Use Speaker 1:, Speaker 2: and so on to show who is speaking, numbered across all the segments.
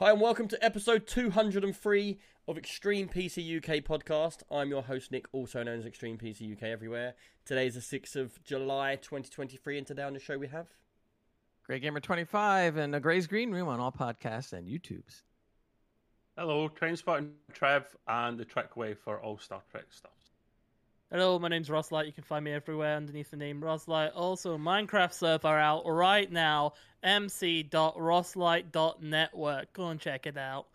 Speaker 1: Hi, and welcome to episode 203 of Extreme PC UK podcast. I'm your host, Nick, also known as Extreme PC UK everywhere. Today is the 6th of July 2023, and today on the show we have.
Speaker 2: Grey Gamer 25 and a Gray's Green Room on all podcasts and YouTubes.
Speaker 3: Hello, Trainspotting Trev and the Trekway for all Star Trek stuff.
Speaker 4: Hello, my name's Roslight. You can find me everywhere underneath the name Roslight. Also, Minecraft server out right now, mc.roslight.network. Go and check it out.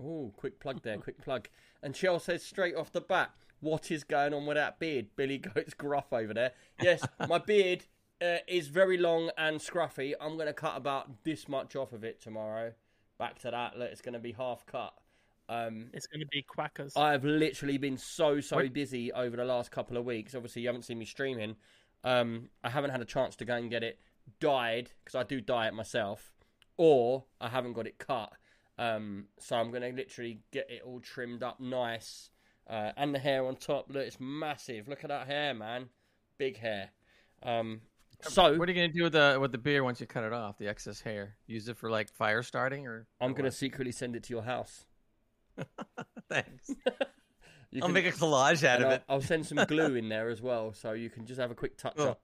Speaker 1: Oh, quick plug there, quick plug. And Chell says straight off the bat, what is going on with that beard? Billy goes gruff over there. Yes, my beard uh, is very long and scruffy. I'm going to cut about this much off of it tomorrow. Back to that. Look, it's going to be half cut. Um,
Speaker 4: It's going to be quackers.
Speaker 3: Uh,
Speaker 1: I have literally been so so busy over the last couple of weeks. Obviously, you haven't seen me streaming. Um, I haven't had a chance to go and get it dyed because I do dye it myself, or I haven't got it cut. Um, so I'm gonna literally get it all trimmed up nice, uh, and the hair on top. Look, it's massive. Look at that hair, man. Big hair. Um, so
Speaker 2: What are you gonna do with the with the beer once you cut it off? The excess hair, use it for like fire starting, or
Speaker 1: I'm
Speaker 2: or
Speaker 1: gonna
Speaker 2: what?
Speaker 1: secretly send it to your house.
Speaker 2: thanks.
Speaker 1: You
Speaker 2: I'll
Speaker 1: can-
Speaker 2: make a collage out
Speaker 1: and
Speaker 2: of
Speaker 1: I'll-
Speaker 2: it.
Speaker 1: I'll send some glue in there as well, so you can just have a quick touch
Speaker 2: Oh.
Speaker 1: up.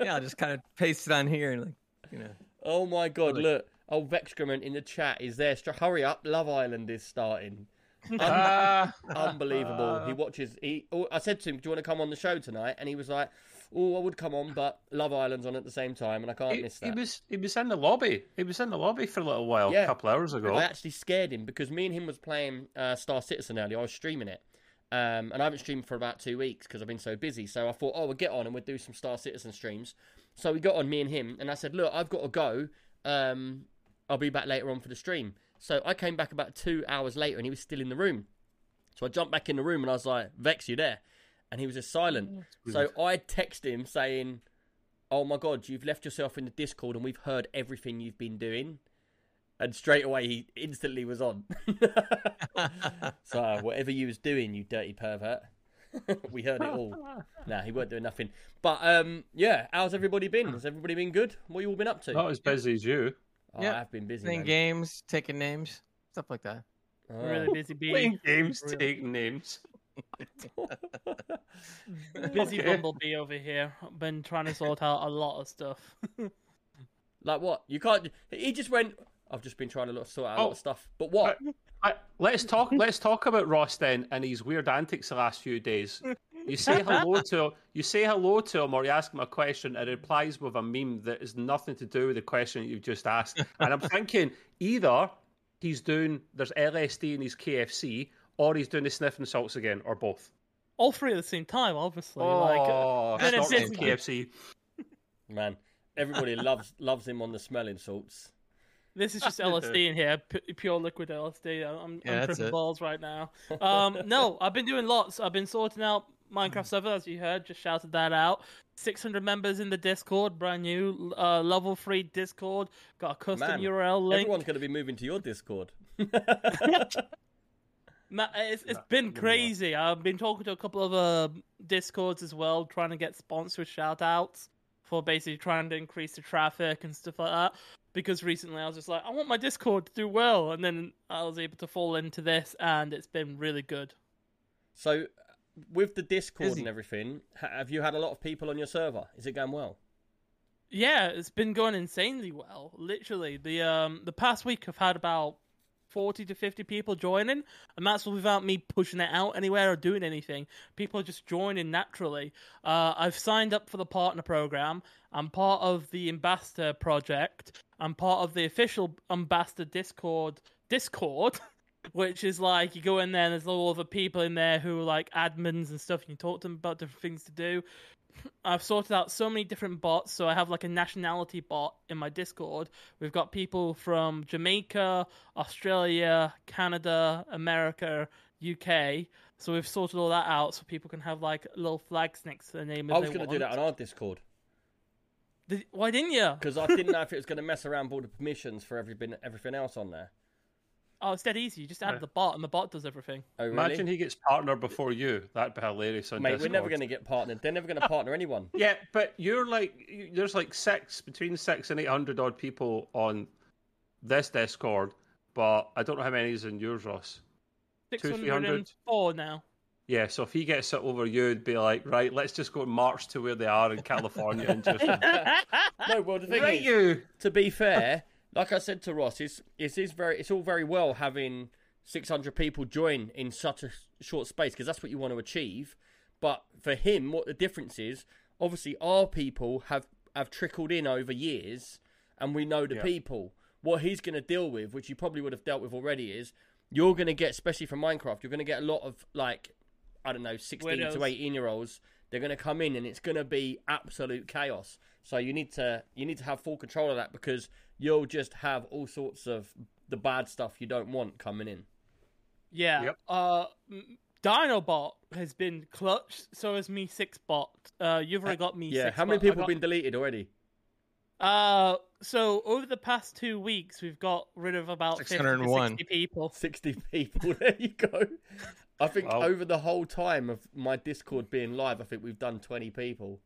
Speaker 2: yeah, I'll just kind of paste it on here and like, you know,
Speaker 1: Oh my god,
Speaker 2: Really?
Speaker 1: look. Old Vexcrement in the chat is there. Str- hurry up, Love Island is starting. Un-
Speaker 3: Ah,
Speaker 1: unbelievable. He watches. He, oh, I said to him, Do you want to come on the show tonight? And he was like, Oh, I would come on, but Love Island's on at the same time, and I can't
Speaker 3: he,
Speaker 1: miss
Speaker 3: he
Speaker 1: that.
Speaker 3: was he was in the lobby. He was in the lobby for a little while,
Speaker 1: Yeah.
Speaker 3: a couple hours ago.
Speaker 1: I actually scared him because me and him was playing uh, Star Citizen earlier. I was streaming it, um, and I haven't streamed for about two weeks because I've been so busy. So I thought, oh, we'll get on and we'll do some Star Citizen streams. So we got on me and him, and I said, look, I've got to go. Um, I'll be back later on for the stream. So I came back about two hours later, and he was still in the room. So I jumped back in the room, and I was like, Vex, you there? And he was just silent. So I texted him saying, "Oh my God, you've left yourself in the Discord, and we've heard everything you've been doing." And straight away, he instantly was on. so uh, whatever you was doing, you dirty pervert, we heard it all. nah, he weren't doing nothing. But um, yeah, how's everybody been? Has everybody been good? What you all been up to?
Speaker 3: Not as busy as you.
Speaker 1: Oh,
Speaker 2: Yeah.
Speaker 1: I have been busy.
Speaker 2: playing
Speaker 1: man.
Speaker 2: games, taking names, stuff like that.
Speaker 1: Oh.
Speaker 4: really busy bee.
Speaker 3: Playing games,
Speaker 4: Really.
Speaker 3: taking names.
Speaker 4: Busy
Speaker 3: Okay.
Speaker 4: bumblebee over here. Been trying to sort out a lot of stuff.
Speaker 1: Like what? You can't. He just went. I've just been trying to lot- sort out a lot
Speaker 3: Oh.
Speaker 1: of stuff. But what?
Speaker 3: I, let's talk. Let's talk about Ross then and his weird antics the last few days. You say hello to you say hello to him, or you ask him a question, and he replies with a meme that has nothing to do with the question you've just asked. And I'm thinking either he's doing there's LSD in his KFC, or he's doing the sniffing salts again, or both.
Speaker 4: All three at the same time, obviously. Like,
Speaker 3: Oh,
Speaker 4: then it's
Speaker 3: snorting
Speaker 4: just-
Speaker 3: KFC.
Speaker 1: Man, everybody loves loves him on the smelling salts.
Speaker 4: This is just LSD in here, p- pure liquid LSD. I'm, I'm,
Speaker 2: Yeah,
Speaker 4: I'm
Speaker 2: that's
Speaker 4: tripping
Speaker 2: it.
Speaker 4: balls right now. Um, no, I've been doing lots. I've been sorting out Minecraft server, as you heard. Just shouted that out. 600 members in the Discord, brand new, uh, level three Discord. Got a custom
Speaker 1: Man,
Speaker 4: URL link.
Speaker 1: Everyone's going to be moving to your Discord.
Speaker 4: Ma- it's, it's
Speaker 3: Nah,
Speaker 4: been
Speaker 3: really
Speaker 4: crazy. I've been talking to a couple of uh, discords as well, trying to get sponsored shout outs for basically trying to increase the traffic and stuff like that. Because recently I was just like, I want my Discord to do well, and then I was able to fall into this, and it's been really good.
Speaker 1: So, with the Discord
Speaker 2: Is he-
Speaker 1: and everything, ha- have you had a lot of people on your server? Is it going well?
Speaker 4: Yeah, it's been going insanely well. Literally, the um the past week I've had about forty to fifty people joining, and that's without me pushing it out anywhere or doing anything. People are just joining naturally. Uh, I've signed up for the partner program. I'm part of the ambassador project. I'm part of the official ambassador Discord Discord. Which is like you go in there and there's all other people in there who are like admins and stuff. And you talk to them about different things to do. I've sorted out so many different bots. So I have like a nationality bot in my Discord. We've got people from Jamaica, Australia, Canada, America, UK. So we've sorted all that out so people can have like little flags next to the name.
Speaker 1: I was
Speaker 4: going to
Speaker 1: do that on our Discord
Speaker 4: Did, why didn't you?
Speaker 1: because I didn't know if it was going to mess around with all the permissions for everything everything else on there.
Speaker 4: Oh, it's dead easy. You just add
Speaker 3: Yeah.
Speaker 4: the bot, and the bot does everything.
Speaker 1: Oh, really?
Speaker 3: Imagine he gets partner before you. That'd be hilarious. On
Speaker 1: Mate,
Speaker 3: Discord.
Speaker 1: we're never going to get partnered. They're never going to partner anyone.
Speaker 3: Yeah, but you're like you- there's like six between six and eight hundred odd people on this Discord, but I don't know how many is in yours, Ross.
Speaker 4: Six
Speaker 3: Two, three
Speaker 4: hundred
Speaker 3: hundred.
Speaker 4: and four now.
Speaker 3: Yeah, so if he gets it over you, it'd be like, right, let's just go and march to where they are in California and just
Speaker 1: No, well, the thing
Speaker 3: right
Speaker 1: is,
Speaker 3: you.
Speaker 1: to be fair, like I said to Ross, it's it is very it's all very well having 600 people join in such a short space because that's what you want to achieve. But for him, what the difference is, obviously, our people have have trickled in over years, and we know the
Speaker 3: Yeah.
Speaker 1: people. What he's going to deal with, which you probably would have dealt with already, is you're going to get, especially from Minecraft, you're going to get a lot of like, I don't know, 16
Speaker 4: Widows.
Speaker 1: to 18 year olds. They're going to come in, and it's going to be absolute chaos. So you need to you need to have full control of that because you'll just have all sorts of the bad stuff you don't want coming in.
Speaker 4: Yeah.
Speaker 3: Yep.
Speaker 4: Uh, m- Dinobot has been clutch. So has me six bot. Uh, you've already got me.
Speaker 1: Yeah,
Speaker 4: six
Speaker 1: how many
Speaker 4: bot. I
Speaker 1: people have
Speaker 4: got-
Speaker 1: been deleted already?
Speaker 4: Uh, so over the past two weeks, we've got rid of about 50 to
Speaker 2: 601.
Speaker 4: 60 people.
Speaker 1: 60 people. There you go. I think
Speaker 3: Wow.
Speaker 1: over the whole time of my Discord being live, I think we've done 20 people.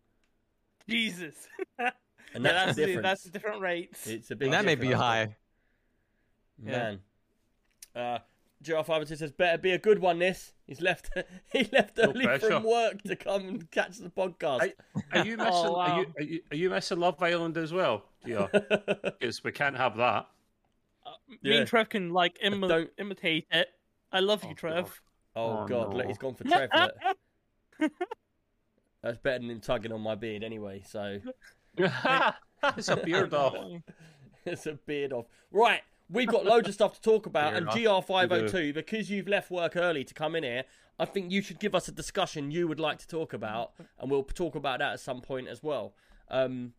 Speaker 4: Jesus.
Speaker 1: And
Speaker 4: Yeah,
Speaker 1: that's,
Speaker 4: that's
Speaker 1: the
Speaker 4: the,
Speaker 1: difference.
Speaker 4: that's the different rates.
Speaker 1: It's a big
Speaker 2: And that may be
Speaker 1: difference, I
Speaker 2: high.
Speaker 1: think. Man. Uh, Giraffe Iverson says, better be a good one, this. He's left He left early
Speaker 3: pressure.
Speaker 1: from work to come and catch the podcast.
Speaker 3: I- Are you missing?
Speaker 4: Oh,
Speaker 3: are, you,
Speaker 4: wow.
Speaker 3: are you are you missing Love Island as well? Yeah, because we can't have that.
Speaker 4: Me
Speaker 1: Yeah.
Speaker 4: and Trev can like imi-
Speaker 1: don't-
Speaker 4: imitate it. I love you,
Speaker 3: Oh,
Speaker 4: Trev.
Speaker 1: Oh,
Speaker 3: Oh,
Speaker 1: God, look,
Speaker 3: no.
Speaker 1: he's gone for Trev. look. That's better than him tugging on my beard anyway, so
Speaker 3: it's a beard
Speaker 1: Oh.
Speaker 4: Um,
Speaker 3: off.
Speaker 1: it's a beard off. Right, we've got loads of stuff to talk about,
Speaker 2: Beard
Speaker 1: and
Speaker 2: off.
Speaker 1: GR502, because you've left work early to come in here, I think you should give us a discussion you would like to talk about, and we'll talk about that at some point as well. Um,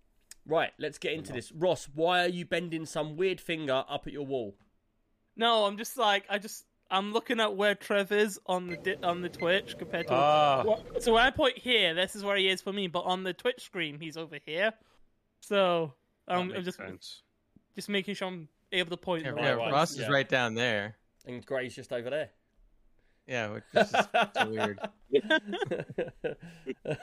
Speaker 1: right, let's get into this. Ross, why are you bending some weird finger up at your wall?
Speaker 4: No, I'm just like I just I'm looking at where Trev is on the di- on the Twitch compared to.
Speaker 3: Ah,
Speaker 4: Well, So when I point here, this is where he is for me, but on the Twitch screen, he's over here. So um, I'm
Speaker 3: makes
Speaker 4: just
Speaker 3: sense.
Speaker 4: just making sure I'm able to point.
Speaker 2: Yeah,
Speaker 4: in the
Speaker 2: yeah,
Speaker 4: right way.
Speaker 2: Ross
Speaker 1: Yeah.
Speaker 2: is right down there.
Speaker 1: And Gray's just over there.
Speaker 2: Yeah, which is it's weird.
Speaker 1: Uh,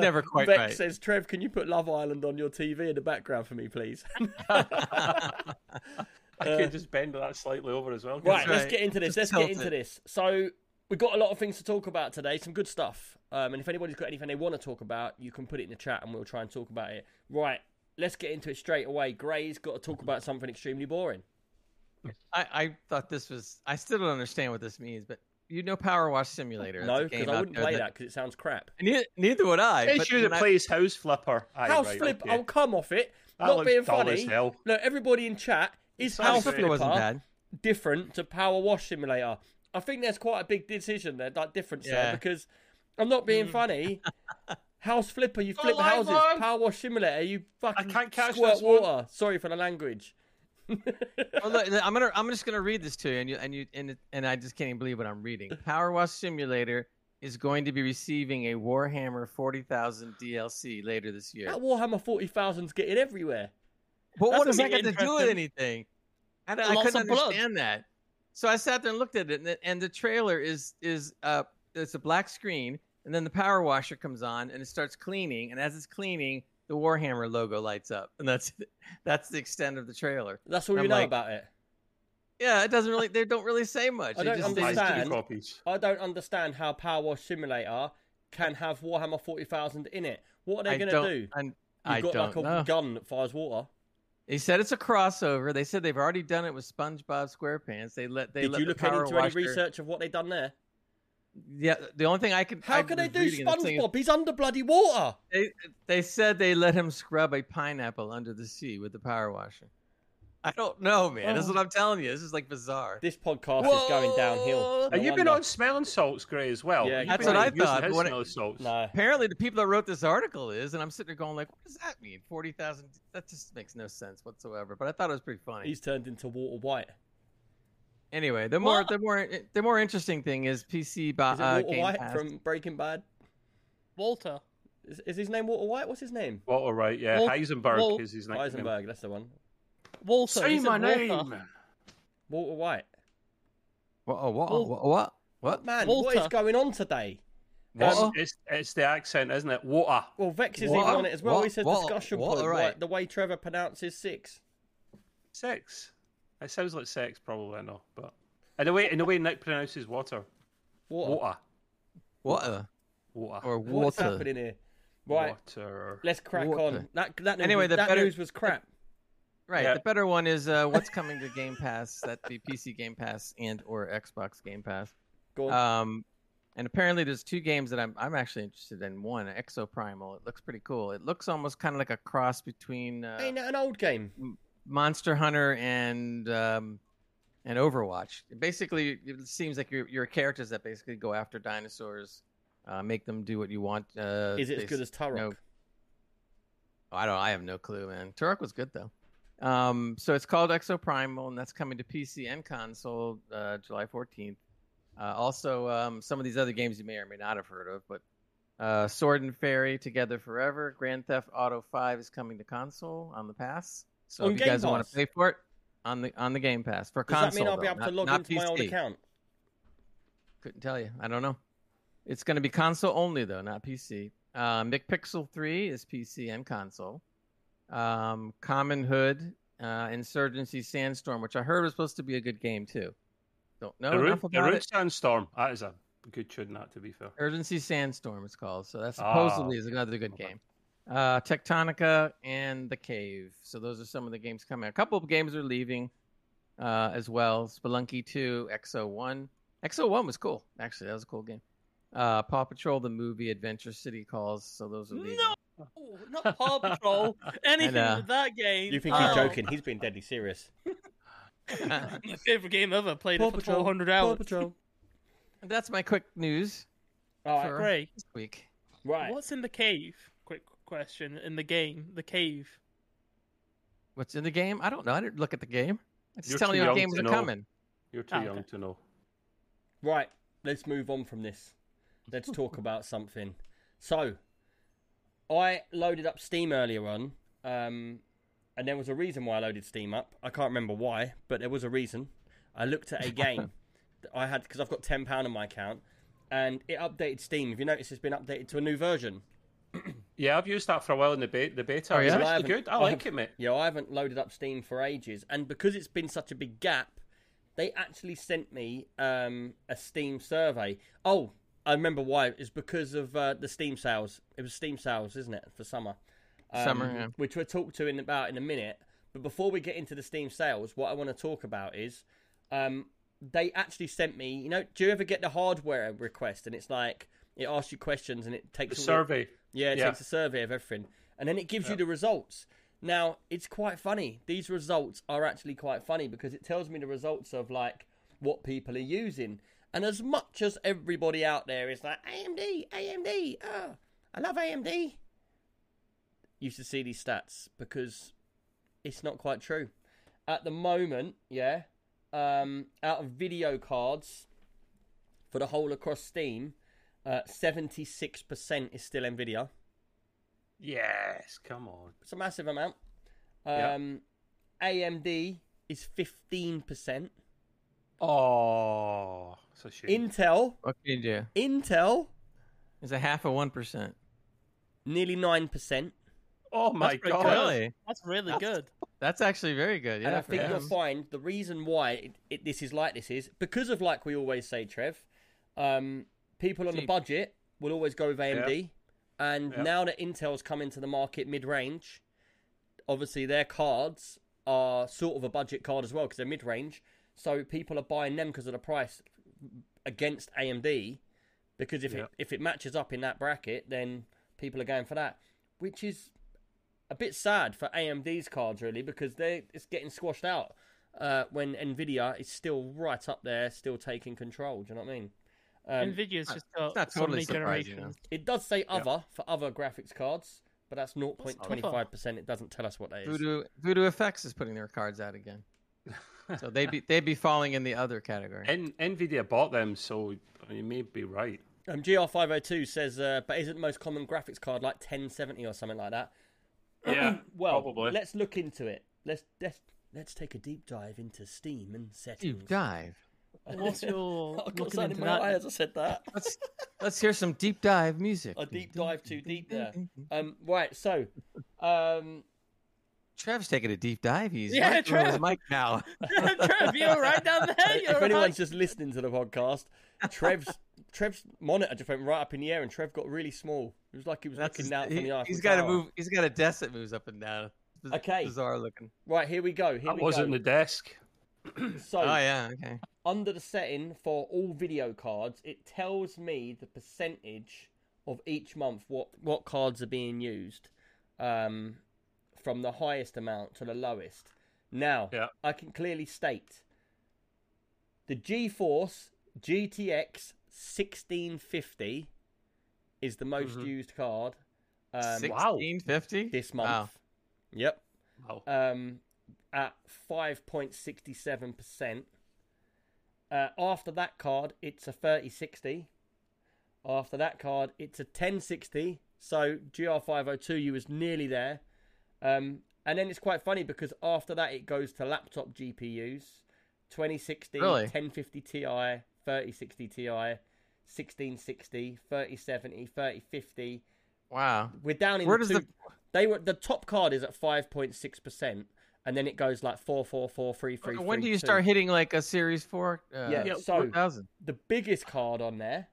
Speaker 2: never quite
Speaker 1: Vex
Speaker 2: right.
Speaker 1: says, Trev, can you put Love Island on your TV in the background for me, please?
Speaker 3: I could just bend that slightly over as well.
Speaker 1: Right,
Speaker 2: That's
Speaker 1: let's
Speaker 2: right.
Speaker 1: get into this. let's
Speaker 2: Just
Speaker 1: get
Speaker 2: tilt
Speaker 1: into
Speaker 2: it.
Speaker 1: this. So we've got a lot of things to talk about today, some good stuff. Um, and if anybody's got anything they want to talk about, you can put it in the chat and we'll try and talk about it. Right, let's get into it straight away. Gray's got to talk about something extremely boring.
Speaker 2: I, I thought this was. I still don't understand what this means, but you know, Power Wash Simulator. That's
Speaker 1: no,
Speaker 2: a game
Speaker 1: because I
Speaker 2: out
Speaker 1: wouldn't
Speaker 2: there
Speaker 1: play that because it sounds crap.
Speaker 2: Neither, neither would I.
Speaker 3: It's
Speaker 2: but
Speaker 3: you that
Speaker 2: when I-
Speaker 3: plays House Flipper. Aye,
Speaker 1: House
Speaker 3: right,
Speaker 1: flip,
Speaker 3: okay.
Speaker 1: I'll come off it.
Speaker 3: That
Speaker 1: Not
Speaker 3: looks
Speaker 1: being
Speaker 3: dull as
Speaker 1: funny.
Speaker 3: hell.
Speaker 1: No, everybody in chat is House
Speaker 2: House
Speaker 3: sounds great.
Speaker 2: Flipper
Speaker 1: Flipper
Speaker 2: wasn't bad.
Speaker 1: different to Power Wash Simulator. I think there's quite a big decision there, that difference there,
Speaker 2: Yeah. Hmm.
Speaker 1: because I'm not being funny. House Flipper, you flip
Speaker 3: like
Speaker 1: houses.
Speaker 3: mine.
Speaker 1: Power Wash Simulator, you fucking
Speaker 3: can't catch
Speaker 1: squirt
Speaker 3: this one.
Speaker 1: water. Sorry for the language.
Speaker 2: Well, look, look, I'm gonna. I'm just gonna read this to you, and you and you and it- and I just can't even believe what I'm reading. Power Wash Simulator is going to be receiving a Warhammer 40,000 DLC later this year.
Speaker 4: Oh,
Speaker 1: That Warhammer 40,000's getting everywhere.
Speaker 2: But
Speaker 4: That
Speaker 2: what does
Speaker 4: doesn't
Speaker 2: that
Speaker 4: make
Speaker 2: got to
Speaker 4: it
Speaker 2: do with
Speaker 4: interesting.
Speaker 2: anything? I,
Speaker 4: Well,
Speaker 2: I
Speaker 4: lots
Speaker 2: couldn't
Speaker 4: of blood.
Speaker 2: understand that. So I sat there and looked at it, and the, and the trailer is is uh it's a black screen, and then the power washer comes on, and it starts cleaning, and as it's cleaning, the Warhammer logo lights up, and that's that's the extent of the trailer.
Speaker 1: That's all
Speaker 2: I'm
Speaker 1: you know
Speaker 2: like-
Speaker 1: about it.
Speaker 2: Yeah, it doesn't really. They don't really say much.
Speaker 1: I
Speaker 2: They
Speaker 1: don't
Speaker 2: just, they
Speaker 3: Buys
Speaker 2: just-
Speaker 3: two
Speaker 1: understand.
Speaker 3: copies.
Speaker 1: I don't understand how Power Wash Simulator can have Warhammer 40,000 in it. What are
Speaker 2: I
Speaker 1: they going
Speaker 2: don't-
Speaker 1: to do? You've
Speaker 2: I'm- I
Speaker 1: got
Speaker 2: don't
Speaker 1: like a
Speaker 2: know.
Speaker 1: gun that fires water.
Speaker 2: They said it's a crossover. They said they've already done it with SpongeBob SquarePants. They let they
Speaker 1: Did
Speaker 2: let
Speaker 1: you
Speaker 2: the
Speaker 1: look
Speaker 2: power
Speaker 1: into any
Speaker 2: washer-
Speaker 1: research of what they done there?
Speaker 2: Yeah, the only thing I could
Speaker 1: How
Speaker 2: I
Speaker 1: can they
Speaker 2: was
Speaker 1: do
Speaker 2: reading in this thing is-
Speaker 1: SpongeBob? He's under bloody water.
Speaker 2: They they said they let him scrub a pineapple under the sea with the power washer. I don't know, man.
Speaker 1: Oh.
Speaker 2: That's what I'm telling you. This is like bizarre.
Speaker 1: This podcast is going downhill.
Speaker 2: Whoa.
Speaker 1: No
Speaker 3: And you've been
Speaker 1: wonder.
Speaker 3: on smelling salts, Gray, as well.
Speaker 1: Yeah,
Speaker 3: You've
Speaker 1: That's
Speaker 3: been,
Speaker 1: what I
Speaker 3: like, using
Speaker 2: thought,
Speaker 3: His
Speaker 2: but when it-
Speaker 3: smelling salts.
Speaker 1: No.
Speaker 2: Apparently, the people that wrote this article is, and I'm sitting there going like, what does that mean? Forty thousand? That just makes no sense whatsoever. But I thought it was pretty funny.
Speaker 1: He's turned into Walter White.
Speaker 2: Anyway, the more
Speaker 4: What?
Speaker 2: the more eh, the more interesting thing is PC by
Speaker 1: Is it
Speaker 2: uh,
Speaker 1: Walter
Speaker 2: Game
Speaker 1: White
Speaker 2: Pass.
Speaker 1: from Breaking Bad?
Speaker 4: Walter.
Speaker 1: Is, is his name Walter White? What's his name?
Speaker 3: Walter, right? Yeah,
Speaker 4: Wal-
Speaker 3: Heisenberg
Speaker 4: Wal-
Speaker 3: is his name.
Speaker 1: Heisenberg, that's the one.
Speaker 4: Walter. he said Walter.
Speaker 1: Walter White.
Speaker 2: What? Oh, what?
Speaker 4: Wal-
Speaker 2: What? What? What?
Speaker 1: Man, what
Speaker 4: Walter.
Speaker 1: is going on today?
Speaker 3: It's,
Speaker 2: Walter?
Speaker 3: it's, it's the accent, isn't it? Water.
Speaker 1: Well, Vex is
Speaker 2: What?
Speaker 1: even on it as well.
Speaker 2: What?
Speaker 1: He said
Speaker 2: What?
Speaker 1: discussion
Speaker 2: What?
Speaker 1: point,
Speaker 2: Alright.
Speaker 1: like the way Trevor pronounces six.
Speaker 3: Six. It sounds like sex, probably I know, but in the way in the way Nick pronounces water,
Speaker 1: Water.
Speaker 3: water,
Speaker 2: Water
Speaker 3: water,
Speaker 2: or
Speaker 1: What's
Speaker 2: water.
Speaker 1: happening here? Right,
Speaker 3: water.
Speaker 1: let's crack
Speaker 2: Water.
Speaker 1: on. That that news,
Speaker 2: Anyway, the
Speaker 1: that
Speaker 2: better-
Speaker 1: news was crap.
Speaker 2: Right.
Speaker 3: Yeah.
Speaker 2: The better one is uh, what's coming to Game Pass. That the PC Game Pass and or Xbox Game Pass.
Speaker 1: Go on.
Speaker 2: Um, and apparently there's two games that I'm I'm actually interested in. One, Exoprimal. It looks pretty cool. It looks almost kind of like a cross between uh,
Speaker 1: Ain't that an old game?
Speaker 2: Monster Hunter and um, and Overwatch. It basically, it seems like you're, you're characters that basically go after dinosaurs, uh, make them do what you want. Uh,
Speaker 1: Is it as
Speaker 2: basi-
Speaker 1: good as Turok?
Speaker 2: no. I don't. I have no clue, man. Turok was good though. Um, so it's called Exoprimal, and that's coming to PC and console uh, July 14th. Uh, also, um, some of these other games you may or may not have heard of, but uh, Sword and Fairy, Together Forever, Grand Theft Auto 5 is coming to console on the Pass. So
Speaker 1: On
Speaker 2: if you
Speaker 1: Game
Speaker 2: guys want
Speaker 1: Pass?
Speaker 2: to pay for it, on the on the Game Pass for
Speaker 1: Does
Speaker 2: console.
Speaker 1: that mean I'll be
Speaker 2: though,
Speaker 1: able to
Speaker 2: not-
Speaker 1: log
Speaker 2: not
Speaker 1: into my old
Speaker 2: PC.
Speaker 1: account?
Speaker 2: Couldn't tell you. I don't know. It's going to be console only though, not PC. Uh, McPixel Three is PC and console. Um, Common Hood, uh, Insurgency Sandstorm, which I heard was supposed to be a good game too. Don't know
Speaker 3: the
Speaker 2: enough
Speaker 3: root, the
Speaker 2: about
Speaker 3: root
Speaker 2: it.
Speaker 3: sandstorm. That is a good tune. That to be fair.
Speaker 2: Urgency Sandstorm it's called. So that
Speaker 3: Ah.
Speaker 2: supposedly is another good
Speaker 3: Okay.
Speaker 2: game. Uh, Tectonica and The Cave. So those are some of the games coming. A couple of games are leaving uh, as well. Spelunky oh 2, XO1. XO1 was cool. Actually, that was a cool game. Uh, Paw Patrol, the movie, Adventure City Calls. So those are leaving.
Speaker 4: No, not Paw Patrol. Anything
Speaker 2: know.
Speaker 4: with that game.
Speaker 1: You think
Speaker 4: Oh.
Speaker 1: he's joking? He's being deadly serious.
Speaker 4: My favorite game ever. Played
Speaker 1: Paw
Speaker 4: it for
Speaker 1: Patrol,
Speaker 4: 400
Speaker 1: Paw
Speaker 4: hours.
Speaker 1: Patrol.
Speaker 2: That's my quick news
Speaker 1: All right,
Speaker 2: Sure.
Speaker 4: Great.
Speaker 2: this week.
Speaker 1: right.
Speaker 4: What's in the cave? Quick question. In the game, the cave.
Speaker 2: What's in the game? I don't know. I didn't look at the game. I'm just
Speaker 3: You're
Speaker 2: telling
Speaker 3: too
Speaker 2: you what
Speaker 3: young
Speaker 2: games
Speaker 3: to
Speaker 2: are
Speaker 3: know.
Speaker 2: coming.
Speaker 3: You're too
Speaker 4: Ah, okay.
Speaker 3: young to know.
Speaker 1: Right, let's move on from this. Let's talk about something. So, I loaded up Steam earlier on, um, and there was a reason why I loaded Steam up. I can't remember why, but there was a reason. I looked at a game that I had because I've got ten pound on my account, and it updated Steam. If you notice, it's been updated to a new version.
Speaker 3: Yeah, I've used that for a while in the, be- the beta.
Speaker 2: Oh,
Speaker 3: It's
Speaker 2: yeah?
Speaker 3: actually
Speaker 1: I haven't-
Speaker 3: good. I,
Speaker 1: I
Speaker 3: like
Speaker 1: haven't-
Speaker 3: it, mate.
Speaker 1: Yeah, I haven't loaded up Steam for ages, and because it's been such a big gap, they actually sent me um, a Steam survey. Oh, I remember why. It's because of uh, the Steam sales. It was Steam sales, isn't it, for summer? Um,
Speaker 2: Summer, yeah.
Speaker 1: Which we'll talk to in about in a minute. But before we get into the Steam sales, what I want to talk about is um, they actually sent me. You know, do you ever get the hardware request and it's like it asks you questions and it
Speaker 3: The
Speaker 1: takes all your-
Speaker 3: survey.
Speaker 1: yeah, it
Speaker 3: Yeah.
Speaker 1: takes a survey of everything, and then it gives you the results. Now it's quite funny. These results are actually quite funny because it tells me the results of like what people are using. And as much as everybody out there is like AMD, AMD, oh, I love AMD, you should see these stats because it's not quite true. At the moment, yeah, um, out of video cards for the whole across Steam, uh, seventy-six percent is still Nvidia.
Speaker 3: Yes, come on.
Speaker 1: It's a massive amount.
Speaker 3: Yeah.
Speaker 1: Um, AMD is fifteen percent.
Speaker 3: Oh, it's a shame.
Speaker 1: Intel,
Speaker 2: What can you do?
Speaker 1: Intel,
Speaker 2: It's a half of 1%.
Speaker 1: nearly nine percent.
Speaker 3: oh my
Speaker 4: pretty
Speaker 3: god.
Speaker 4: good.
Speaker 2: Really?
Speaker 4: That's really good.
Speaker 2: That's actually very good. Yeah,
Speaker 1: and I
Speaker 2: for
Speaker 1: think
Speaker 2: them.
Speaker 1: you'll find the reason why it, it, this is like this is because of like we always say, Trev. Um, people on the
Speaker 2: Cheap.
Speaker 1: budget will always go with AMD, and
Speaker 3: Yeah.
Speaker 1: now that Intel's come into the market mid-range, obviously their cards are sort of a budget card as well because they're mid-range. So people are buying them because of the price against AMD, because if
Speaker 3: Yeah.
Speaker 1: it, if it matches up in that bracket, then people are going for that, which is a bit sad for AMD's cards really because they it's getting squashed out uh, when Nvidia is still right up there, still taking control. Do you know what I mean? Um,
Speaker 4: Nvidia's just
Speaker 2: it's
Speaker 4: got
Speaker 2: not
Speaker 4: so
Speaker 2: totally
Speaker 4: many
Speaker 2: surprising,
Speaker 4: generations.
Speaker 1: it does say other for other graphics cards, but that's 0.25%. It doesn't tell us what that is.
Speaker 2: Voodoo Voodoo FX is putting their cards out again. So they'd be they'd be falling in the other category.
Speaker 3: In- Nvidia bought them, so you may be right.
Speaker 1: Um, GR502 says, uh, but isn't the most common graphics card like 1070 or something like that?
Speaker 3: Yeah,
Speaker 1: Well,
Speaker 3: probably.
Speaker 1: let's look into it. Let's, let's let's take a deep dive into Steam and settings.
Speaker 2: Deep dive.
Speaker 4: What's your
Speaker 1: I got
Speaker 4: looking
Speaker 1: something
Speaker 4: into
Speaker 1: in my eye
Speaker 4: that?
Speaker 1: as I said that.
Speaker 2: Let's let's hear some deep dive music.
Speaker 1: a deep dive too deep there. Um, right, so um,
Speaker 2: Trev's taking a deep dive. He's
Speaker 4: Yeah,
Speaker 2: right through his
Speaker 4: Trev.
Speaker 2: mic now.
Speaker 4: Trev, you all right down there? You all
Speaker 1: if
Speaker 4: right?
Speaker 1: anyone's just listening to the podcast, Trev's Trev's monitor just went right up in the air, and Trev got really small. It was like he was looking down from the Eiffel
Speaker 2: he's got a
Speaker 1: Tower.
Speaker 2: move. He's got a desk that moves up and down. It's
Speaker 1: Okay.
Speaker 2: bizarre looking.
Speaker 1: Right here we go. Here
Speaker 3: That
Speaker 1: we
Speaker 3: wasn't
Speaker 1: go.
Speaker 3: the desk.
Speaker 1: So
Speaker 2: Oh yeah,
Speaker 1: Um,
Speaker 2: okay.
Speaker 1: under the setting for all video cards, it tells me the percentage of each month what what cards are being used, um, from the highest amount to the lowest. Now
Speaker 3: Yeah.
Speaker 1: I can clearly state the GeForce GTX 1650 is the most
Speaker 3: Mhm.
Speaker 1: used card um,
Speaker 3: wow.
Speaker 2: Sixteen fifty
Speaker 1: this month.
Speaker 2: Wow.
Speaker 1: Yep
Speaker 3: Wow.
Speaker 1: um, at 5.67%. Uh, after that card, it's a 3060. After that card, it's a 1060. So GR502U is nearly there. Um, and then it's quite funny because after that, it goes to laptop GPUs 2060,
Speaker 2: Really?
Speaker 1: 1050 Ti, 3060 Ti, 1660, 3070, 3050.
Speaker 2: Wow.
Speaker 1: We're down in
Speaker 2: Where
Speaker 1: the
Speaker 2: does
Speaker 1: two.
Speaker 2: the-
Speaker 1: They were the top card is at five point six percent, and then it goes like four, four, four, three, three.
Speaker 2: when
Speaker 1: three,
Speaker 2: do you
Speaker 1: two.
Speaker 2: start hitting like a series four? Uh,
Speaker 1: Yeah, so-
Speaker 2: 4000?
Speaker 1: the biggest card on there?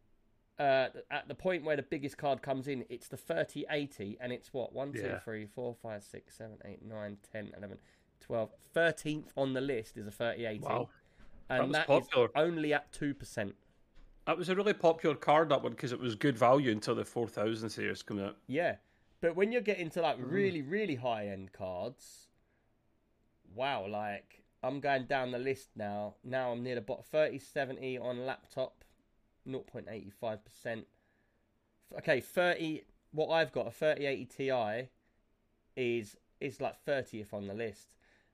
Speaker 1: Uh, at the point where the biggest card comes in, it's the thirty eighty, and it's what one, two,
Speaker 3: Yeah.
Speaker 1: three, four, five, six, seven, eight, nine, ten, eleven, twelve. Thirteenth on the list is a thirty eighty,
Speaker 3: Wow.
Speaker 1: and
Speaker 3: was
Speaker 1: that is
Speaker 3: popular.
Speaker 1: only at two percent.
Speaker 3: That was a really popular card, that one, because it was good value until the 4000 series came out.
Speaker 1: Yeah, but when you're getting to like really, really high end cards, wow! Like I'm going down the list now. Now I'm near the bottom. Thirty seventy on laptop, 0.85 percent. Okay, thirty. What I've got a thirty eighty Ti is is like thirtieth on the list,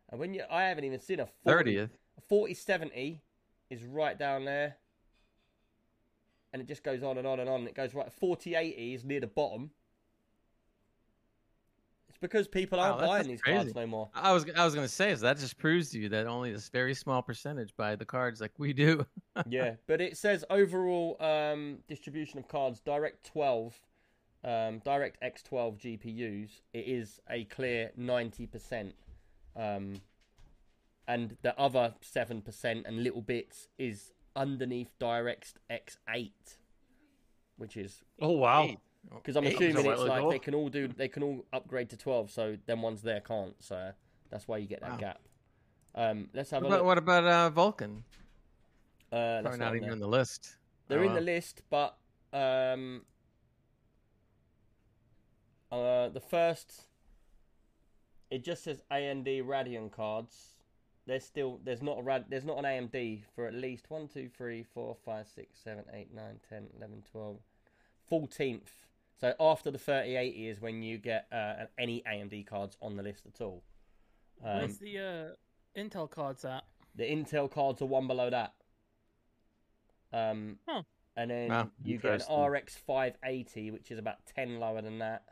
Speaker 1: and when you I haven't even seen a 40
Speaker 2: 30th.
Speaker 1: a 4070 is right down there. And it just goes on and on and on. It goes right. 4080 is near the bottom. It's because people
Speaker 2: Wow,
Speaker 1: aren't
Speaker 2: Oh, that's
Speaker 1: buying
Speaker 2: just
Speaker 1: these
Speaker 2: crazy.
Speaker 1: cards no more.
Speaker 2: I was I was gonna say so that just proves to you that only this very small percentage buy the cards like we do.
Speaker 1: yeah, Uh, but it says overall um, distribution of cards Direct 12, um, Direct X12 GPUs. It is a clear 90%. Um, and the other 7% and little bits is underneath Direct X8, which is
Speaker 3: Oh, wow.
Speaker 1: because I'm
Speaker 2: Eight.
Speaker 1: assuming
Speaker 3: Something
Speaker 1: it's
Speaker 3: like
Speaker 1: like
Speaker 3: that.
Speaker 1: they can all do they can all upgrade to 12, so them ones there can't. So that's why you get that
Speaker 2: Wow.
Speaker 1: gap. Um, let's have a
Speaker 2: What about,
Speaker 1: look.
Speaker 2: what about uh, Vulcan?
Speaker 1: Uh, that's
Speaker 2: Probably
Speaker 1: not
Speaker 2: not
Speaker 1: on
Speaker 2: even
Speaker 1: there.
Speaker 2: on the list.
Speaker 1: They're
Speaker 2: Oh,
Speaker 1: in the
Speaker 2: wow.
Speaker 1: list, but um, uh, the first it just says AMD Radeon cards. There's still there's not a rad there's not an AMD for at least one two three four five six seven eight nine ten eleven twelve fourteenth. So after the thirty eighty is when you get uh, any AMD cards on the list at all. Um,
Speaker 4: Where's the uh, Intel cards at?
Speaker 1: the Intel cards are one below that. Um,
Speaker 4: Huh.
Speaker 1: and then
Speaker 2: Wow.
Speaker 1: you get
Speaker 3: Interesting.
Speaker 1: an RX 580, which is about 10 lower than that.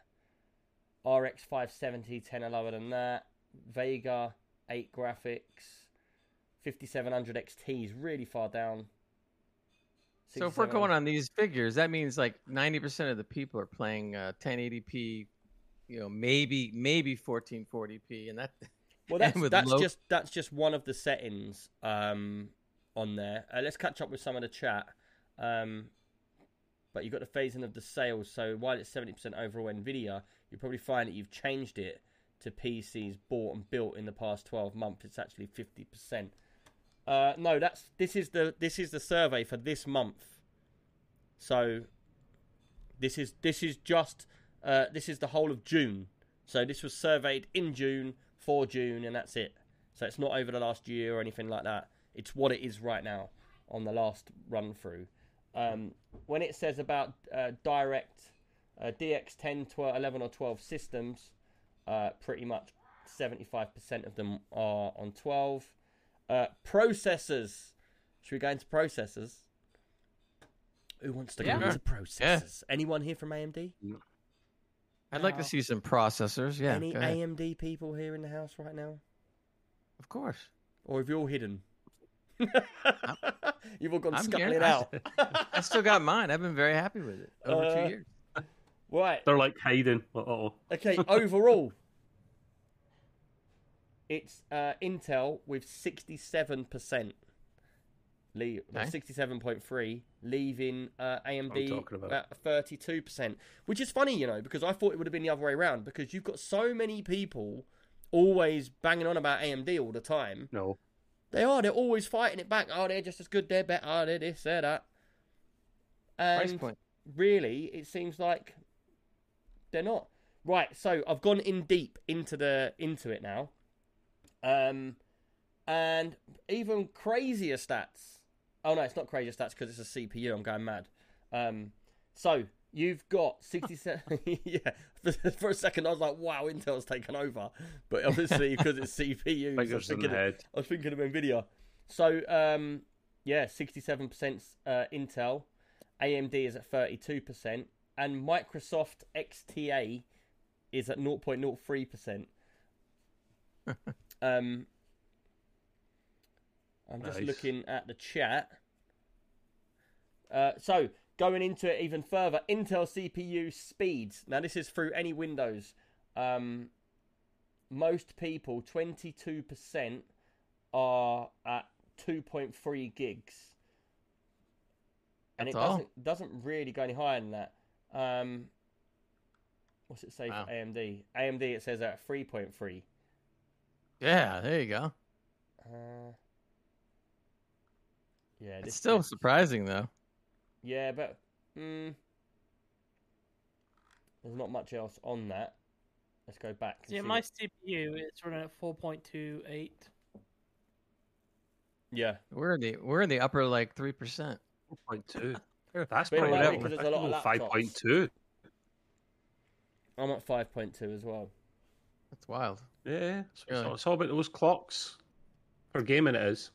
Speaker 1: RX 570, 10 are lower than that. Vega 8 graphics, 5700 XT is really far down.
Speaker 2: So if we're
Speaker 1: 6700
Speaker 2: going on these figures, that means like ninety percent of the people are playing uh, 1080p, you know, maybe maybe 1440p, and that
Speaker 1: Well,
Speaker 2: and
Speaker 1: that's,
Speaker 2: with
Speaker 1: that's
Speaker 2: low-
Speaker 1: just that's just one of the settings um, on there. Uh, let's catch up with some of the chat. Um, but you've got the phasing of the sales. So while it's seventy percent overall Nvidia, you probably find that you've changed it to PCs bought and built in the past twelve months. It's actually fifty percent. Uh, no, that's this is the this is the survey for this month. So this is this is just uh, this is the whole of June. So this was surveyed in June for June, and that's it. So it's not over the last year or anything like that. It's what it is right now on the last run through. Um, when it says about uh, direct uh, DX 10, 12, 11, or 12 systems, uh, pretty much 75% of them are on 12. Uh, processors. Should we go into processors? Who wants to go
Speaker 2: Yeah.
Speaker 1: into processors? Anyone here from AMD?
Speaker 2: I'd like to
Speaker 4: Wow.
Speaker 2: see some processors. Yeah,
Speaker 1: Any
Speaker 2: go ahead.
Speaker 1: AMD people here in the house right now?
Speaker 2: of course.
Speaker 1: Or have you all hidden? You've all gone
Speaker 2: I'm
Speaker 1: scuttling
Speaker 2: here.
Speaker 1: out.
Speaker 2: I still got mine. I've been very happy with it over
Speaker 1: Uh,
Speaker 2: two years.
Speaker 1: right.
Speaker 3: They're like hiding. Uh oh.
Speaker 1: Okay, overall, It's uh, Intel with 67%. Leave,
Speaker 2: Okay.
Speaker 1: 67.3 leaving uh,
Speaker 3: talking
Speaker 1: AMD
Speaker 3: about.
Speaker 1: at 32%, which is funny, you know, because I thought it would have been the other way around because you've got so many people always banging on about AMD all the time.
Speaker 3: No.
Speaker 1: They are, they're always fighting it back. Oh, they're just as good, they're better, oh, they're this, they're that.
Speaker 2: Price
Speaker 1: And
Speaker 2: point.
Speaker 1: really, it seems like they're not. Right, so I've gone in deep into the into it now. Um and even crazier stats. Oh no, it's not crazier stats because it's a CPU. I'm going mad. Um so you've got 67 yeah for, for a second I was like wow Intel's taken over but obviously because it's CPU I was
Speaker 3: Fingers in the
Speaker 1: thinking of-
Speaker 3: head.
Speaker 1: I was thinking of Nvidia so um yeah 67% uh, Intel AMD is at 32%, and Microsoft XTA is at 0.03%. um, I'm just
Speaker 3: Nice.
Speaker 1: looking at the chat. Uh, so, going into it even further, Intel CPU speeds. Now, this is through any Windows. Um, most people, 22%, are at 2.3 gigs and it
Speaker 2: That's all.
Speaker 1: doesn't doesn't really go any higher than that. Um, what's it say
Speaker 2: Wow.
Speaker 1: for AMD? AMD it says at three point three.
Speaker 2: Yeah, there you go.
Speaker 1: Uh, yeah,
Speaker 2: It's
Speaker 1: this
Speaker 2: still
Speaker 1: is-
Speaker 2: surprising though.
Speaker 1: yeah, but mm, there's not much else on that. Let's go back. and
Speaker 4: Yeah,
Speaker 1: see
Speaker 4: my
Speaker 1: what-
Speaker 4: CPU it's running at four point two eight.
Speaker 1: yeah.
Speaker 2: We're in the we're in the upper like three percent.
Speaker 3: 4.2.
Speaker 1: But
Speaker 3: That's pretty
Speaker 2: anyway,
Speaker 3: low.
Speaker 2: because
Speaker 1: there's a lot of
Speaker 3: I
Speaker 1: laptops.
Speaker 3: know 5.2.
Speaker 1: I'm at five point two as well.
Speaker 2: That's wild.
Speaker 3: Yeah. So,
Speaker 2: Really?
Speaker 3: so it's all about those clocks. Per gaming it is.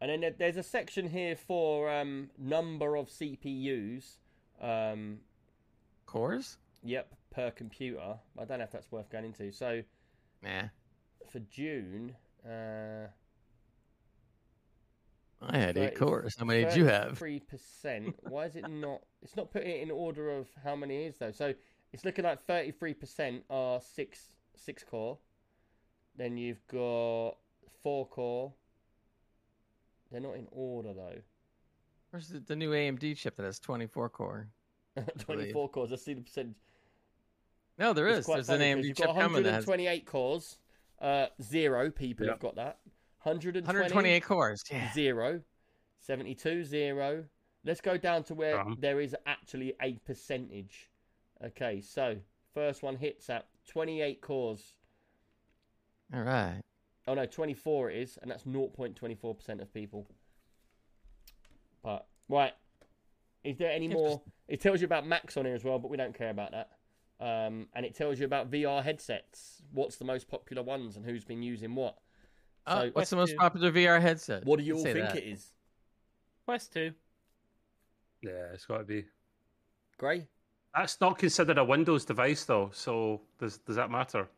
Speaker 1: And then there- there's a section here for um, number of CPUs. Um,
Speaker 2: Cores?
Speaker 1: yep, per computer. I don't know if that's worth going into. So.
Speaker 2: Nah.
Speaker 1: for June, uh,
Speaker 2: I had eight
Speaker 1: Thirty-
Speaker 2: cores. How many did you have?
Speaker 1: Three percent. Why is it not? It's not putting it in order of how many it is though. So it's looking like thirty-three percent are six six core. Then you've got four core. They're not in order though.
Speaker 2: Where's the, the new AMD chip that has 24 core?
Speaker 1: Twenty-four cores. I see the percentage.
Speaker 2: No, there
Speaker 1: It's
Speaker 2: is.
Speaker 1: quite
Speaker 2: There's an
Speaker 1: funny 'cause
Speaker 2: AMD
Speaker 1: you've
Speaker 2: chip
Speaker 1: got
Speaker 2: coming that has
Speaker 1: 128 cores. Uh, zero people
Speaker 3: Yeah.
Speaker 1: have got that. 120,
Speaker 2: 128 cores. Yeah.
Speaker 1: zero, 72, zero. Let's go down to where
Speaker 3: Um.
Speaker 1: there is actually a percentage. Okay, so first one hits at 28 cores.
Speaker 2: All right.
Speaker 1: Oh no, 24 it is, and that's 0.24% of people. But, right. Is there any more? It tells you about Macs on here as well, but we don't care about that. Um, and it tells you about VR headsets. What's the most popular ones and who's been using what?
Speaker 2: Oh,
Speaker 1: So-
Speaker 2: what's the most
Speaker 4: Question.
Speaker 2: popular VR headset?
Speaker 1: What do you all
Speaker 2: Let's say
Speaker 1: think
Speaker 2: that.
Speaker 1: it is?
Speaker 4: Quest two.
Speaker 3: Yeah, it's got to be.
Speaker 1: Gray?
Speaker 3: That's not considered a Windows device, though. So does does that matter?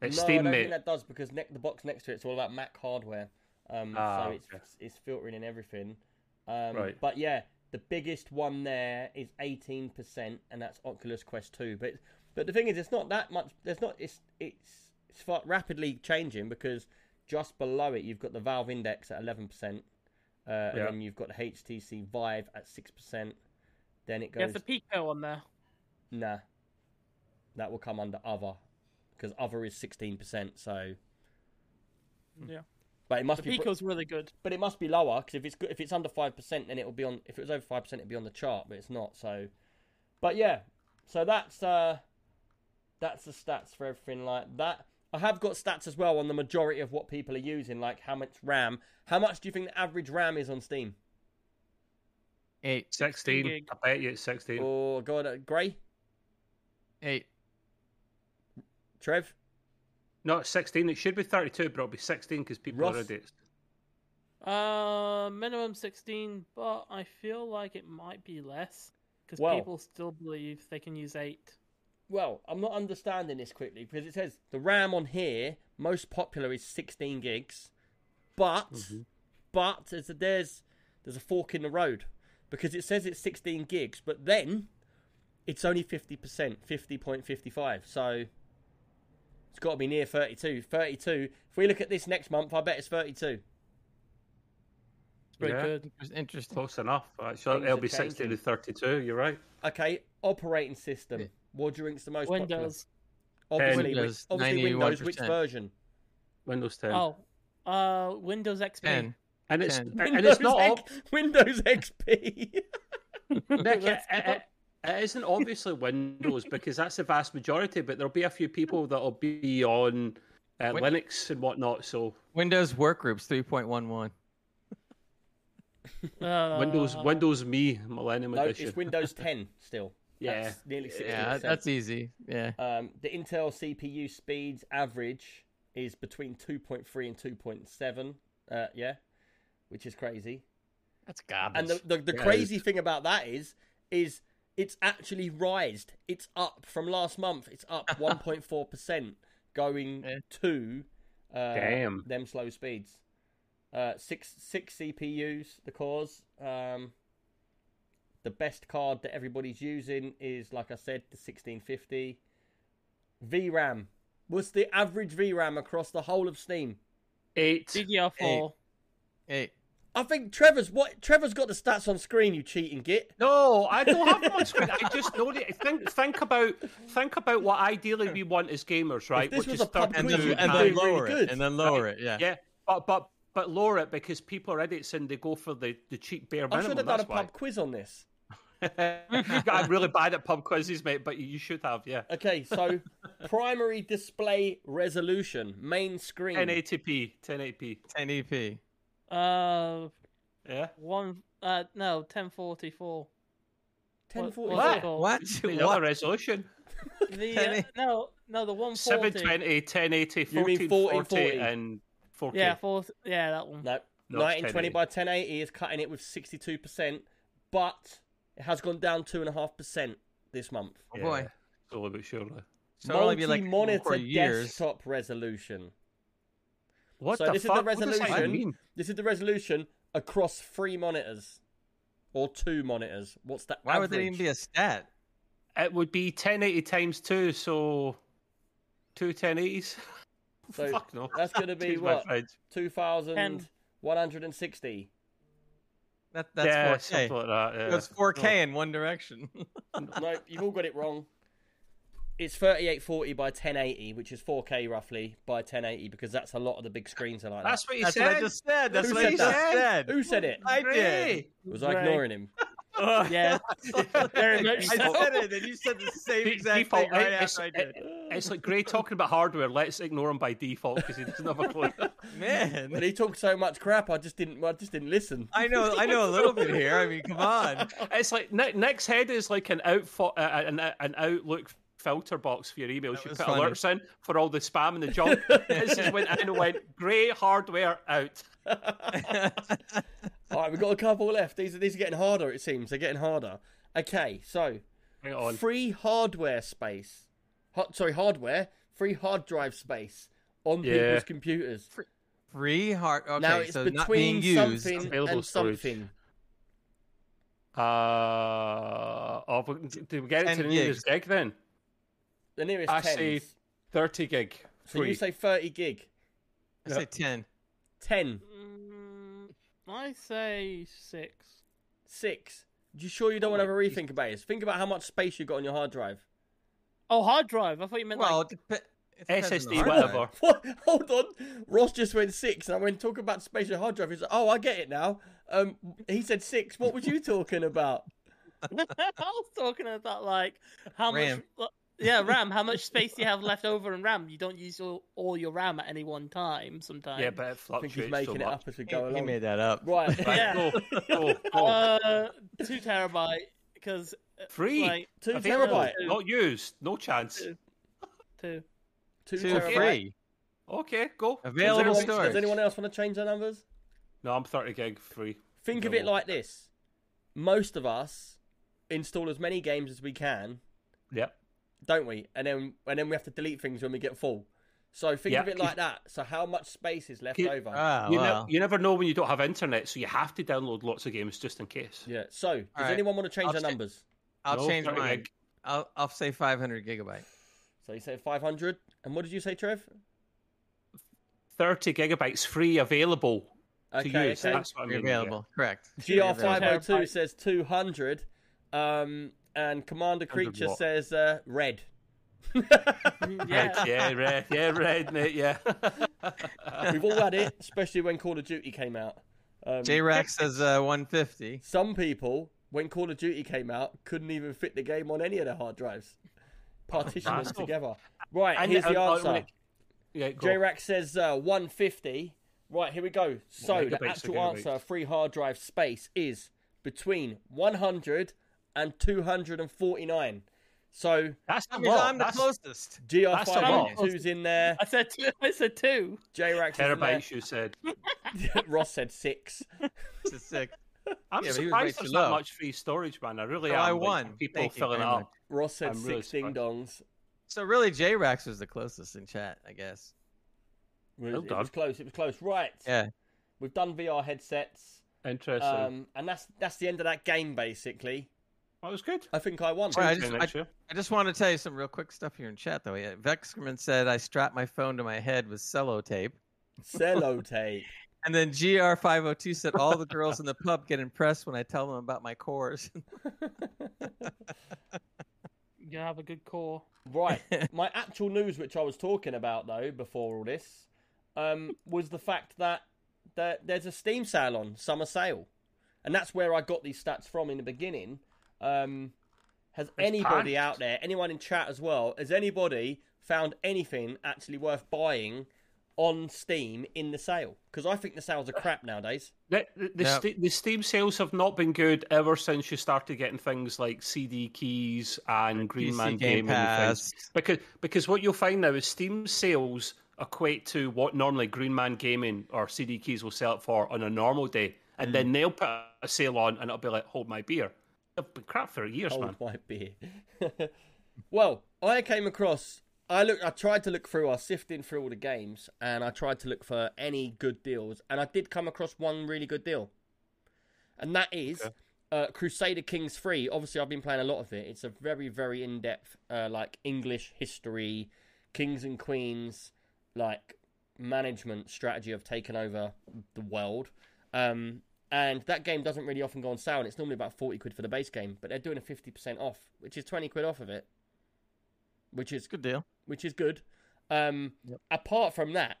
Speaker 3: It's
Speaker 1: no, I
Speaker 3: Steam,
Speaker 1: don't
Speaker 3: mate.
Speaker 1: think that does because ne- the box next to it's all about Mac hardware. Um,
Speaker 3: Ah,
Speaker 1: so it's
Speaker 3: okay.
Speaker 1: it's filtering in everything. Um,
Speaker 3: Right.
Speaker 1: But yeah, the biggest one there is eighteen percent, and that's Oculus Quest Two. But but the thing is, it's not that much. There's not. It's it's it's fa- rapidly changing because just below it you've got the Valve Index at eleven percent, uh, and
Speaker 3: Yeah.
Speaker 1: then you've got the HTC Vive at six percent. Then it
Speaker 4: You
Speaker 1: goes
Speaker 4: have the Pico on there.
Speaker 1: Nah. That will come under other. Because other is 16%, so.
Speaker 4: Yeah.
Speaker 1: But it must
Speaker 4: The
Speaker 1: be.
Speaker 4: Pico's really good.
Speaker 1: But it must be lower, because if it's good, if it's under 5%, then it'll be on. If it was over 5%, it'd be on the chart, but it's not, so. But yeah. So that's. uh That's the stats for everything like that. I have got stats as well on the majority of what people are using, like how much RAM. How much do you think the average RAM is on Steam?
Speaker 2: Eight.
Speaker 3: Sixteen.
Speaker 4: gig.
Speaker 3: I bet you it's sixteen.
Speaker 1: Oh, God. Uh, Gray?
Speaker 2: Eight.
Speaker 1: Trev?
Speaker 3: No, it's sixteen. It should be thirty-two, but it'll be sixteen because people
Speaker 1: Ross?
Speaker 3: are idiots.
Speaker 4: Uh, minimum sixteen, but I feel like it might be less because
Speaker 1: Well-
Speaker 4: people still believe they can use eight.
Speaker 1: Well, I'm not understanding this quickly because it says the RAM on here most popular is 16 gigs, but
Speaker 2: Mm-hmm.
Speaker 1: but there's a, there's there's a fork in the road because it says it's 16 gigs, but then it's only 50 percent, 50.55. So It's got to be near 32. 32. If we look at this next month, I bet it's 32.
Speaker 4: It's pretty
Speaker 3: Yeah.
Speaker 4: good.
Speaker 2: It's interesting.
Speaker 3: Close enough. Actually,
Speaker 1: Things
Speaker 3: it'll
Speaker 1: are
Speaker 3: be 60 to
Speaker 1: changing.
Speaker 3: 32. You're right.
Speaker 1: Okay, operating
Speaker 2: Yeah.
Speaker 1: system. What drink's the most
Speaker 4: Windows.
Speaker 1: popular? Obviously, Windows,
Speaker 2: Windows,
Speaker 1: obviously Windows. Which
Speaker 2: 91%.
Speaker 1: version?
Speaker 3: Windows 10.
Speaker 4: Oh, uh, Windows XP.
Speaker 2: Ten.
Speaker 3: and it's
Speaker 2: 10.
Speaker 3: and it's not ob-
Speaker 1: X- Windows XP.
Speaker 3: Nick, it, it, it isn't obviously Windows because that's the vast majority, but there'll be a few people that'll be on uh,
Speaker 2: Win-
Speaker 3: Linux and whatnot. So
Speaker 2: Windows Workgroups 3.11.
Speaker 4: Uh,
Speaker 3: Windows, Windows Me Millennium
Speaker 1: no,
Speaker 3: Edition.
Speaker 1: it's Windows 10 still.
Speaker 3: Yeah.
Speaker 1: That's nearly 60%.
Speaker 2: Yeah, that's easy. Yeah.
Speaker 1: Um, the Intel CPU speeds average is between 2.3 and 2.7. Uh, yeah, which is crazy.
Speaker 2: That's garbage.
Speaker 1: And the, the, the
Speaker 3: Yeah,
Speaker 1: crazy thing about that is, is it's actually rised. It's up from last month. It's up 1.4%, going
Speaker 2: Yeah.
Speaker 1: to uh,
Speaker 3: Damn.
Speaker 1: them slow speeds. Uh, six six CPUs. The cause. Um, the best card that everybody's using is, like I said, the 1650. VRAM. What's the average VRAM across the whole of Steam?
Speaker 3: Eight.
Speaker 4: DDR4.
Speaker 2: hey,
Speaker 1: I think Trevor's what Trevor's got the stats on screen. You cheating git.
Speaker 3: No, I don't have them on screen. I just know that. Think, think about, think about what ideally we want as gamers, right?
Speaker 1: this was a pub
Speaker 2: and
Speaker 1: quiz,
Speaker 2: then,
Speaker 3: 32
Speaker 1: Dude,
Speaker 2: and
Speaker 1: that
Speaker 2: then
Speaker 1: would be really
Speaker 2: lower it.
Speaker 1: good.
Speaker 2: And then lower it. Yeah.
Speaker 3: Yeah, but but but lower it because people are idiots and they go for the, the cheap bare
Speaker 1: I
Speaker 3: minimum.
Speaker 1: should have done
Speaker 3: that's
Speaker 1: a
Speaker 3: why.
Speaker 1: pub quiz on this.
Speaker 3: I'm really bad at pub quizzes, mate. But you should have, yeah.
Speaker 1: Okay, so primary display resolution, main screen.
Speaker 3: 1080p, 1080p.
Speaker 2: 1080p.
Speaker 4: Uh,
Speaker 3: Yeah.
Speaker 4: one. Uh, no, 1044.
Speaker 1: 1040.
Speaker 4: What?
Speaker 3: What?
Speaker 4: Oh,
Speaker 2: What?
Speaker 3: The other
Speaker 2: What?
Speaker 3: resolution.
Speaker 4: The uh,
Speaker 2: Penny.
Speaker 4: no, no, the 140.
Speaker 3: 720, 1080,
Speaker 1: You mean 1440.
Speaker 3: 1440, and 4K.
Speaker 4: Yeah, four. Yeah, that
Speaker 2: Mm-hmm.
Speaker 4: one.
Speaker 1: No,
Speaker 3: No,
Speaker 1: 1920
Speaker 3: 1080.
Speaker 1: by 1080 is cutting it with 62%, but it has gone down 2.5% this month.
Speaker 2: Oh, boy.
Speaker 3: Yeah, slowly but surely.
Speaker 2: So it'll only be like four
Speaker 1: Multi-monitor
Speaker 2: years.
Speaker 1: desktop resolution.
Speaker 3: What
Speaker 1: So
Speaker 3: the
Speaker 1: this is the
Speaker 3: fuck? What does that
Speaker 1: resolution.
Speaker 3: mean?
Speaker 1: This is the resolution across three monitors or two monitors. What's that?
Speaker 2: Why would that
Speaker 1: average?
Speaker 2: even be a stat?
Speaker 3: It would be 1080 times two, so two 1080s.
Speaker 1: So
Speaker 3: Fuck no.
Speaker 1: That's going to be
Speaker 3: Excuse my
Speaker 1: what?
Speaker 3: French.
Speaker 1: 2,160.
Speaker 2: That, that's
Speaker 3: yeah,
Speaker 2: 4K.
Speaker 3: something like that. Yeah.
Speaker 2: That's 4K in one direction.
Speaker 1: no, you've all got it wrong. It's 3840 by 1080, which is 4K roughly by 1080, because that's a lot of the big screens are like
Speaker 3: That's what he
Speaker 2: That's
Speaker 3: said.
Speaker 2: what I just said. That's
Speaker 1: Who
Speaker 2: what
Speaker 1: said
Speaker 2: I just
Speaker 1: that?
Speaker 2: said. Oh.
Speaker 1: that. Who said it?
Speaker 2: I did.
Speaker 3: Hey.
Speaker 1: Was I
Speaker 4: Right.
Speaker 1: ignoring him?
Speaker 4: Yeah, very much
Speaker 2: I
Speaker 4: so.
Speaker 2: said it, and you said the same
Speaker 3: Be-
Speaker 2: exact
Speaker 3: default,
Speaker 2: thing right
Speaker 3: it-
Speaker 2: after I
Speaker 3: it's-
Speaker 2: did.
Speaker 3: It's like Gray talking about hardware. Let's ignore him by default because he doesn't have a clue.
Speaker 2: Man,
Speaker 1: But he talked so much crap, I just didn't. I just didn't listen.
Speaker 2: I know, I know a little bit here. I mean, come on.
Speaker 3: It's like Nick, Nick's head is like an outfo- uh, an, an outlook filter box for your emails.
Speaker 2: That
Speaker 3: You put
Speaker 2: was funny.
Speaker 3: alerts in for all the spam and the junk. this is when I went grey hardware out.
Speaker 1: All right, we've got a couple left. These are these are getting harder. It seems they're getting harder. Okay, so
Speaker 3: Hang on.
Speaker 1: free hardware space. Hot, sorry, hardware. Free hard drive space on
Speaker 3: Yeah.
Speaker 1: people's computers.
Speaker 2: Free heart. Okay,
Speaker 1: now it's
Speaker 2: so not being
Speaker 1: between
Speaker 2: used.
Speaker 1: something
Speaker 3: Available
Speaker 1: and
Speaker 3: storage.
Speaker 1: something.
Speaker 3: Uh, oh, we- did we get it
Speaker 2: 10
Speaker 3: to the nearest gig then?
Speaker 1: The nearest
Speaker 3: I
Speaker 1: tens.
Speaker 3: say 30 gig.
Speaker 1: So you
Speaker 3: Free.
Speaker 1: say 30 gig.
Speaker 2: I say ten.
Speaker 1: 10.
Speaker 4: Mm, I say six.
Speaker 1: 6. You sure you don't want to have a rethink about this? Think about how much space you got on your hard drive.
Speaker 4: Oh, hard drive. I thought you meant
Speaker 2: Well,
Speaker 4: like
Speaker 2: it depe- it depends on the
Speaker 3: SSD,
Speaker 2: hard
Speaker 3: whatever.
Speaker 2: drive.
Speaker 1: What? Hold on. Ross just went 6, and I went talking about space on your hard drive. He's like, oh, I get it now. Um, he said 6. What was you talking about?
Speaker 4: I was talking about like how
Speaker 2: RAM.
Speaker 4: much. Yeah, RAM. How much space do you have left over in RAM? You don't use all, all your RAM at any one time. Sometimes.
Speaker 3: Yeah, but it
Speaker 1: I think he's
Speaker 3: fluctuates so
Speaker 1: making it
Speaker 3: much.
Speaker 1: up as we go
Speaker 2: He
Speaker 1: along.
Speaker 2: made that up.
Speaker 1: Right.
Speaker 3: Right,
Speaker 4: Yeah.
Speaker 3: go, go, go.
Speaker 4: Uh, two terabyte because
Speaker 3: Free.
Speaker 4: like
Speaker 1: Two
Speaker 3: Available,
Speaker 1: terabyte.
Speaker 3: Not used. No chance.
Speaker 4: two.
Speaker 1: Two,
Speaker 2: Two
Speaker 1: terabyte.
Speaker 2: free.
Speaker 3: Okay, go.
Speaker 1: Does
Speaker 2: Available
Speaker 1: anyone,
Speaker 2: storage.
Speaker 1: does anyone else want to change their numbers?
Speaker 3: No, I'm 30 gig free.
Speaker 1: Think of it like this: most of us install as many games as we can,
Speaker 3: Yep.
Speaker 1: don't we? And then and then we have to delete things when we get full. So think
Speaker 3: Yeah,
Speaker 1: of it
Speaker 3: keep-
Speaker 1: like that. So how much space is left
Speaker 3: keep-
Speaker 1: over?
Speaker 2: Ah,
Speaker 3: You, ne-
Speaker 2: wow.
Speaker 3: you never know when you don't have internet, so you have to download lots of games just in case.
Speaker 1: yeah. So does
Speaker 2: Alright.
Speaker 1: anyone want to change
Speaker 2: I'll
Speaker 1: their
Speaker 2: ch-
Speaker 1: numbers?
Speaker 2: I'll
Speaker 3: No,
Speaker 2: change
Speaker 3: 30
Speaker 2: mine.
Speaker 3: gig.
Speaker 2: I'll, I'll say 500 gigabyte.
Speaker 1: So you said 500. And what did you say, Trev?
Speaker 3: 30 gigabytes free available
Speaker 1: Okay,
Speaker 3: to use.
Speaker 1: okay.
Speaker 3: That's what I mean. yeah.
Speaker 2: available. Correct.
Speaker 1: GR502 says 200. Um, and Commander Creature
Speaker 3: what?
Speaker 1: says uh, red.
Speaker 3: Red,
Speaker 4: yeah.
Speaker 3: yeah, red, yeah, red, mate, yeah.
Speaker 1: We've all had it, especially when Call of Duty came out. Um,
Speaker 2: J Rack says uh, 150.
Speaker 1: some people, when Call of Duty came out, couldn't even fit the game on any of their hard drives. Partition them
Speaker 3: That's-
Speaker 1: together. Right,
Speaker 3: And-
Speaker 1: here's
Speaker 3: and-
Speaker 1: the
Speaker 3: and
Speaker 1: answer.
Speaker 3: when it- yeah, go.
Speaker 1: J Rack says uh, 150. Right, here we go. So the
Speaker 3: gigabytes,
Speaker 1: actual
Speaker 3: gigabytes.
Speaker 1: answer, free hard drive space, is between 100 and 249. So
Speaker 3: That's a
Speaker 2: I mean,
Speaker 3: lot.
Speaker 2: I'm the
Speaker 3: That's
Speaker 2: closest.
Speaker 3: That's a lot.
Speaker 1: GR502's in there.
Speaker 4: I said two. I said two.
Speaker 1: J Rack's in there.
Speaker 3: terabytes, you said.
Speaker 1: Ross said six.
Speaker 2: It's a six.
Speaker 3: I'm
Speaker 2: Yeah, but he was way
Speaker 3: surprised there's
Speaker 2: too
Speaker 3: not
Speaker 2: low.
Speaker 3: much free storage, man. I really
Speaker 2: Oh,
Speaker 3: am.
Speaker 2: I
Speaker 3: like,
Speaker 2: won.
Speaker 3: people
Speaker 2: Thank you
Speaker 3: filling
Speaker 2: very
Speaker 3: up.
Speaker 2: much.
Speaker 1: Ross said
Speaker 3: I'm really
Speaker 1: six ding dongs.
Speaker 2: So really, J Rax was the closest in chat, I guess.
Speaker 1: It
Speaker 3: Well
Speaker 1: was, it
Speaker 3: done.
Speaker 1: was close. It was close. Right.
Speaker 2: Yeah.
Speaker 1: We've done VR headsets.
Speaker 3: Interesting.
Speaker 1: Um, and that's that's the end of that game basically.
Speaker 3: that was good.
Speaker 1: I think I won.
Speaker 2: All right, I
Speaker 3: Same
Speaker 2: just-
Speaker 3: thing next year.
Speaker 2: I just want to tell you some real quick stuff here in chat, though. Yeah, Vexcrement said I strapped my phone to my head with cello tape,
Speaker 1: Cellotape.
Speaker 2: and then GR502 said all the girls in the pub get impressed when I tell them about my cores.
Speaker 4: You gotta have a good core.
Speaker 1: right. My actual news which I was talking about though before all this um, was the fact that there, there's a Steam sale on summer sale. And that's where I got these stats from in the beginning. Um, has anybody
Speaker 3: packed.
Speaker 1: out there, anyone in chat as well, has anybody found anything actually worth buying on Steam in the sale? Because I think the sales are crap nowadays.
Speaker 3: The, the, the,
Speaker 2: Yeah.
Speaker 3: Ste- the Steam sales have not been good ever since you started getting things like CD keys and Green
Speaker 2: PC
Speaker 3: Man
Speaker 2: Game
Speaker 3: Game and things.
Speaker 2: Pass.
Speaker 3: Because because what you'll find now is Steam sales equate to what normally Green Man Gaming or CD keys will sell it for on a normal day, and
Speaker 1: Mm.
Speaker 3: then they'll put a sale on, and it'll be like, "Hold my beer." They've been crap for years, man.
Speaker 1: Hold my beer. well, I came across. I looked. I tried to look through. I was sifting through all the games, and I tried to look for any good deals. And I did come across one really good deal, and that is uh, Crusader Kings Three. Obviously, I've been playing a lot of it. It's a very, very in-depth, uh, like English history, kings and queens, like management strategy of taking over the world. Um, and that game doesn't really often go on sale, and it's normally about 40 quid for the base game, but they're doing a 50% off, which is 20 quid off of it, which is
Speaker 2: Good deal.
Speaker 1: which is good. Um, Apart from that,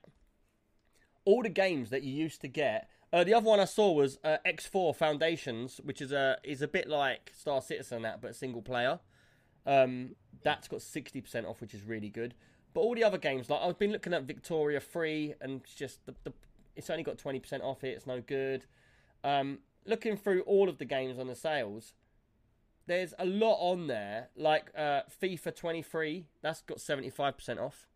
Speaker 1: all the games that you used to get. Uh, the other one I saw was uh, X4 Foundations, which is a is a bit like Star Citizen and that, but single player. Um, that's got sixty percent off, which is really good. But all the other games, like I've been looking at Victoria Free, and it's just the, the it's only got twenty percent off it. It's no good. Um, looking through all of the games on the sales, there's a lot on there. Like uh, FIFA 23, that's got 75% off.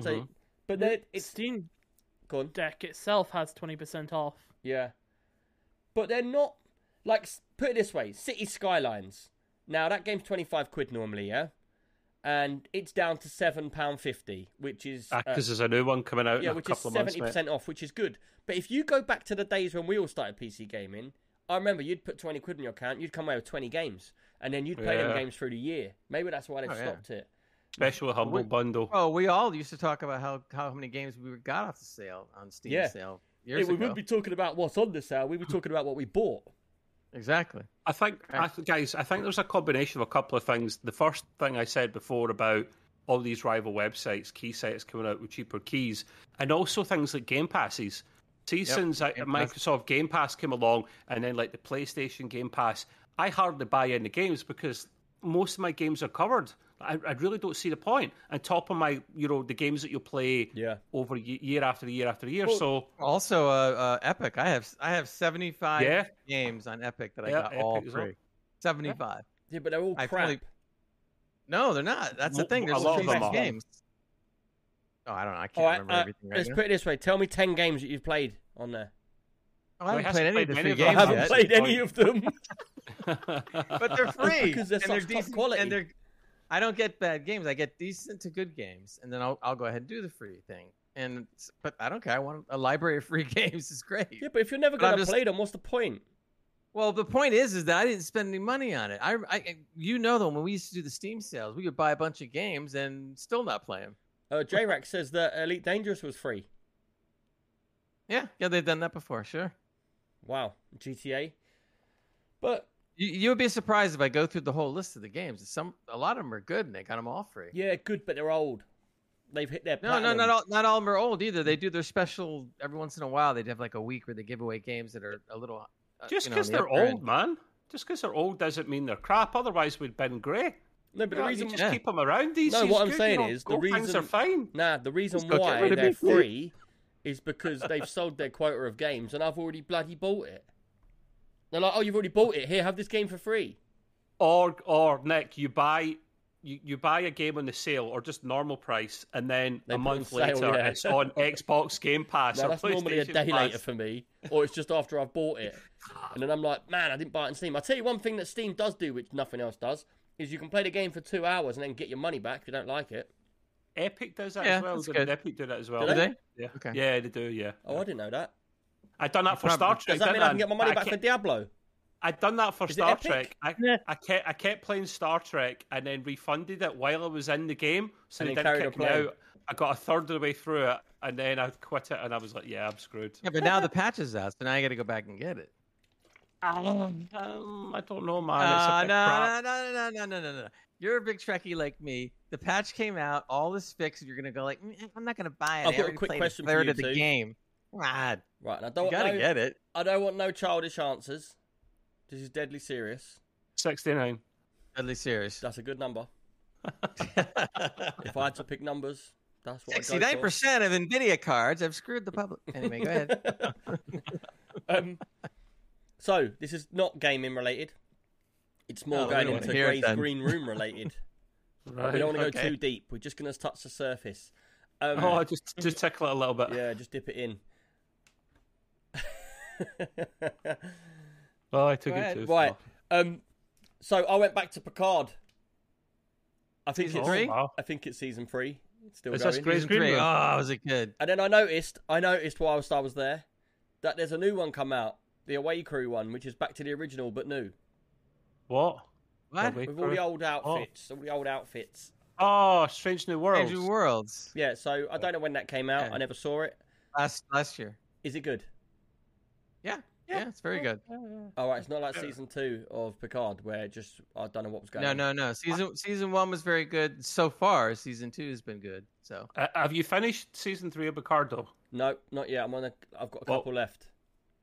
Speaker 1: So, Mm-hmm. uh,
Speaker 3: Mhm.
Speaker 1: but then it's
Speaker 4: Steam
Speaker 1: gone.
Speaker 4: Deck itself has twenty percent off.
Speaker 1: Yeah. But they're not like s- put it this way, City Skylines. Now that game's 25 quid normally, yeah. And it's down to 7 pound 50, which is
Speaker 3: Because
Speaker 1: uh,
Speaker 3: Ah, there's a new one coming out
Speaker 1: yeah,
Speaker 3: in a
Speaker 1: which is
Speaker 3: couple of months.
Speaker 1: seventy
Speaker 3: mate.
Speaker 1: percent off, which is good. But if you go back to the days when we all started PC gaming, I remember you'd put twenty quid in your account, you'd come away with twenty games, and then you'd play them
Speaker 3: Yeah.
Speaker 1: games through the year. Maybe that's why they've
Speaker 2: Oh, yeah.
Speaker 1: stopped it.
Speaker 3: Special humble bundle.
Speaker 2: Oh, we all used to talk about how, how many games we got off the sale on Steam
Speaker 1: Yeah.
Speaker 2: sale
Speaker 1: Yeah,
Speaker 2: years
Speaker 1: we
Speaker 2: ago.
Speaker 1: wouldn't be talking about what's on the sale. We were talking about what we bought.
Speaker 2: Exactly.
Speaker 3: I think, I th- guys, I think there's a combination of a couple of things. The first thing I said before about all these rival websites, key sites coming out with cheaper keys, and also things like Game Passes. See, since I,
Speaker 2: Game Pass.
Speaker 3: Microsoft Game Pass came along, and then like the PlayStation Game Pass, I hardly buy any games because most of my games are covered. I, I really don't see the point. And top of my, you know, the games that you play
Speaker 1: Yeah.
Speaker 3: over ye- year after year after year.
Speaker 1: Well,
Speaker 3: so
Speaker 2: Also, uh, uh, Epic. I have I have seventy five
Speaker 3: Yeah.
Speaker 2: games on Epic that
Speaker 3: Yeah,
Speaker 2: I got
Speaker 3: Epic
Speaker 2: all
Speaker 3: as well.
Speaker 2: free. Seventy five.
Speaker 1: Yeah, but they're all
Speaker 2: I
Speaker 1: crap.
Speaker 2: fully- No, they're not. That's the
Speaker 3: Mo-
Speaker 2: thing.
Speaker 3: mo-
Speaker 2: There's
Speaker 3: a lot
Speaker 2: some
Speaker 1: of them
Speaker 2: best
Speaker 1: are.
Speaker 2: games. Oh, I don't know. I can't
Speaker 1: All right,
Speaker 2: remember
Speaker 1: uh,
Speaker 2: everything right
Speaker 1: let's
Speaker 2: now.
Speaker 1: put it this way: tell me ten games that you've played on there.
Speaker 2: Oh, I
Speaker 3: No, he
Speaker 2: haven't played any of the
Speaker 3: hasn't
Speaker 2: free
Speaker 3: played many
Speaker 1: I
Speaker 2: games
Speaker 3: of them.
Speaker 1: haven't
Speaker 2: yet, Oh,
Speaker 1: played any of them.
Speaker 2: but they're free
Speaker 1: because they're
Speaker 2: and they're
Speaker 1: such top
Speaker 2: decent
Speaker 1: quality.
Speaker 2: And they're, I don't get bad games. I get decent to good games, and then I'll I'll go ahead and do the free thing. And it's- but I don't care. I want a library of free games. is great.
Speaker 1: yeah, but if you're never
Speaker 2: But I'm
Speaker 1: going to
Speaker 2: just-
Speaker 1: play them, what's the point?
Speaker 2: Well, the point is, is that I didn't spend any money on it. I, I you know, though, when we used to do the Steam sales, we could buy a bunch of games and still not play them.
Speaker 1: Uh, J-Rack says that Elite Dangerous was free.
Speaker 2: Yeah, yeah, they've done that before, sure.
Speaker 1: Wow, GTA. But
Speaker 2: You, you would be surprised if I go through the whole list of the games. Some, a lot of them are good, and they got them all free.
Speaker 1: yeah, good, but they're old. They've hit their
Speaker 2: No, no,
Speaker 1: platinum.
Speaker 2: not all, not all of them are old either. They do their special every once in a while. They would have like a week where they give away games that are a little. Uh,
Speaker 3: Just
Speaker 2: you know,
Speaker 3: because
Speaker 2: on the
Speaker 3: they're
Speaker 2: upper
Speaker 3: old,
Speaker 2: end.
Speaker 3: man. Just because they're old doesn't mean they're crap. Otherwise, we'd been grey.
Speaker 1: No, but the
Speaker 3: Yeah,
Speaker 1: reason
Speaker 3: you just
Speaker 2: Yeah.
Speaker 3: keep them around. These
Speaker 1: No,
Speaker 3: these
Speaker 1: what I'm
Speaker 3: good,
Speaker 1: saying
Speaker 3: you know,
Speaker 1: is the
Speaker 3: gold things
Speaker 1: reason-
Speaker 3: are fine.
Speaker 1: Nah, the reason
Speaker 3: Just go get
Speaker 1: why
Speaker 3: rid of
Speaker 1: they're
Speaker 3: it, please.
Speaker 1: free is because they've sold their quota of games and I've already bloody bought it. They're like, oh, you've already bought it. Here, have this game for free.
Speaker 3: Or or Nick, you buy you, you buy a game on the sale or just normal price, and then
Speaker 1: They
Speaker 3: a
Speaker 1: put
Speaker 3: month
Speaker 1: on sale,
Speaker 3: later
Speaker 1: yeah.
Speaker 3: it's on Xbox Game Pass
Speaker 1: Now,
Speaker 3: or
Speaker 1: that's normally a
Speaker 3: PlayStation
Speaker 1: day
Speaker 3: Plus.
Speaker 1: later for me, or it's just after I've bought it. And then I'm like, man, I didn't buy it on Steam. I'll tell you one thing that Steam does do, which nothing else does, is you can play the game for two hours and then get your money back if you don't like it.
Speaker 3: Epic does that
Speaker 2: Yeah,
Speaker 3: as well.
Speaker 2: that's
Speaker 3: Didn't
Speaker 2: good.
Speaker 3: Epic do that as well.
Speaker 1: Do
Speaker 2: Do they?
Speaker 3: Yeah.
Speaker 2: Okay.
Speaker 3: yeah, they do. Yeah.
Speaker 1: Oh, I didn't know that.
Speaker 3: I done that for
Speaker 2: Probably.
Speaker 3: Star Trek.
Speaker 1: Does that mean
Speaker 3: didn't
Speaker 1: I can get my money
Speaker 3: I
Speaker 1: back
Speaker 3: kept-
Speaker 1: for Diablo?
Speaker 3: I done that for
Speaker 1: Is it
Speaker 3: Star
Speaker 1: Epic?
Speaker 3: Trek. I,
Speaker 4: Yeah.
Speaker 3: I kept I kept playing Star Trek and then refunded it while I was in the game, so
Speaker 1: And
Speaker 3: they
Speaker 1: then
Speaker 3: didn't
Speaker 1: carried
Speaker 3: kick me
Speaker 1: on playing.
Speaker 3: out. I got a third of the way through it, and then I quit it, and I was like, "Yeah, I'm screwed."
Speaker 2: Yeah, but now the patch is out, so now I got to go back and get it.
Speaker 3: Um, I don't know, man. It's a
Speaker 1: Ah,
Speaker 2: Uh,
Speaker 3: bit crap.
Speaker 2: no, no, no, no, no, no, no, no. You're a big Trekkie like me. The patch came out, all this fixed. You're gonna go like, "Mm, I'm not gonna buy it.
Speaker 1: I've
Speaker 2: I
Speaker 1: got a
Speaker 2: already
Speaker 1: quick
Speaker 2: played
Speaker 1: question for
Speaker 2: third
Speaker 1: you
Speaker 2: of the
Speaker 1: two.
Speaker 2: game. God,
Speaker 1: Right, and I
Speaker 2: you
Speaker 1: don't,
Speaker 2: gotta
Speaker 1: want no,
Speaker 2: get it.
Speaker 1: I don't want no childish answers. This is deadly serious.
Speaker 3: Sixty-nine.
Speaker 2: Deadly serious.
Speaker 1: That's a good number. If I had to pick numbers, that's what I'd
Speaker 2: Sixty-nine
Speaker 1: go for.
Speaker 2: percent of Nvidia cards. I've screwed the public. Anyway, go ahead.
Speaker 1: um, so this is not gaming related. It's more
Speaker 2: Oh, we
Speaker 1: going
Speaker 2: don't wanna
Speaker 1: into
Speaker 2: hear it
Speaker 1: Gray's
Speaker 2: then.
Speaker 1: green room related.
Speaker 3: Right.
Speaker 1: we don't want to go
Speaker 2: okay.
Speaker 1: too deep. We're just going to touch the surface. Um,
Speaker 3: Oh, just just tickle it a little bit.
Speaker 1: yeah, just dip it in.
Speaker 3: Oh, I took
Speaker 2: Go
Speaker 3: it
Speaker 2: ahead.
Speaker 3: too far.
Speaker 1: right. Um, so I went back to Picard. I think
Speaker 2: Season
Speaker 1: it's
Speaker 2: three?
Speaker 3: Oh, wow.
Speaker 1: I think it's season three. It's still
Speaker 3: Is
Speaker 1: going.
Speaker 3: this Grey's
Speaker 2: Season three.
Speaker 3: Green
Speaker 2: Oh,
Speaker 3: Room?
Speaker 1: Ah,
Speaker 2: I was a kid.
Speaker 1: And then I noticed, I noticed whilst I was there, that there's a new one come out, the Away Crew one, which is back to the original but new,
Speaker 3: What?
Speaker 2: What?
Speaker 3: Away
Speaker 1: with all the
Speaker 3: Crew?
Speaker 1: old outfits, all the old outfits.
Speaker 3: Oh, Strange New Worlds.
Speaker 2: Strange New Worlds
Speaker 1: Yeah, so I don't know when that came out.
Speaker 2: Okay.
Speaker 1: I never saw it.
Speaker 2: last last year.
Speaker 1: Is it good?
Speaker 2: Yeah, it's very good.
Speaker 1: All right, it's not like
Speaker 3: Yeah.
Speaker 1: season two of Picard, where it just I don't know what was going.
Speaker 2: No,
Speaker 1: on.
Speaker 2: no, no. Season season one was very good so far. Season two has been good. So
Speaker 3: Uh, have you finished season three of Picardo?
Speaker 1: no, not yet. I'm on. A, I've got a
Speaker 3: Well-
Speaker 1: couple left.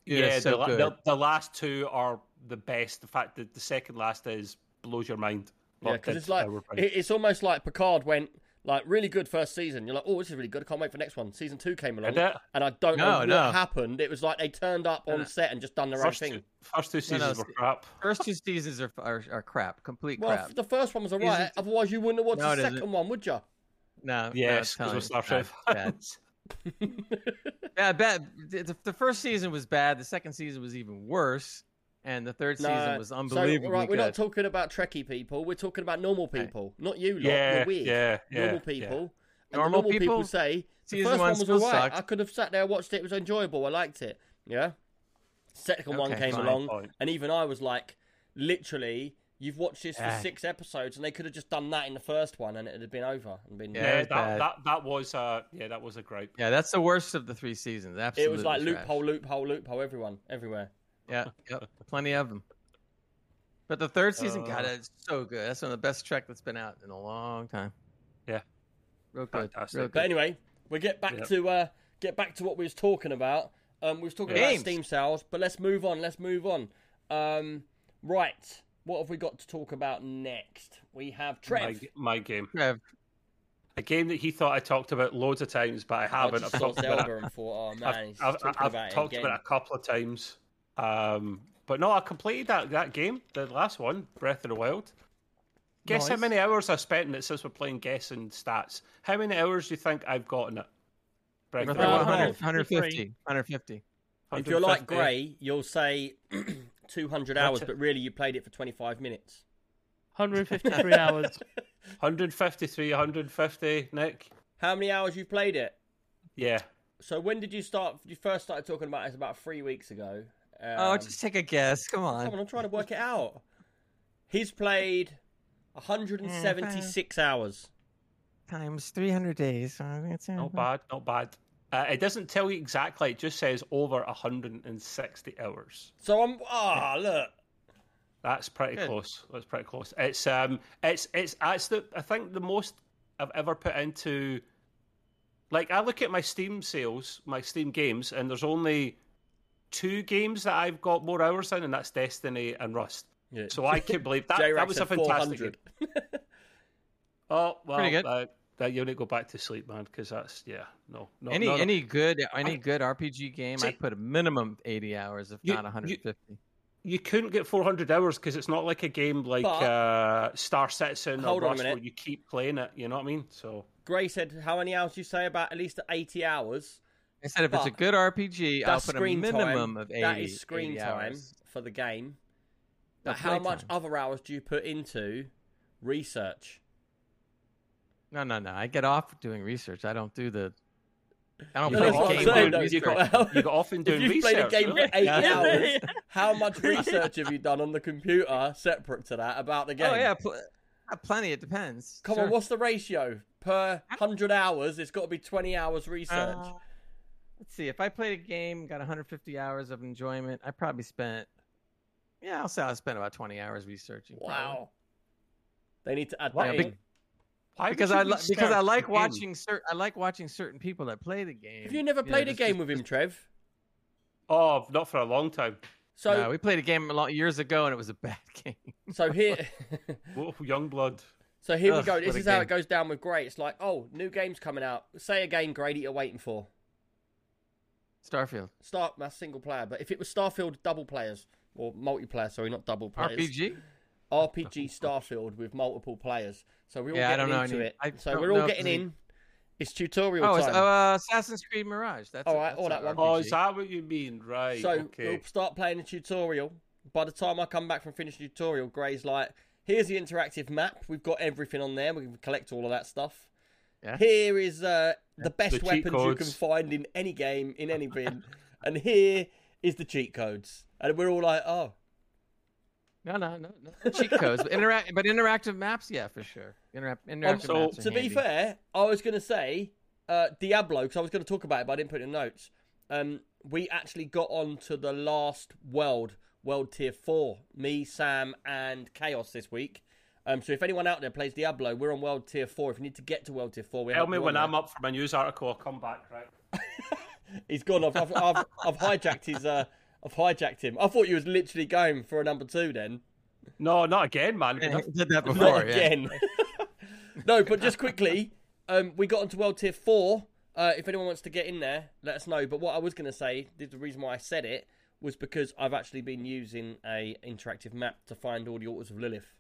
Speaker 2: Yeah,
Speaker 3: the,
Speaker 2: so
Speaker 3: la-
Speaker 2: good.
Speaker 3: the the last two are the best. The fact that the second last is blows your mind.
Speaker 1: Yeah,
Speaker 3: But
Speaker 1: because it's like
Speaker 3: uh, we're fine.
Speaker 1: it, it's almost like Picard went like really good first season. You're like, oh, this is really good. I can't wait for the next one. Season two came along,
Speaker 3: And that-
Speaker 1: and I don't
Speaker 2: No,
Speaker 1: know what
Speaker 2: no.
Speaker 1: happened. It was like they turned up on
Speaker 2: No.
Speaker 1: set and just done their
Speaker 3: first,
Speaker 1: own thing.
Speaker 3: two, first two
Speaker 2: No, no,
Speaker 3: seasons
Speaker 2: see-
Speaker 3: were crap.
Speaker 2: first two seasons are are, are crap, complete
Speaker 1: Well,
Speaker 2: crap.
Speaker 1: f- the first one was alright.
Speaker 2: Season two-
Speaker 1: Otherwise, you wouldn't have watched
Speaker 2: No, it
Speaker 1: the
Speaker 2: isn't.
Speaker 1: second one, would you?
Speaker 2: No, no,
Speaker 3: Yes,
Speaker 2: it's
Speaker 3: because
Speaker 2: telling
Speaker 3: we're
Speaker 2: you,
Speaker 3: Star
Speaker 2: it's bad,
Speaker 3: Trek
Speaker 2: it's bad.
Speaker 3: fans.
Speaker 2: Yeah, bad. The, the first season was bad. The second season was even worse, and the third season was
Speaker 1: so,
Speaker 2: unbelievably
Speaker 1: right, we're
Speaker 2: good.
Speaker 1: not talking about Trekkie people. We're talking about normal
Speaker 2: Right.
Speaker 1: people, not you. Lot.
Speaker 3: Yeah,
Speaker 1: you're weird.
Speaker 3: yeah, yeah.
Speaker 1: normal
Speaker 3: yeah.
Speaker 1: people. And the
Speaker 2: Normal
Speaker 1: normal people,
Speaker 2: people?
Speaker 1: say the
Speaker 2: Season
Speaker 1: first one
Speaker 2: one
Speaker 1: was
Speaker 2: still
Speaker 1: alright.
Speaker 2: sucked.
Speaker 1: I could have sat there, watched it. It was enjoyable. I liked it. Yeah. Second one
Speaker 2: Okay,
Speaker 1: came
Speaker 2: fine.
Speaker 1: along,
Speaker 3: Fine.
Speaker 1: and even I was like, literally, you've watched this
Speaker 2: Yeah.
Speaker 1: for six episodes, and they could have just done that in the first one, and it'd have been over and been.
Speaker 2: Yeah,
Speaker 3: Yeah,
Speaker 2: it's
Speaker 3: that,
Speaker 2: bad.
Speaker 3: that that was uh yeah that was a great.
Speaker 2: yeah, that's the worst of the three seasons.
Speaker 1: It
Speaker 2: Absolutely,
Speaker 1: was like
Speaker 2: trash.
Speaker 1: loophole, loophole, loophole. Everyone, everywhere.
Speaker 2: Yeah, yep, plenty of them. But the third season, God,
Speaker 3: Uh,
Speaker 2: it's so good. That's one of the best Trek that's been out in a long time.
Speaker 3: Yeah.
Speaker 2: real good.
Speaker 3: Fantastic.
Speaker 2: Real
Speaker 1: But
Speaker 2: good.
Speaker 1: anyway, we get back
Speaker 3: Yeah.
Speaker 1: to uh, get back to what we was talking about. Um, we was talking about
Speaker 2: Games.
Speaker 1: Steam sales, but let's move on. Let's move on. Um, right, what have we got to talk about next? We have
Speaker 3: My,
Speaker 1: Trev.
Speaker 3: my game,
Speaker 2: Trev,
Speaker 3: a game that he thought I talked about loads of times, but I
Speaker 1: I
Speaker 3: haven't.
Speaker 1: just
Speaker 3: I've
Speaker 1: saw
Speaker 3: talked about it
Speaker 1: Zelda and thought, oh man,
Speaker 3: I've,
Speaker 1: he's
Speaker 3: I've,
Speaker 1: talking
Speaker 3: I've
Speaker 1: about it
Speaker 3: talked
Speaker 1: again.
Speaker 3: about it a couple of times. Um, but no, I completed that, that game, the last one, Breath of the Wild. Guess how
Speaker 2: Nice.
Speaker 3: many hours I spent in it since we're playing Guess and Stats? How many hours do you think I've gotten it? Breath of the
Speaker 1: Breath of
Speaker 3: Wild.
Speaker 1: the Wild.
Speaker 2: 100,
Speaker 4: 100,
Speaker 2: 150, 150.
Speaker 1: if you're like
Speaker 3: 150.
Speaker 1: Gray, you'll say 200
Speaker 3: That's
Speaker 1: hours,
Speaker 3: it.
Speaker 1: but really you played it for 25 minutes.
Speaker 4: 153 hours.
Speaker 3: 153, 150, Nick.
Speaker 1: How many hours you've played it?
Speaker 3: Yeah.
Speaker 1: So when did you start? You first started talking about it about three weeks ago,
Speaker 2: oh,
Speaker 1: Um,
Speaker 2: just take a guess. Come
Speaker 1: Come on,
Speaker 2: on.
Speaker 1: I'm trying to work it out. He's played 176 hours.
Speaker 2: Times 300 days.
Speaker 1: Mm-hmm.
Speaker 3: Not bad, not bad. Uh, it doesn't tell you exactly. It just says over 160 hours.
Speaker 1: So I'm ah look.
Speaker 3: That's pretty
Speaker 2: Good.
Speaker 3: close. That's pretty close. It's um, it's it's that's the I think the most I've ever put into. Like I look at my Steam sales, my Steam games, and there's only two games that I've got more hours in, and that's Destiny and Rust.
Speaker 1: Yeah.
Speaker 3: So I can't believe that.
Speaker 1: J-Rex
Speaker 3: that was a
Speaker 1: said
Speaker 3: fantastic. Game.
Speaker 1: 400.
Speaker 3: Oh well,
Speaker 2: Pretty good.
Speaker 3: Uh, that you need to go back to sleep, man, because that's yeah, no, no,
Speaker 2: any
Speaker 3: no, no.
Speaker 2: any good any good RPG game,
Speaker 3: See-
Speaker 2: I put a minimum 80 hours, if
Speaker 3: You-
Speaker 2: not
Speaker 3: you-
Speaker 2: 150.
Speaker 3: You couldn't get 400 hours because it's not like a game like
Speaker 1: But-
Speaker 3: uh, Star Citizen or
Speaker 1: Hold on a
Speaker 3: Rust where
Speaker 1: minute.
Speaker 3: you keep playing it. You know what I mean? So
Speaker 1: Gray said, "How many hours do you say about at least 80 hours?"
Speaker 2: I said if it's a
Speaker 1: But
Speaker 2: good RPG, I'll
Speaker 1: That's
Speaker 2: put a
Speaker 1: screen
Speaker 2: minimum
Speaker 1: time.
Speaker 2: of 80.
Speaker 1: that is screen
Speaker 2: 80
Speaker 1: time
Speaker 2: hours
Speaker 1: for the game.
Speaker 2: of
Speaker 1: But how much
Speaker 2: playtime.
Speaker 1: other hours do you put into research?
Speaker 2: No, no, no. I get off doing research. I don't do the. I don't
Speaker 3: Oh, You
Speaker 2: play
Speaker 3: got off
Speaker 2: the game.
Speaker 3: doing
Speaker 2: doing
Speaker 3: though.
Speaker 1: You
Speaker 2: research.
Speaker 1: got-
Speaker 3: you got off and
Speaker 1: If
Speaker 3: doing
Speaker 1: you've played a
Speaker 3: research.
Speaker 1: game
Speaker 3: really?
Speaker 1: for eight
Speaker 2: Yeah.
Speaker 1: hours, how much research have you done on the computer separate to that about the game?
Speaker 2: Oh yeah, pl- uh, plenty. It depends.
Speaker 1: Come
Speaker 2: Sure.
Speaker 1: on, what's the ratio per hundred hours? It's got to be twenty hours research.
Speaker 2: Uh, let's see. If I played a game, got 150 hours of enjoyment, I probably spent. Yeah, I'll say I spent about 20 hours researching. probably.
Speaker 1: wow, they need to add
Speaker 3: Wow,
Speaker 1: that
Speaker 3: big-
Speaker 1: in.
Speaker 3: Why would
Speaker 2: Because
Speaker 3: you
Speaker 2: I li- because I
Speaker 3: research
Speaker 2: like
Speaker 3: a game?
Speaker 2: watching cer- I like watching certain people that play the game.
Speaker 1: Have you never played a
Speaker 2: just-
Speaker 1: game
Speaker 2: just-
Speaker 1: with him, Trev?
Speaker 3: Oh, not for a long time.
Speaker 1: So,
Speaker 2: no, we played a game a lot years ago, and it was a bad game.
Speaker 1: so here,
Speaker 3: Whoa, young blood.
Speaker 1: so here we
Speaker 2: Ugh,
Speaker 1: go.
Speaker 2: what
Speaker 1: This
Speaker 2: a
Speaker 1: is how it
Speaker 2: game.
Speaker 1: goes down with Gray. It's like, oh, new game's coming out. Say a game, Gray, that you're waiting for.
Speaker 2: Starfield
Speaker 1: Start my single player, but if it was Starfield double players or multiplayer, sorry, not double players.
Speaker 2: RPG.
Speaker 1: RPG Starfield with multiple players. So we're all
Speaker 2: Yeah, I
Speaker 1: getting
Speaker 2: don't know
Speaker 1: into
Speaker 2: any-
Speaker 1: it.
Speaker 2: I
Speaker 1: so
Speaker 2: don't
Speaker 1: we're all
Speaker 2: know if
Speaker 1: getting
Speaker 2: the-
Speaker 1: in. It's tutorial
Speaker 2: Oh, it's,
Speaker 1: time.
Speaker 2: oh, uh, Assassin's Creed Mirage. That's
Speaker 1: All
Speaker 2: a-
Speaker 1: right,
Speaker 2: that's
Speaker 1: all
Speaker 2: a
Speaker 1: that one.
Speaker 3: Oh,
Speaker 2: RPG.
Speaker 3: is that what you mean? Right.
Speaker 1: So
Speaker 3: okay.
Speaker 1: we'll start playing the tutorial. By the time I come back from finishing the tutorial, Gray's like, "Here's the interactive map. We've got everything on there. We can collect all of that stuff.
Speaker 2: Yeah.
Speaker 1: Here is uh, the best
Speaker 3: The cheat
Speaker 1: weapons you can
Speaker 3: codes.
Speaker 1: find in any game, in any bin, and here is the cheat codes." And we're all like, "Oh,
Speaker 2: No, no, no, no. Cheat codes, but, interact, but interactive maps, yeah, for sure. Interac- interactive
Speaker 3: so-
Speaker 2: maps. Are
Speaker 1: Um, to be
Speaker 2: handy.
Speaker 1: fair, I was going to say uh, Diablo because I was going to talk about it, but I didn't put it in the notes. Um, we actually got on to the last world, world tier four. Me, Sam, and Chaos this week. Um, so if anyone out there plays Diablo, we're on world tier four. If you need to get to world tier four, we
Speaker 3: Tell
Speaker 1: help
Speaker 3: me
Speaker 1: you on
Speaker 3: when
Speaker 1: there.
Speaker 3: I'm up for my news article. I'll come back. Right.
Speaker 1: He's gone. I've, I've, I've, I've hijacked his. Uh, I've hijacked him. I thought you was literally going for a number two then.
Speaker 3: No, not again, man.
Speaker 2: Yeah, he did that before.
Speaker 1: Not again. no, but just quickly, um, we got onto World Tier 4. Uh, if anyone wants to get in there, let us know. But what I was going to say, the the reason why I said it, was because I've actually been using a interactive map to find all the Altars of Lilith.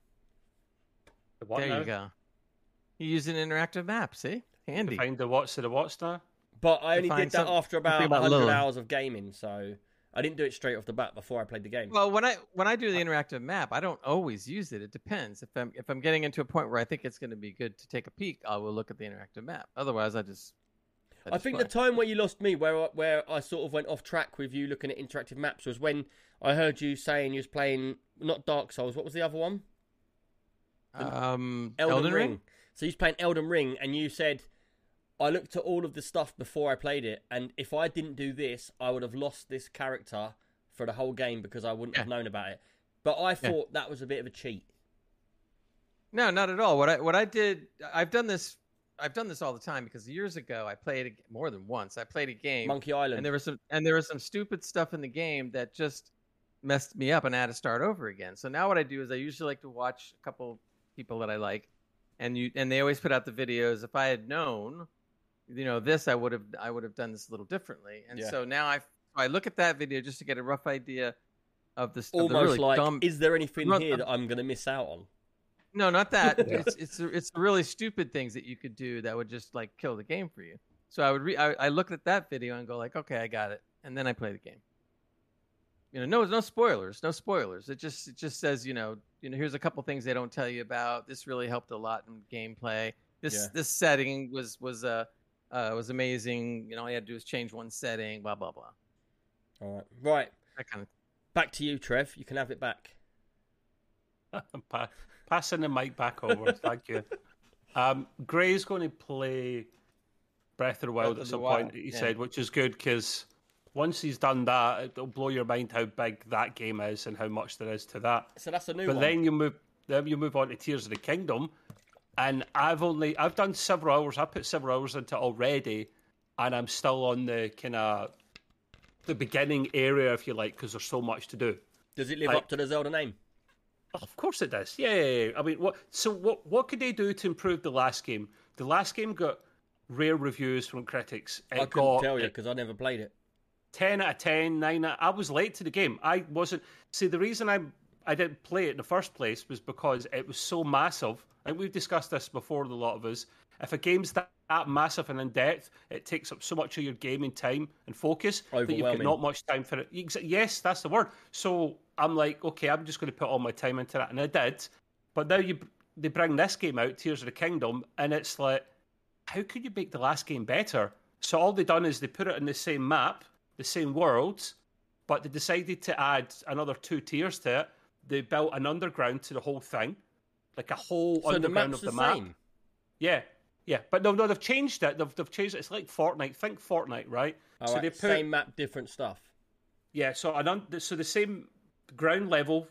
Speaker 3: What
Speaker 2: there
Speaker 3: now?
Speaker 2: you go. You use an interactive map, see? Handy.
Speaker 3: Find the what's to the what's now.
Speaker 1: But I
Speaker 2: To
Speaker 1: only
Speaker 2: find
Speaker 1: did that
Speaker 2: some-
Speaker 1: after about,
Speaker 2: something about
Speaker 1: 100
Speaker 2: Lilith.
Speaker 1: hours of gaming, so I didn't do it straight off the bat before I played the game.
Speaker 2: Well, when I when I do
Speaker 1: Uh
Speaker 2: the interactive map, I don't always use it. It depends. If I'm if I'm getting into a point where I think it's going to be good to take a peek, I will look at the interactive map. Otherwise, I just.
Speaker 1: I think the
Speaker 2: just play.
Speaker 1: time where you lost me, where I, where I sort of went off track with you looking at interactive maps, was when I heard you saying you was playing not Dark Souls. What was the other one?
Speaker 2: um
Speaker 1: Elden, Ring. So he's playing Elden Ring, and you said, "I looked at all of the stuff before I played it, and if I didn't do this, I would have lost this character for the whole game because I wouldn't have known about it." But I thought that was a bit of a cheat.
Speaker 2: No, not at all. What I what I did, I've done this. I've done this all the time because years ago I played a, more than once. I played a game
Speaker 1: Monkey Island.
Speaker 2: and there was some and there was some stupid stuff in the game that just messed me up and I had to start over again. So now what I do is I usually like to watch a couple people that I like and you and they always put out the videos if I had known you know this I would have I would have done this a little differently. And
Speaker 1: Yeah.
Speaker 2: so now I I look at that video just to get a rough idea of this of
Speaker 1: Almost
Speaker 2: the really
Speaker 1: like,
Speaker 2: dumb
Speaker 1: is there anything
Speaker 2: Run-
Speaker 1: here that I'm going to miss out on?
Speaker 2: no, not that.
Speaker 3: Yeah.
Speaker 2: It's it's it's really stupid things that you could do that would just like kill the game for you. So I would re- I, I looked at that video and go like, okay, I got it, and then I play the game. You know, no, no spoilers, no spoilers. It just it just says you know you know here's a couple things they don't tell you about. This really helped a lot in gameplay. This
Speaker 1: Yeah.
Speaker 2: this setting was was uh, uh was amazing. You know, all you had to do was change one setting. Blah blah blah.
Speaker 1: All right, right.
Speaker 2: That kind of
Speaker 1: Back to you, Trev. You can have it back.
Speaker 3: Pa- passing the mic back over. Thank you. Um, Gray's going to play Breath of the
Speaker 2: Breath
Speaker 3: Wild
Speaker 2: of
Speaker 3: at
Speaker 2: the
Speaker 3: some
Speaker 2: Wild,
Speaker 3: point. He
Speaker 2: yeah.
Speaker 3: said, which is good because once he's done that, it'll blow your mind how big that game is and how much there is to that.
Speaker 1: So that's a new
Speaker 3: But
Speaker 1: one.
Speaker 3: then you move, then you move on to Tears of the Kingdom, and I've only I've done several hours. I put several hours into it already, and I'm still on the kind of the beginning area, if you like, because there's so much to do.
Speaker 1: Does it live
Speaker 3: I-
Speaker 1: up to the Zelda name?
Speaker 3: Of course it does. Yeah. I mean, what? So what? What could they do to improve the last game? The last game got rare reviews from critics. It
Speaker 1: I couldn't
Speaker 3: got
Speaker 1: tell you because I never played it.
Speaker 3: 10 out of 10, 9 out. I was late to the game. I wasn't. See, the reason I I didn't play it in the first place was because it was so massive. And we've discussed this before, the lot of us. If a game's that, that massive and in depth, it takes up so much of your gaming time and focus that you've got
Speaker 1: Overwhelming.
Speaker 3: not much time for it. Ex- Yes, that's the word. So I'm like, okay, I'm just going to put all my time into that. And I did. But now you they bring this game out, Tears of the Kingdom, and it's like, how could you make the last game better? So all they done is they put it in the same map, the same worlds, but they decided to add another two tiers to it. They built an underground to the whole thing, like a whole
Speaker 1: So the
Speaker 3: underground
Speaker 1: map's
Speaker 3: of the
Speaker 1: the
Speaker 3: map.
Speaker 1: same.
Speaker 3: Yeah, yeah, but no, no, they've changed it. They've, they've changed it. It's like Fortnite. Think Fortnite, right?
Speaker 1: All Oh, right, Same map, different stuff.
Speaker 3: Yeah, so an un- so the same ground level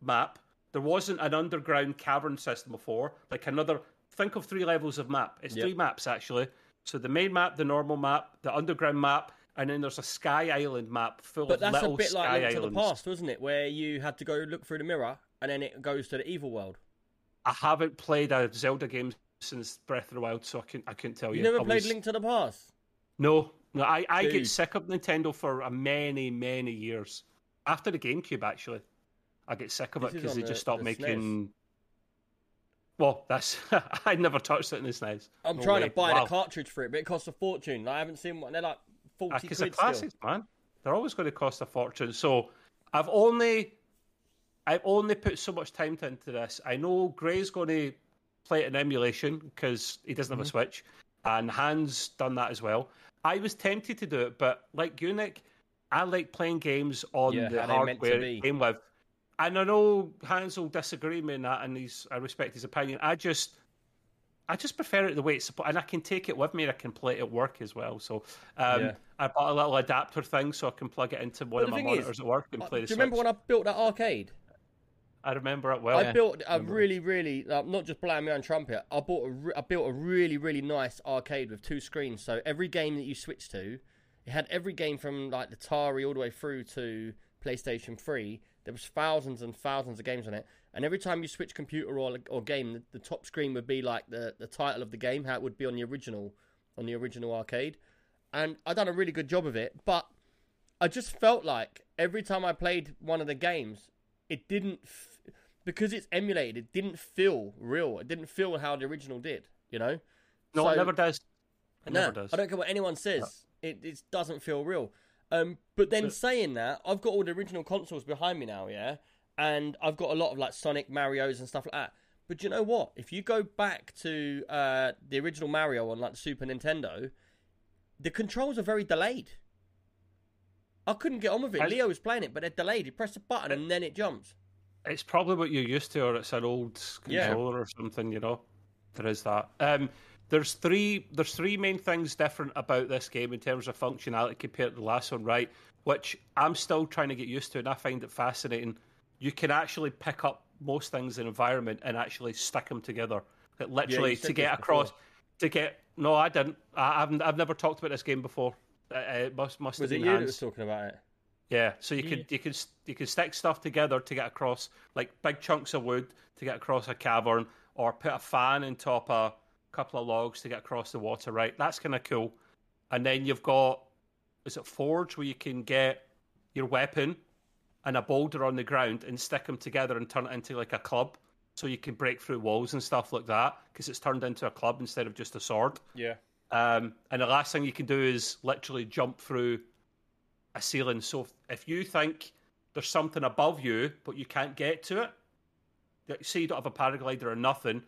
Speaker 3: map. There wasn't an underground cavern system before. Like another, think of three levels of map. It's
Speaker 1: Yep.
Speaker 3: three maps actually. So the main map, the normal map, the underground map, and then there's a sky island map full
Speaker 1: But
Speaker 3: of
Speaker 1: that's a
Speaker 3: little
Speaker 1: bit
Speaker 3: sky
Speaker 1: like Link to the
Speaker 3: islands.
Speaker 1: Past, wasn't it? Where you had to go look through the mirror and then it goes to the evil world.
Speaker 3: I haven't played a Zelda game since Breath of the Wild, so I can I couldn't tell
Speaker 1: You
Speaker 3: you.
Speaker 1: never
Speaker 3: I
Speaker 1: played
Speaker 3: was-
Speaker 1: Link to the Past.
Speaker 3: No, no, I, I get
Speaker 1: Dude.
Speaker 3: sick of Nintendo for a many, many years. After the GameCube, actually, I get sick of
Speaker 1: This
Speaker 3: it
Speaker 1: is
Speaker 3: because
Speaker 1: on
Speaker 3: they
Speaker 1: the-
Speaker 3: just stopped
Speaker 1: the E
Speaker 3: making. Well, that's I never touched it in this nice.
Speaker 1: I'm
Speaker 3: E No
Speaker 1: trying
Speaker 3: way.
Speaker 1: to buy
Speaker 3: Wow.
Speaker 1: the cartridge for it, but it costs a fortune. I haven't seen one. They're like
Speaker 3: Ah,
Speaker 1: forty
Speaker 3: 'cause
Speaker 1: quid
Speaker 3: the classics, man, they're always going to cost a fortune. So I've only, I've only put so much time into this. I know Gray's going to play it in emulation because he doesn't
Speaker 1: Mm-hmm.
Speaker 3: have a Switch, and Hans done that as well. I was tempted to do it, but like you, Nick, I like playing games on
Speaker 1: Yeah,
Speaker 3: the
Speaker 1: how they're meant to
Speaker 3: hardware
Speaker 1: be.
Speaker 3: it came with. And I know Hans will disagree with me in that, and he's, I respect his opinion. I just, I just prefer it the way it's supposed, and I can take it with me, and I can play it at work as well. So um,
Speaker 1: Yeah.
Speaker 3: I bought a little adapter thing so I can plug it into
Speaker 1: But
Speaker 3: one of
Speaker 1: the
Speaker 3: my
Speaker 1: thing
Speaker 3: monitors
Speaker 1: is,
Speaker 3: at work and
Speaker 1: still. Uh,
Speaker 3: play
Speaker 1: Do
Speaker 3: the
Speaker 1: you remember
Speaker 3: Switch.
Speaker 1: when I built that arcade?
Speaker 3: I remember it well.
Speaker 1: I built a really, really like, not just blowing my own trumpet. I bought a re- I built a really, really nice arcade with two screens. So every game that you switch to, it had every game from like the Atari all the way through to PlayStation Three. There was thousands and thousands of games on it, and every time you switch computer or or game, the, the top screen would be like the the title of the game, how it would be on the original on the original arcade. And I done a really good job of it, but I just felt like every time I played one of the games, it didn't f- because it's emulated. It didn't feel real. It didn't feel how the original did. You know?
Speaker 3: no,
Speaker 1: So-
Speaker 3: it never does. It
Speaker 1: Nah,
Speaker 3: never does.
Speaker 1: I don't care what anyone says. It, it doesn't feel real. Um, but then saying that, I've got all the original consoles behind me now, yeah, and I've got a lot of like Sonic, Mario's, and stuff like that. But do you know what? If you go back to uh, the original Mario on like Super Nintendo, the controls are very delayed. I couldn't get on with it.
Speaker 3: Has- Uh,
Speaker 1: Leo was playing it, but they're delayed. You press a button and then it jumps.
Speaker 3: It's probably what you're used to, or it's an old
Speaker 1: Yeah.
Speaker 3: controller or something. You know, there is that. Um, there's three. There's three main things different about this game in terms of functionality compared to the last one, right? Which I'm still trying to get used to, and I find it fascinating. You can actually pick up most things in environment and actually stick them together. It literally
Speaker 1: said
Speaker 3: to get
Speaker 1: this
Speaker 3: across.
Speaker 1: before.
Speaker 3: To get no, I didn't. I, I've I've never talked about this game before. Uh, uh, It must must
Speaker 1: Was
Speaker 3: have
Speaker 1: it
Speaker 3: been
Speaker 1: you that
Speaker 3: Hans.
Speaker 1: was talking about it?
Speaker 3: Yeah, so you can you can s- you can stick stuff together to get across like big chunks of wood to get across a cavern, or put a fan on top of a couple of logs to get across the water. Right, that's kind of cool. And then you've got is it forge where you can get your weapon and a boulder on the ground and stick them together and turn it into like a club, so you can break through walls and stuff like that because it's turned into a club instead of just a sword.
Speaker 1: Yeah.
Speaker 3: Um, and the last thing you can do is literally jump through a ceiling. So if- if you think there's something above you, but you can't get to it, that- say you don't have a paraglider or nothing,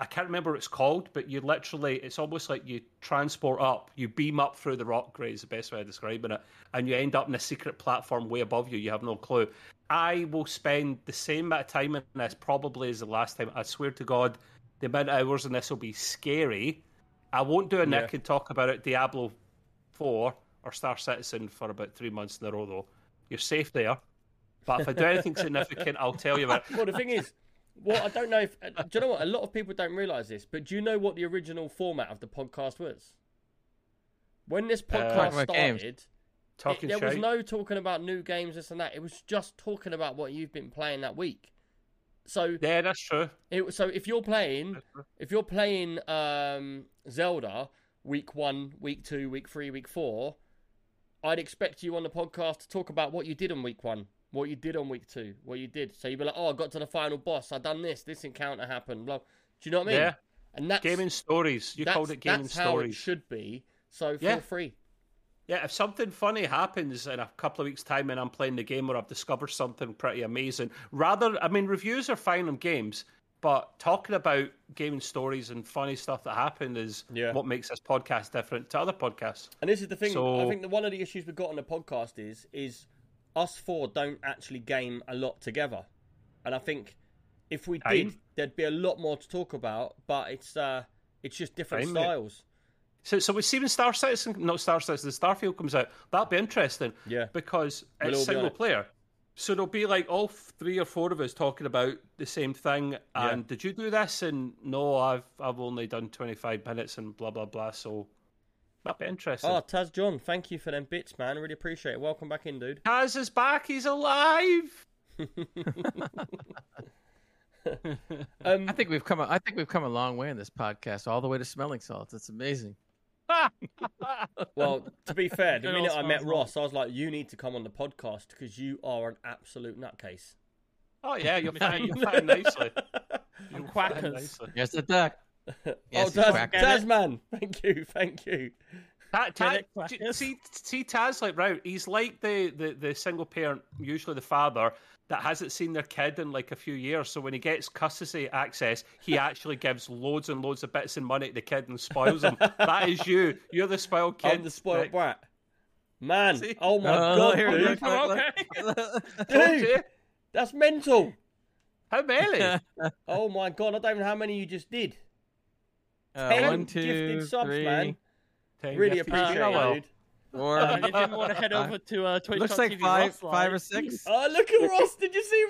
Speaker 3: I can't remember what it's called, but you literally, it's almost like you transport up, you beam up through the rock grade is the best way of describing it, and you end up in a secret platform way above you. You have no clue. I will spend the same amount of time in this probably as the last time. I swear to God, the amount of hours in this will be scary. I won't do a Nick
Speaker 1: Yeah.
Speaker 3: and talk about it, Diablo 4 or Star Citizen for about three months in a row, though. You're safe there. But if I do anything significant, I'll tell you about it.
Speaker 1: Well, the thing is, well, I don't know if. uh, Do you know what? A lot of people don't realise this, but do you know what the original format of the podcast was? When this podcast
Speaker 2: Uh, about games.
Speaker 1: started, it,
Speaker 3: Talking
Speaker 1: there was
Speaker 3: shite.
Speaker 1: no talking about new games, this and that. It was just talking about what you've been playing that week. So,
Speaker 3: Yeah, that's true.
Speaker 1: it, so if you're playing, if you're playing um, Zelda week one, week two, week three, week four, I'd expect you on the podcast to talk about what you did on week one, what you did on week two, what you did. So you'd be like, "Oh, I got to the final boss. I done this. This encounter happened." Blah. Do you know what I mean?
Speaker 3: Yeah.
Speaker 1: And that's
Speaker 3: Gaming stories. You
Speaker 1: that's,
Speaker 3: called it gaming
Speaker 1: that's how it
Speaker 3: stories.
Speaker 1: should be. So feel
Speaker 3: Yeah.
Speaker 1: free.
Speaker 3: Yeah, if something funny happens in a couple of weeks' time and I'm playing the game or I've discovered something pretty amazing, rather, I mean, reviews are fine on games, but talking about gaming stories and funny stuff that happened is
Speaker 1: Yeah.
Speaker 3: what makes this podcast different to other podcasts.
Speaker 1: And this is the thing. I
Speaker 3: So-
Speaker 1: think that one of the issues we've got on the podcast is is us four don't actually game a lot together, and I think if we
Speaker 3: Aye.
Speaker 1: did, there'd be a lot more to talk about. But it's uh, it's just different
Speaker 3: Aye, mate.
Speaker 1: styles.
Speaker 3: So, so we see when Star Citizen, not Star Citizen, Starfield comes out, that'll be interesting.
Speaker 1: Yeah.
Speaker 3: Because
Speaker 1: We'll all
Speaker 3: it's
Speaker 1: be on
Speaker 3: single
Speaker 1: it.
Speaker 3: player. So there'll be like all f- three or four of us talking about the same thing. And did you do this? And no, I've I've only done 25 minutes and blah, blah, blah. So that'll be interesting.
Speaker 1: Oh, Taz John, thank you for them bits, man. I really appreciate it. Welcome back in, dude.
Speaker 3: Taz is back. He's alive.
Speaker 1: Um,
Speaker 2: I think we've come. a- I think we've come a long way in this podcast, all the way to smelling salts. It's amazing.
Speaker 1: well, to be fair, the
Speaker 4: Good
Speaker 1: minute I
Speaker 4: old
Speaker 1: met
Speaker 4: Smells Like.
Speaker 1: Ross, I was like, "You need to come on the podcast because you are an absolute nutcase."
Speaker 3: Oh, yeah. You're fine. You're fine nicely.
Speaker 4: And
Speaker 3: Fine
Speaker 4: quackers.
Speaker 3: nicely.
Speaker 2: Yes, a duck. Yes,
Speaker 1: oh,
Speaker 2: he's
Speaker 1: Taz,
Speaker 2: back.
Speaker 1: Taz, man, thank you, thank you.
Speaker 3: Ta- Ta-
Speaker 4: Minute
Speaker 3: d-
Speaker 4: crackers.
Speaker 3: see, see, Taz, like, right, he's like the, the, the single parent, usually the father, that hasn't seen their kid in like a few years. So when he gets custody access, he actually gives loads and loads of bits and money to the kid and spoils him. that is you. You're the spoiled kid.
Speaker 1: I'm the spoiled
Speaker 3: Nick.
Speaker 1: brat. Man,
Speaker 3: See? Uh,
Speaker 1: oh my
Speaker 2: Oh,
Speaker 1: god,
Speaker 2: here
Speaker 1: dude.
Speaker 2: it is.
Speaker 3: Told
Speaker 1: Dude,
Speaker 3: you.
Speaker 1: that's mental.
Speaker 3: How many?
Speaker 1: Oh my god, I don't know how many you just did.
Speaker 2: Uh,
Speaker 1: Ten
Speaker 2: one, two,
Speaker 1: gifted subs, man. Uh,
Speaker 2: three,
Speaker 3: Ten
Speaker 1: Really
Speaker 3: gifted
Speaker 1: appreciate
Speaker 3: people.
Speaker 1: it, dude.
Speaker 2: four.
Speaker 4: And if you didn't want to head over to uh, Twitch.
Speaker 2: Looks like five, five or six.
Speaker 1: Oh, look at Ross. Did you see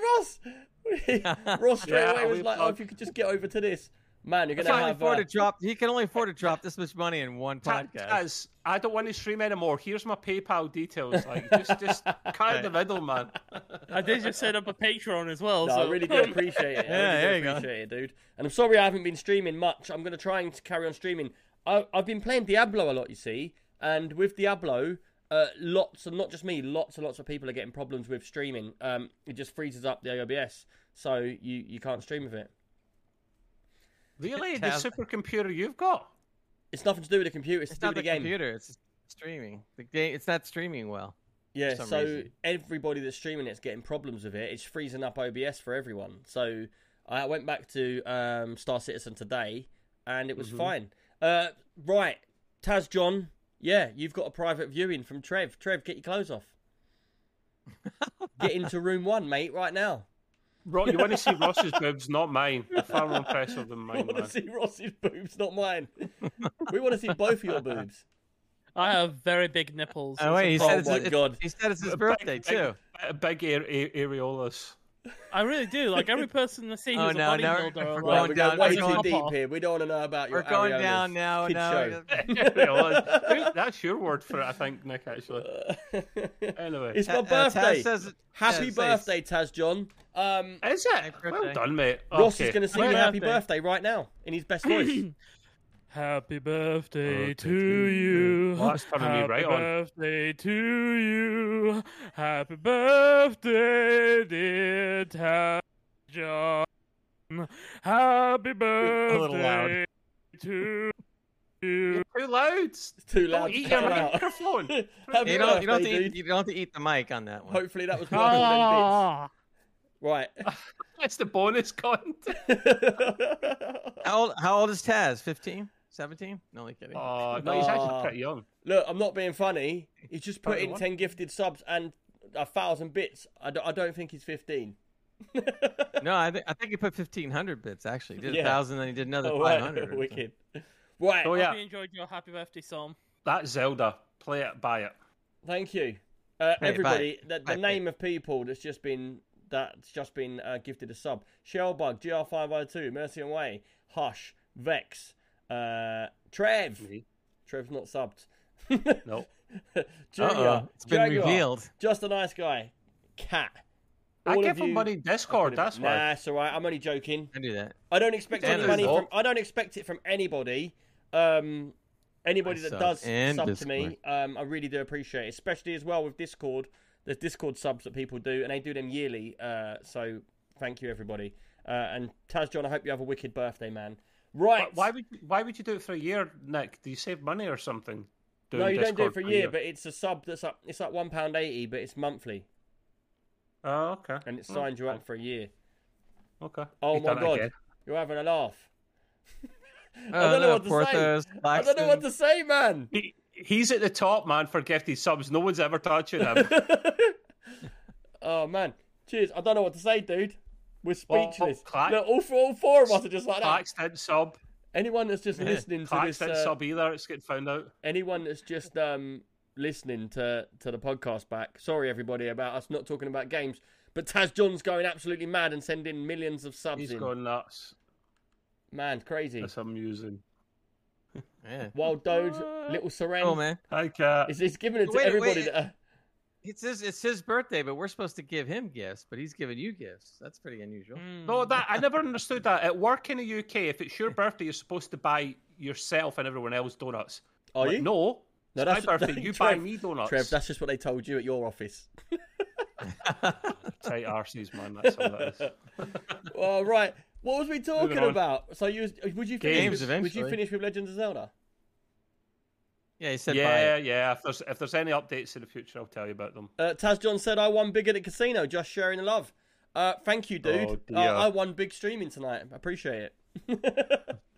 Speaker 1: Ross? Ross straight
Speaker 3: Yeah,
Speaker 1: away was
Speaker 3: we
Speaker 1: like, oh,
Speaker 3: plugged.
Speaker 1: if you could just get over to this. Man, you're
Speaker 2: He
Speaker 1: going
Speaker 2: can
Speaker 1: to
Speaker 2: only
Speaker 1: have.
Speaker 2: afford
Speaker 1: Uh,
Speaker 2: to drop. He can only afford to drop this much money in one
Speaker 3: Ta-
Speaker 2: podcast.
Speaker 3: Taz, I don't want to stream anymore. Here's my PayPal details. Like, just, just cut the middle, man.
Speaker 4: I did just set up a Patreon as well.
Speaker 1: no,
Speaker 4: so
Speaker 1: I really do appreciate it. I
Speaker 2: Yeah,
Speaker 1: really
Speaker 2: there you
Speaker 1: do
Speaker 2: go.
Speaker 1: appreciate it, dude. And I'm sorry I haven't been streaming much. I'm going to try and carry on streaming. I, I've been playing Diablo a lot, you see. And with Diablo, uh, lots, and not just me, lots and lots of people are getting problems with streaming. Um, it just freezes up the OBS, so you, you can't stream with it.
Speaker 3: Really? The
Speaker 2: Taz.
Speaker 3: supercomputer you've got?
Speaker 1: It's nothing to do with the computer. It's,
Speaker 2: It's
Speaker 1: to do
Speaker 2: not
Speaker 1: with
Speaker 2: the
Speaker 1: the game.
Speaker 2: computer. It's streaming. The game. It's not streaming well.
Speaker 1: Yeah.
Speaker 2: some
Speaker 1: So
Speaker 2: reason.
Speaker 1: everybody that's streaming it's getting problems with it. It's freezing up OBS for everyone. So I went back to um, Star Citizen today, and it
Speaker 2: Mm-hmm.
Speaker 1: was fine. Uh, right, Taz John. Yeah, you've got a private viewing from Trev. Trev, get your clothes off. get into room one, mate, right now.
Speaker 3: Ro- you want to see Ross's boobs, not mine. They're far more impressive than
Speaker 1: I
Speaker 3: mine,
Speaker 1: want to
Speaker 3: man.
Speaker 1: see Ross's boobs, not mine. we want to see both of your boobs.
Speaker 4: I have very big nipples.
Speaker 2: Oh wait, he
Speaker 1: Oh
Speaker 2: said it's,
Speaker 1: my
Speaker 2: it's-
Speaker 1: God.
Speaker 2: He said it's his
Speaker 3: Big-
Speaker 2: birthday
Speaker 3: big-
Speaker 2: too.
Speaker 3: Big, air, a- areolas.
Speaker 4: I really do. Like every person I see
Speaker 2: Oh,
Speaker 4: who's
Speaker 2: no,
Speaker 4: a
Speaker 2: now
Speaker 4: bodybuilder,
Speaker 2: we're
Speaker 4: I'm
Speaker 2: going
Speaker 1: Right,
Speaker 4: like,
Speaker 1: we're
Speaker 2: down-
Speaker 1: going way
Speaker 2: we're
Speaker 1: too
Speaker 2: going
Speaker 1: deep
Speaker 2: up.
Speaker 1: here. We don't want to know about your
Speaker 2: We're going
Speaker 1: areolas.
Speaker 2: down now.
Speaker 1: Kid
Speaker 2: No.
Speaker 3: areolas. Wait, That's your word for it, I think, Nick, actually.
Speaker 1: show.
Speaker 3: Anyway.
Speaker 1: it's my
Speaker 2: Ta- uh, Taz
Speaker 1: birthday.
Speaker 2: says-
Speaker 1: Happy
Speaker 2: Yeah, say it's-
Speaker 1: birthday, Taz John. Um,
Speaker 3: Is it?
Speaker 2: Happy
Speaker 3: Well
Speaker 2: birthday.
Speaker 3: done, mate.
Speaker 1: Ross
Speaker 3: Okay.
Speaker 1: is going to sing
Speaker 4: Happy
Speaker 1: you happy
Speaker 4: birthday.
Speaker 1: birthday right now in his best voice.
Speaker 4: Happy birthday
Speaker 3: Birthday
Speaker 4: to
Speaker 3: to
Speaker 4: you.
Speaker 3: Well, that's turning me
Speaker 4: Happy
Speaker 3: right on.
Speaker 4: birthday to you. Happy birthday, dear Tad John. Happy
Speaker 2: little loud.
Speaker 4: birthday to
Speaker 3: You're
Speaker 4: you.
Speaker 3: too loud.
Speaker 1: it's too
Speaker 3: Don't
Speaker 1: loud. to
Speaker 3: eat your
Speaker 1: cut out.
Speaker 3: microphone.
Speaker 1: happy
Speaker 2: You don't, you, don't
Speaker 1: birthday,
Speaker 2: have to eat,
Speaker 1: dude.
Speaker 2: you don't have to eat the mic on that one.
Speaker 3: Ah. Oh,
Speaker 1: Hopefully that was one of them bits. Right.
Speaker 3: That's the bonus content.
Speaker 1: Look,
Speaker 2: How old, how old is Taz? 15? 17? No, only kidding.
Speaker 3: Oh, no, he's actually
Speaker 1: Aw.
Speaker 3: pretty young.
Speaker 1: I'm not being funny. He's just put
Speaker 3: Probably
Speaker 1: in
Speaker 3: one.
Speaker 1: 10 gifted subs and a thousand bits. I don't, I don't think he's 15.
Speaker 2: No, I, think I think he put 1,500 bits, actually. He did
Speaker 1: Yeah.
Speaker 2: 1,000, then he did another
Speaker 1: Oh, right.
Speaker 2: 500. or
Speaker 1: Wicked. Right.
Speaker 3: Oh,
Speaker 4: Hope
Speaker 3: yeah.
Speaker 4: you enjoyed your happy birthday song.
Speaker 3: That Zelda. Play it, buy it.
Speaker 1: Thank you, uh,
Speaker 2: Hey,
Speaker 1: everybody. The, the
Speaker 2: Bye, bye.
Speaker 1: name of people that's just been that's just been uh, gifted a sub: Shellbug, GR502, Mercy and Way, Hush, Vex, uh, Trev.
Speaker 3: Me.
Speaker 1: Trev's not subbed.
Speaker 3: No.
Speaker 2: something.
Speaker 1: Junior,
Speaker 2: Uh-oh, It's been
Speaker 1: Jaguar,
Speaker 2: revealed.
Speaker 1: Just a nice guy, Cat.
Speaker 3: I
Speaker 1: All
Speaker 3: give
Speaker 1: of
Speaker 3: him
Speaker 1: you-
Speaker 3: money in Discord, that's
Speaker 1: nah,
Speaker 3: why.
Speaker 1: it's all right. I'm only joking.
Speaker 2: I do that.
Speaker 1: I don't expect
Speaker 2: Dan
Speaker 1: any
Speaker 2: is
Speaker 1: money
Speaker 2: old.
Speaker 1: from. I don't expect it from anybody. Um, anybody
Speaker 2: I
Speaker 1: that
Speaker 2: sub
Speaker 1: does
Speaker 2: and
Speaker 1: sub to me, um, I really do appreciate, it. especially as well with Discord. There's Discord subs that people do, and they do them yearly. Uh, so thank you everybody. Uh, and Taz John, I hope you have a wicked birthday, man. Right?
Speaker 3: Why- Why would you, why would you do it for a year, Nick? Do you save money or something?
Speaker 1: no, you don't do
Speaker 3: Discord
Speaker 1: it for a year, but it's a sub that's up. It's like one pound eighty, but it's monthly,
Speaker 3: oh, okay.
Speaker 1: and it signs oh. you up for a year.
Speaker 3: Okay.
Speaker 1: Oh
Speaker 3: You've
Speaker 1: my
Speaker 3: done it
Speaker 1: god,
Speaker 3: again.
Speaker 1: you're having a laugh.
Speaker 2: Oh,
Speaker 1: don't know
Speaker 2: no,
Speaker 1: what to say.
Speaker 2: Porthos,
Speaker 1: I don't know what to say, man.
Speaker 3: He, he's at the top, man, for gifted subs. No one's ever touching him.
Speaker 1: oh man, cheers! I don't know what to say, dude. We're speechless.
Speaker 3: Well, oh, Cla-
Speaker 1: Look, all four, all four of us are just like that.
Speaker 3: Clax didn't sub.
Speaker 1: Anyone that's just listening to
Speaker 3: Clax
Speaker 1: this,
Speaker 3: didn't
Speaker 1: uh,
Speaker 3: sub either. It's getting found out.
Speaker 1: anyone that's just um listening to to the podcast back. Sorry, everybody, about us not talking about games. But Taz John's going absolutely mad and sending millions of subs
Speaker 3: He's
Speaker 1: in.
Speaker 3: gone nuts.
Speaker 1: Man, crazy.
Speaker 3: That's amusing.
Speaker 2: Yeah.
Speaker 1: Wild Dode, Little Seren.
Speaker 2: Oh, man.
Speaker 3: Hi, Cat.
Speaker 1: He's, he's giving it to
Speaker 2: Wait, wait.
Speaker 1: everybody. That, uh,
Speaker 2: It's his, it's his birthday, but we're supposed to give him gifts, but he's giving you gifts. That's pretty unusual.
Speaker 4: Mm.
Speaker 3: No, that I never understood that. At work in the UK, if it's your birthday, you're supposed to buy yourself and everyone else donuts.
Speaker 1: are
Speaker 3: Like,
Speaker 1: you?
Speaker 3: No.
Speaker 1: No,
Speaker 3: No,
Speaker 1: that's-
Speaker 3: that's my birthday. You buy
Speaker 1: Trev-
Speaker 3: me donuts.
Speaker 1: Trev, that's just what they told you at your office.
Speaker 3: tight arses, man. That's all that is.
Speaker 1: Well, right. What was we talking
Speaker 3: on.
Speaker 1: about? So you was- would you finish? with-
Speaker 2: Games
Speaker 1: would you
Speaker 2: eventually.
Speaker 1: finish with Legends of Zelda?
Speaker 2: Yeah, he said
Speaker 3: yeah,
Speaker 2: bye.
Speaker 3: yeah. If there's if there's any updates in the future, I'll tell you about them.
Speaker 1: Uh, Taz John said I won big at the casino, just sharing the love. Uh, thank you,
Speaker 3: Oh,
Speaker 1: dude.
Speaker 3: dear.
Speaker 1: uh, I won big streaming tonight. I appreciate it.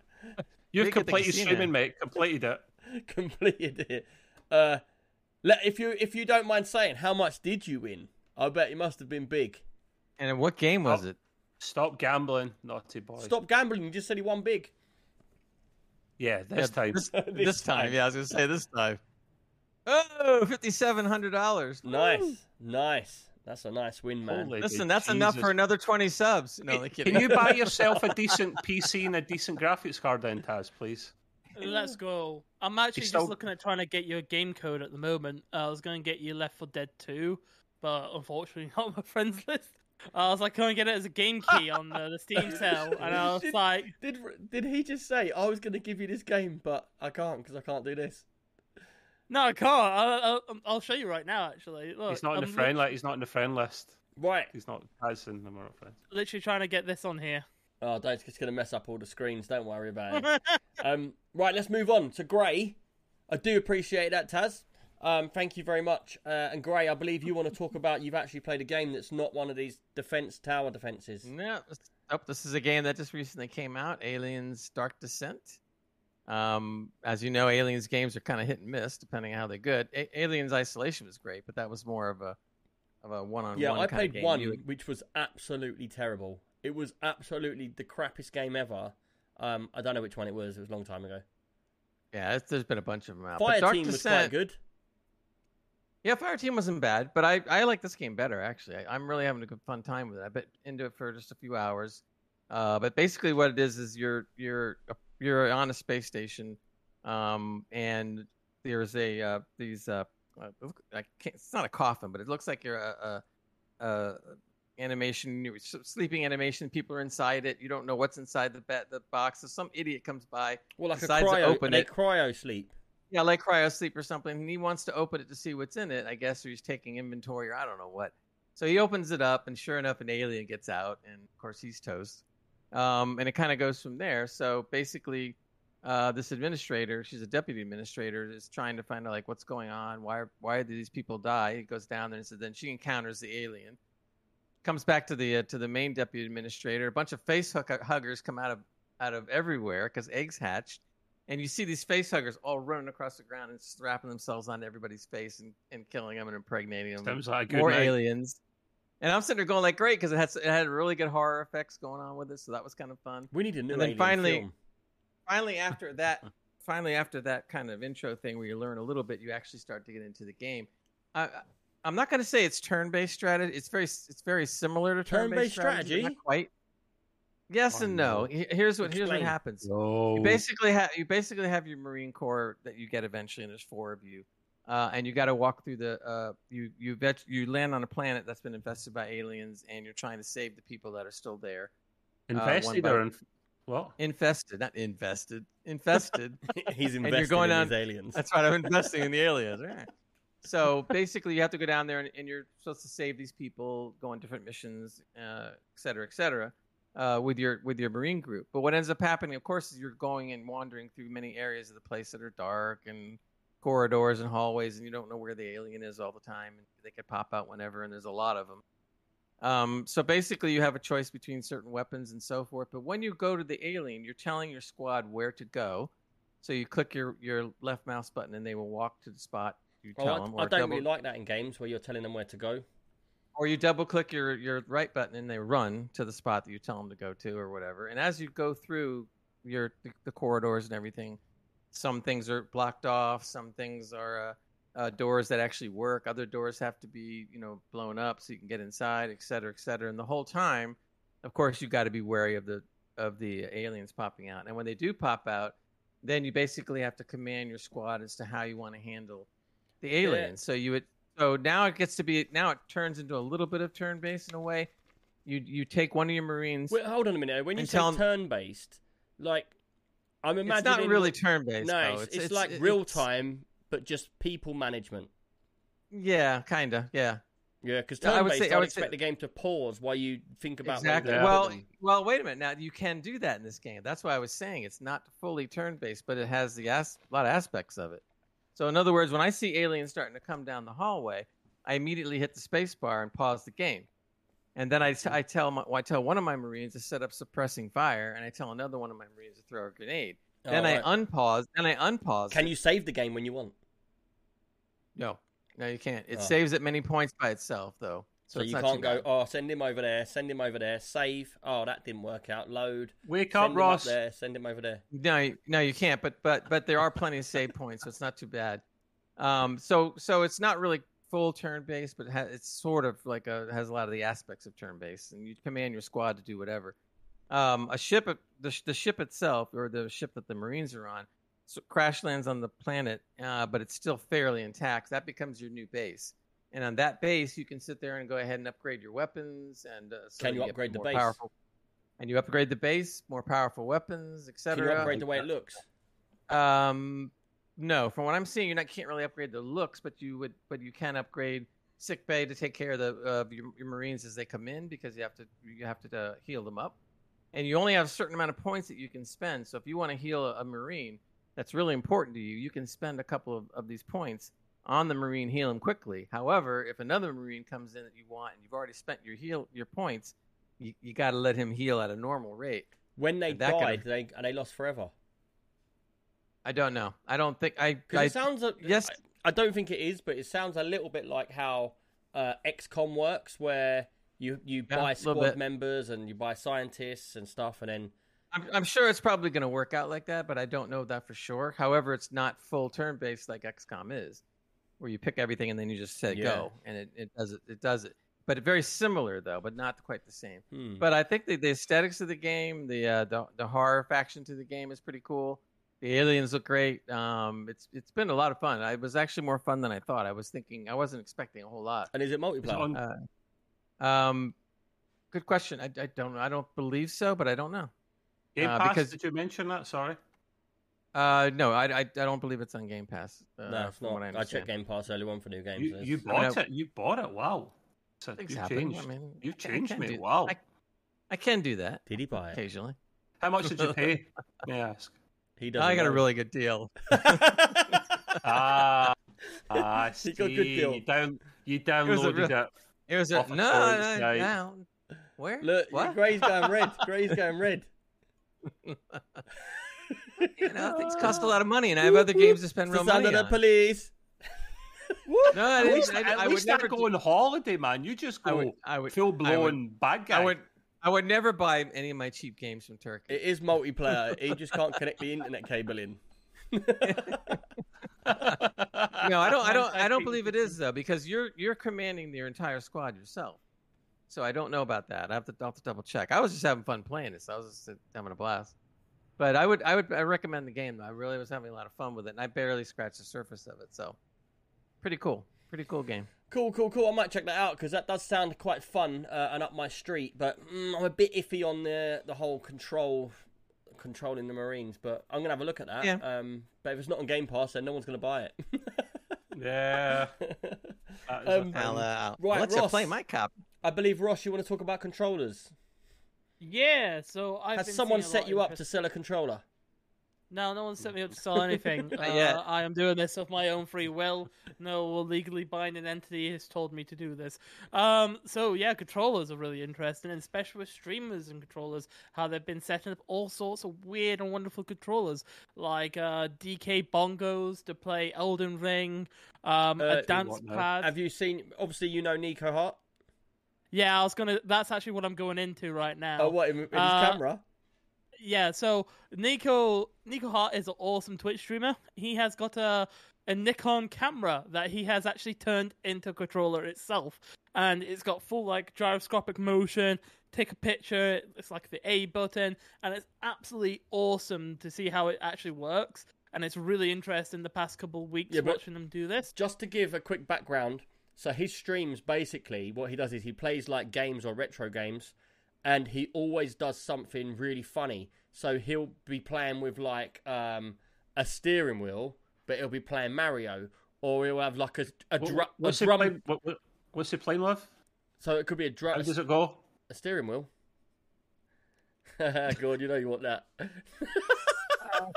Speaker 3: You've
Speaker 2: Big at the
Speaker 3: completed
Speaker 2: casino.
Speaker 3: streaming, mate. Completed it.
Speaker 1: Completed it. Uh, let, if you if you don't mind saying, how much did you win? I bet it must have been big.
Speaker 2: And in what game was
Speaker 3: Oh.
Speaker 2: it?
Speaker 3: Stop gambling, naughty boy.
Speaker 1: Stop gambling. You just said he won big.
Speaker 3: Yeah, this
Speaker 2: Yeah,
Speaker 3: time.
Speaker 2: This,
Speaker 1: This
Speaker 2: this time.
Speaker 1: time.
Speaker 2: Yeah, I was going to say this time. Oh, $5,700. Woo.
Speaker 1: Nice, nice. That's a nice win, man.
Speaker 3: Holy
Speaker 2: Listen, that's enough
Speaker 3: Jesus.
Speaker 2: for another 20 subs. No, only kidding.
Speaker 3: Can you buy yourself a decent PC and a decent graphics card then, Taz, please?
Speaker 4: Let's go. I'm actually
Speaker 3: It's
Speaker 4: just
Speaker 3: so-
Speaker 4: looking at trying to get your game code at the moment. Uh, I was going to get you Left 4 Dead 2, but unfortunately not on my friends list. Uh, I was like, can I get it as a game key on the, the Steam sale? And I was
Speaker 1: Shit.
Speaker 4: like,
Speaker 1: Did did he just say I was going to give you this game, but I can't because I can't do this?
Speaker 4: no, I can't. I'll, I'll, I'll show you right now, actually. Look,
Speaker 3: He's not in the
Speaker 4: I'm
Speaker 3: friend list. He's not in the friend list.
Speaker 1: Right.
Speaker 3: He's not Taz and them are not friends.
Speaker 4: lit- literally trying to get this on here.
Speaker 1: Oh, don't, it's going to mess up all the screens. Don't worry about it. um, right, let's move on to Gray. I do appreciate that, Taz. Um, thank you very much. Uh, and Gray, I believe you want to talk about you've actually played a game that's not one of these defense tower defenses.
Speaker 2: No. Oh, this is a game that just recently came out, Aliens Dark Descent. Um, as you know, Aliens games are kind of hit and miss depending on how they're good. A- Aliens Isolation was great, but that was more of a of a one-on-one
Speaker 1: Yeah, I
Speaker 2: kinda
Speaker 1: played
Speaker 2: game.
Speaker 1: one
Speaker 2: You would-
Speaker 1: which was absolutely terrible. It was absolutely the crappiest game ever. Um, I don't know which one it was. It was a long time ago.
Speaker 2: yeah, it's, there's been a bunch of them out. Uh, but
Speaker 1: Fire
Speaker 2: Dark
Speaker 1: Team was
Speaker 2: Descent,
Speaker 1: quite good.
Speaker 2: Yeah, Fire Team wasn't bad, but I, I like this game better actually. I, I'm really having a good fun time with it. I've been into it for just a few hours, uh, but basically what it is is you're you're uh, you're on a space station, um, and there's a uh, these uh, uh, look- I can't, it's not a coffin, but it looks like you're a, a, a animation you're s- sleeping animation. People are inside it. You don't know what's inside the bed, the box. So some idiot comes by,
Speaker 1: Well, like a
Speaker 2: decides to
Speaker 1: cryo,
Speaker 2: open
Speaker 1: they
Speaker 2: it.
Speaker 1: cryo sleep.
Speaker 2: yeah, like cryo sleep or something. And he wants to open it to see what's in it, I guess, or he's taking inventory or I don't know what. So he opens it up, and sure enough, an alien gets out, and of course he's toast. Um, and it kind of goes from there. So basically, uh, this administrator, she's a deputy administrator, is trying to find out like what's going on, why why do these people die? He goes down there and so then she encounters the alien, comes back to the uh, to the main deputy administrator. A bunch of face hook- uh, huggers come out of out of everywhere because eggs hatched, and you see these face huggers all running across the ground and strapping themselves onto everybody's face and, and killing them and impregnating them.
Speaker 3: Sounds like a good
Speaker 2: More
Speaker 3: night.
Speaker 2: aliens. And I'm sitting there going like, great, because it had it had really good horror effects going on with it, so that was kind of fun
Speaker 1: We need a new
Speaker 2: And then
Speaker 1: alien
Speaker 2: finally-
Speaker 1: film.
Speaker 2: finally after that finally after that kind of intro thing where you learn a little bit you actually start to get into the game I, I- i'm not going to say it's turn-based strategy it's very it's very similar to
Speaker 1: Turn-based
Speaker 2: turn-based, strategy, but
Speaker 1: strategy?
Speaker 2: not quite yes
Speaker 3: Oh,
Speaker 2: and no
Speaker 3: no.
Speaker 2: He- here's what here's what
Speaker 1: Explain.
Speaker 2: happens
Speaker 3: No.
Speaker 2: you basically have you basically have your Marine Corps that you get eventually, and there's four of you, uh, and you got to walk through the uh, you you vet, you land on a planet that's been infested by aliens, and you're trying to save the people that are still there, uh,
Speaker 3: Invested
Speaker 2: by-
Speaker 3: or in... what?
Speaker 2: infested, not invested, infested.
Speaker 1: He's
Speaker 2: you're
Speaker 1: invested
Speaker 2: going
Speaker 1: in
Speaker 2: on-
Speaker 1: his aliens.
Speaker 2: That's right. I'm investing in the aliens. All right. So basically, you have to go down there and, and you're supposed to save these people, go on different missions, uh, et cetera, et cetera, uh, with your with your marine group. But what ends up happening, of course, is you're going and wandering through many areas of the place that are dark and corridors and hallways, and you don't know where the alien is all the time, and they could pop out whenever, and there's a lot of them. Um, so basically, you have a choice between certain weapons and so forth. But when you go to the alien, you're telling your squad where to go. So you click your, your left mouse button, and they will walk to the spot. You
Speaker 1: Oh,
Speaker 2: tell
Speaker 1: I,
Speaker 2: them,
Speaker 1: I
Speaker 2: or
Speaker 1: don't
Speaker 2: double,
Speaker 1: really like that in games where you're telling them where to go.
Speaker 2: or you double click your your right button, and they run to the spot that you tell them to go to, or whatever. And as you go through your the, the corridors and everything, some things are blocked off, some things are. Uh, uh, doors that actually work. Other doors have to be, you know, blown up so you can get inside, et cetera, et cetera. And the whole time, of course, you got to be wary of the of the aliens popping out. And when they do pop out, then you basically have to command your squad as to how you want to handle the aliens. So you would. So now it gets to be now it turns into a little bit of turn based in a way. You you take one of your marines.
Speaker 1: Wait, hold on a minute. eh, When you
Speaker 2: And
Speaker 1: say
Speaker 2: tell 'em-
Speaker 1: turn based, like I'm imagining
Speaker 2: it's not really turn based.
Speaker 1: no, it's, it's, like real time, but just people management.
Speaker 2: Yeah, kinda. Yeah.
Speaker 1: Yeah, because
Speaker 2: Yeah, I
Speaker 1: turn
Speaker 2: would
Speaker 1: based,
Speaker 2: say- I
Speaker 1: I would
Speaker 2: would say-
Speaker 1: expect the game to pause while you think about where
Speaker 2: exactly.
Speaker 1: you're going
Speaker 2: Well,
Speaker 1: with them.
Speaker 2: well, wait a minute. Now you can do that in this game. That's why I was saying it's not fully turn-based, but it has the as- a lot of aspects of it. So in other words, when I see aliens starting to come down the hallway, I immediately hit the space bar and pause the game. And then I, t- I tell my, well, I tell one of my marines to set up suppressing fire, and I tell another one of my marines to throw a grenade. then
Speaker 1: Oh,
Speaker 2: I
Speaker 1: right.
Speaker 2: unpause. Then I unpause.
Speaker 1: can you save the game when you want?
Speaker 2: No, no, you can't. It
Speaker 1: Oh.
Speaker 2: saves at many points by itself, though.
Speaker 1: So,
Speaker 2: it's
Speaker 1: you
Speaker 2: not too
Speaker 1: can't go.
Speaker 2: bad.
Speaker 1: Oh, send him over there. Send him over there. Save. Oh, that didn't work out. Load.
Speaker 3: Wake
Speaker 1: send
Speaker 3: up,
Speaker 1: him
Speaker 3: Ross.
Speaker 1: Up there. Send him over there.
Speaker 2: No, you- no, you can't. But but but there are plenty of save points, so it's not too bad. Um, so so it's not really full turn based, but it ha- it's sort of like a has a lot of the aspects of turn based, and you command your squad to do whatever. Um, a ship, the sh- the ship itself, or the ship that the Marines are on, so crash lands on the planet, uh, but it's still fairly intact. That becomes your new base, and on that base, you can sit there and go ahead and upgrade your weapons and uh, so
Speaker 1: Can you
Speaker 2: that get
Speaker 1: upgrade the
Speaker 2: more
Speaker 1: base?
Speaker 2: Powerful- and you upgrade the base, more powerful weapons,
Speaker 1: Can
Speaker 2: etc.
Speaker 1: you upgrade the way it looks?
Speaker 2: Um, no, from what I'm seeing, you not can't really upgrade the looks, but you would, but you can upgrade sick bay to take care of the of your, your marines as they come in because you have to you have to uh, heal them up, and you only have a certain amount of points that you can spend. So if you want to heal a, a marine that's really important to you, you can spend a couple of, of these points on the marine, heal him quickly. However, if another marine comes in that you want and you've already spent your heal your points, you, you got to let him heal at a normal rate.
Speaker 1: When they
Speaker 2: And that could
Speaker 1: died,
Speaker 2: have-
Speaker 1: they and they lost forever.
Speaker 2: I don't know. I don't think I.
Speaker 1: Because
Speaker 2: I-
Speaker 1: it sounds. A,
Speaker 2: yes.
Speaker 1: I, I don't think it is, but it sounds a little bit like how uh, XCOM works, where you you
Speaker 2: Yeah,
Speaker 1: buy
Speaker 2: a little
Speaker 1: squad
Speaker 2: bit.
Speaker 1: members and you buy scientists and stuff, and then
Speaker 2: I'm, I'm sure it's probably going to work out like that, but I don't know that for sure. However, it's not full turn based like XCOM is, where you pick everything and then you just say
Speaker 1: Yeah.
Speaker 2: go, and it, it does it. It does it, but very similar though, but not quite the same.
Speaker 1: hmm.
Speaker 2: But I think the, the aesthetics of the game, the, uh, the the horror faction to the game is pretty cool. The aliens look great. Um, it's it's been a lot of fun. It was actually more fun than I thought. I was thinking I wasn't expecting a whole lot.
Speaker 1: and is it
Speaker 3: Is it
Speaker 1: multiplayer?
Speaker 2: uh,
Speaker 3: on-
Speaker 2: Um, good question. I, I don't know. I don't believe so, but I don't know.
Speaker 3: Game
Speaker 2: uh,
Speaker 3: Pass?
Speaker 2: because-
Speaker 3: Did you mention that? Sorry.
Speaker 2: Uh, no, I, I, I don't believe it's on Game Pass. Uh,
Speaker 1: no, it's
Speaker 2: from
Speaker 1: not.
Speaker 2: What I,
Speaker 1: I, checked
Speaker 2: understand.
Speaker 1: Game Pass early on for new games.
Speaker 3: You,
Speaker 1: and it's-
Speaker 3: you
Speaker 2: I mean,
Speaker 3: bought
Speaker 2: I-
Speaker 3: it. You bought it. Wow. So
Speaker 2: Things
Speaker 3: you've
Speaker 2: happen.
Speaker 3: changed.
Speaker 2: I mean,
Speaker 3: you've
Speaker 2: I can- I
Speaker 3: changed
Speaker 2: can
Speaker 3: me.
Speaker 2: do-
Speaker 3: Wow.
Speaker 2: I, I can do that
Speaker 1: Did he buy it?
Speaker 2: occasionally.
Speaker 3: How much did you pay? May I ask?
Speaker 1: He doesn't.
Speaker 2: I got a
Speaker 1: know.
Speaker 2: really good deal.
Speaker 3: Ah, ah, see,
Speaker 1: He got a good deal.
Speaker 3: Ah, You, down, you
Speaker 2: was a
Speaker 3: downloaded
Speaker 2: real-
Speaker 3: it
Speaker 2: It was a,
Speaker 3: Off
Speaker 2: no,
Speaker 3: a forest,
Speaker 2: no,
Speaker 3: right.
Speaker 2: no. Where?
Speaker 1: Look,
Speaker 2: what?
Speaker 1: Gray's going red. Gray's going red.
Speaker 2: You know, things cost a lot of money, and I have other games to spend
Speaker 1: It's
Speaker 2: real
Speaker 1: the sound
Speaker 2: money
Speaker 1: of the
Speaker 2: on.
Speaker 1: police.
Speaker 2: No, I
Speaker 3: At
Speaker 2: didn't-
Speaker 3: least,
Speaker 2: I,
Speaker 3: at
Speaker 2: I
Speaker 3: least
Speaker 2: would
Speaker 3: not
Speaker 2: never
Speaker 3: go
Speaker 2: do-
Speaker 3: on holiday, man. You just
Speaker 2: I
Speaker 3: go
Speaker 2: would, I would,
Speaker 3: full blown bad guy.
Speaker 2: I would, I would never buy any of my cheap games from Turkey.
Speaker 1: It is multiplayer. he just can't connect the internet cable in.
Speaker 2: no, I don't. I don't. I don't believe it is though, because you're you're commanding their entire squad yourself. So I don't know about that. I have to, I'll have to double check. I was just having fun playing this. I was just uh, having a blast. But I would I would I recommend the game. though. I really was having a lot of fun with it, and I barely scratched the surface of it. So pretty cool. Pretty cool game.
Speaker 1: Cool, cool, cool. I might check that out because that does sound quite fun uh, and up my street. But mm, I'm a bit iffy on the the whole control controlling the Marines. But I'm gonna have a look at that.
Speaker 2: Yeah.
Speaker 1: Um, but if it's not on Game Pass, then no one's gonna buy
Speaker 3: Yeah.
Speaker 1: it.
Speaker 3: that is a
Speaker 1: Um,
Speaker 3: thing.
Speaker 2: I'll, uh, I'll-
Speaker 1: Right,
Speaker 2: let's uh,
Speaker 1: Ross.
Speaker 2: play my copy.
Speaker 1: I believe Ross, you want to talk about controllers?
Speaker 4: Yeah, so I've
Speaker 1: Has
Speaker 4: been
Speaker 1: someone
Speaker 4: seeing a
Speaker 1: set
Speaker 4: lot
Speaker 1: you
Speaker 4: of
Speaker 1: up to sell a controller?
Speaker 4: No, no one set me up to sell anything.
Speaker 2: Not
Speaker 4: uh,
Speaker 2: yet.
Speaker 4: I am doing this of my own free will. No legally binding entity has told me to do this. Um, so yeah, controllers are really interesting, and especially with streamers and controllers, how they've been setting up all sorts of weird and wonderful controllers, like uh, DK bongos to play Elden Ring, um,
Speaker 1: Uh,
Speaker 4: a dance
Speaker 3: what now?
Speaker 4: pad.
Speaker 1: Have you seen? Obviously, you know Nico Hart.
Speaker 4: Yeah, I was gonna. That's actually what I'm going into right now.
Speaker 1: Oh, what in, in his
Speaker 4: Uh,
Speaker 1: camera?
Speaker 4: Yeah, so Nico Nico Hart is an awesome Twitch streamer. He has got a a Nikon camera that he has actually turned into a controller itself, and it's got full like gyroscopic motion. Take a picture. It's like the A button, and it's absolutely awesome to see how it actually works. And it's really interesting the past couple of weeks
Speaker 1: Yeah, but-
Speaker 4: watching him do this.
Speaker 1: Just to give a quick background, so his streams basically what he does is he plays like games or retro games, and he always does something really funny. So he'll be playing with like um, a steering wheel, but he'll be playing Mario, or he'll have like a a,
Speaker 3: What-
Speaker 1: dru- a
Speaker 3: what's, he
Speaker 1: drum.
Speaker 3: playing, what, what- what's he playing with?
Speaker 1: So it could be a
Speaker 3: How
Speaker 1: drum,
Speaker 3: does it go?
Speaker 1: a steering wheel. God, you know you want that.
Speaker 3: Are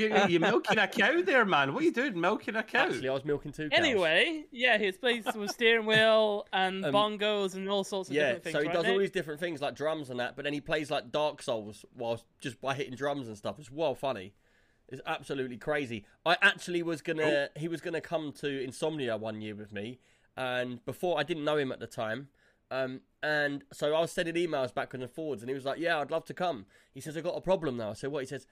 Speaker 3: you, are you milking a cow there, man? What are you doing, milking a cow?
Speaker 1: Actually, I was milking two. cows.
Speaker 4: Anyway, yeah, his plays with steering wheel and
Speaker 1: Um,
Speaker 4: bongos and all sorts of
Speaker 1: Yeah,
Speaker 4: different things.
Speaker 1: so he
Speaker 4: right,
Speaker 1: does all
Speaker 4: Nick?
Speaker 1: these different things like drums and that, but then he plays like Dark Souls whilst just by hitting drums and stuff. It's well funny. It's absolutely crazy. I actually was gonna he was gonna come to Insomnia one year with me, and before I didn't know him at the time. Um, and so I was sending emails backwards and forwards, and he was like, "Yeah, I'd love to come." He says, "I got a problem though." I said, "What?" He says,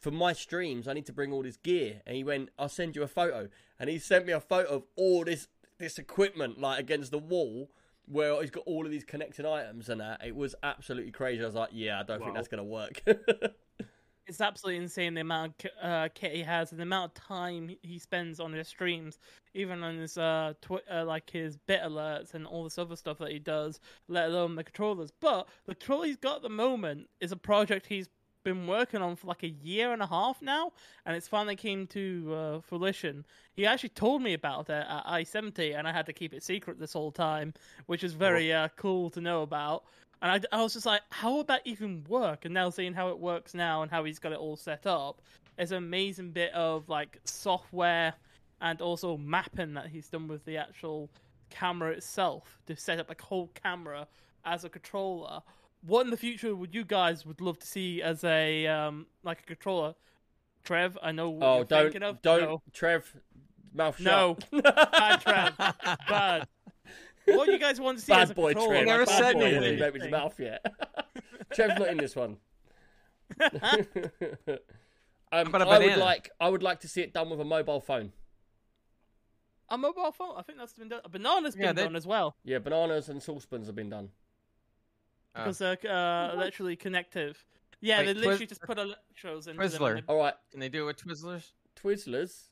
Speaker 1: for my streams, I need to bring all this gear. And he went, I'll send you a photo. And he sent me a photo of all this this equipment like against the wall where he's got all of these connected items and that. It was absolutely crazy. I was like, yeah, I don't think
Speaker 3: Wow.
Speaker 1: that's gonna work.
Speaker 4: It's absolutely insane the amount of ki- uh, kit he has and the amount of time he spends on his streams, even on his uh, twi- uh like his bit alerts and all this other stuff that he does. Let alone the controllers. But the controller he's got at the moment is a project he's been working on for like a year and a half now, and it's finally came to uh, fruition. He actually told me about it at I seventy, and I had to keep it secret this whole time, which is very uh, cool to know about. And I, I was just like, how would that even work? And now seeing how it works now and how he's got it all set up, it's an amazing bit of like software and also mapping that he's done with the actual camera itself to set up like whole camera as a controller. What in the future would you guys would love to see as a um like a controller? Trev, I know what
Speaker 1: oh,
Speaker 4: you're
Speaker 1: don't
Speaker 4: thinking of.
Speaker 1: don't
Speaker 4: No.
Speaker 1: Trev mouth
Speaker 4: No.
Speaker 1: shut.
Speaker 4: bad Trev, bad. What do you guys want to see as a
Speaker 1: Bad boy Trev.
Speaker 4: controller? Like,
Speaker 2: Never
Speaker 1: bad
Speaker 2: said
Speaker 1: boy.
Speaker 2: anything.
Speaker 1: He hasn't opened his mouth yet. Trev's not in this one. um,
Speaker 2: about a
Speaker 1: I would
Speaker 2: banana?
Speaker 1: like I would like to see it done with a mobile phone.
Speaker 4: A mobile phone. I think that's been done. A banana's been
Speaker 2: Yeah, they-
Speaker 4: done as well
Speaker 1: Yeah, bananas and saucepans have been done.
Speaker 2: Ah.
Speaker 4: because they're uh, literally connective. Yeah,
Speaker 2: Wait,
Speaker 4: they
Speaker 2: Twiz-
Speaker 4: literally just put electrodes into them.
Speaker 2: Twizzler.
Speaker 4: and they-
Speaker 1: All right,
Speaker 2: Can they do it with Twizzlers?
Speaker 1: Twizzlers.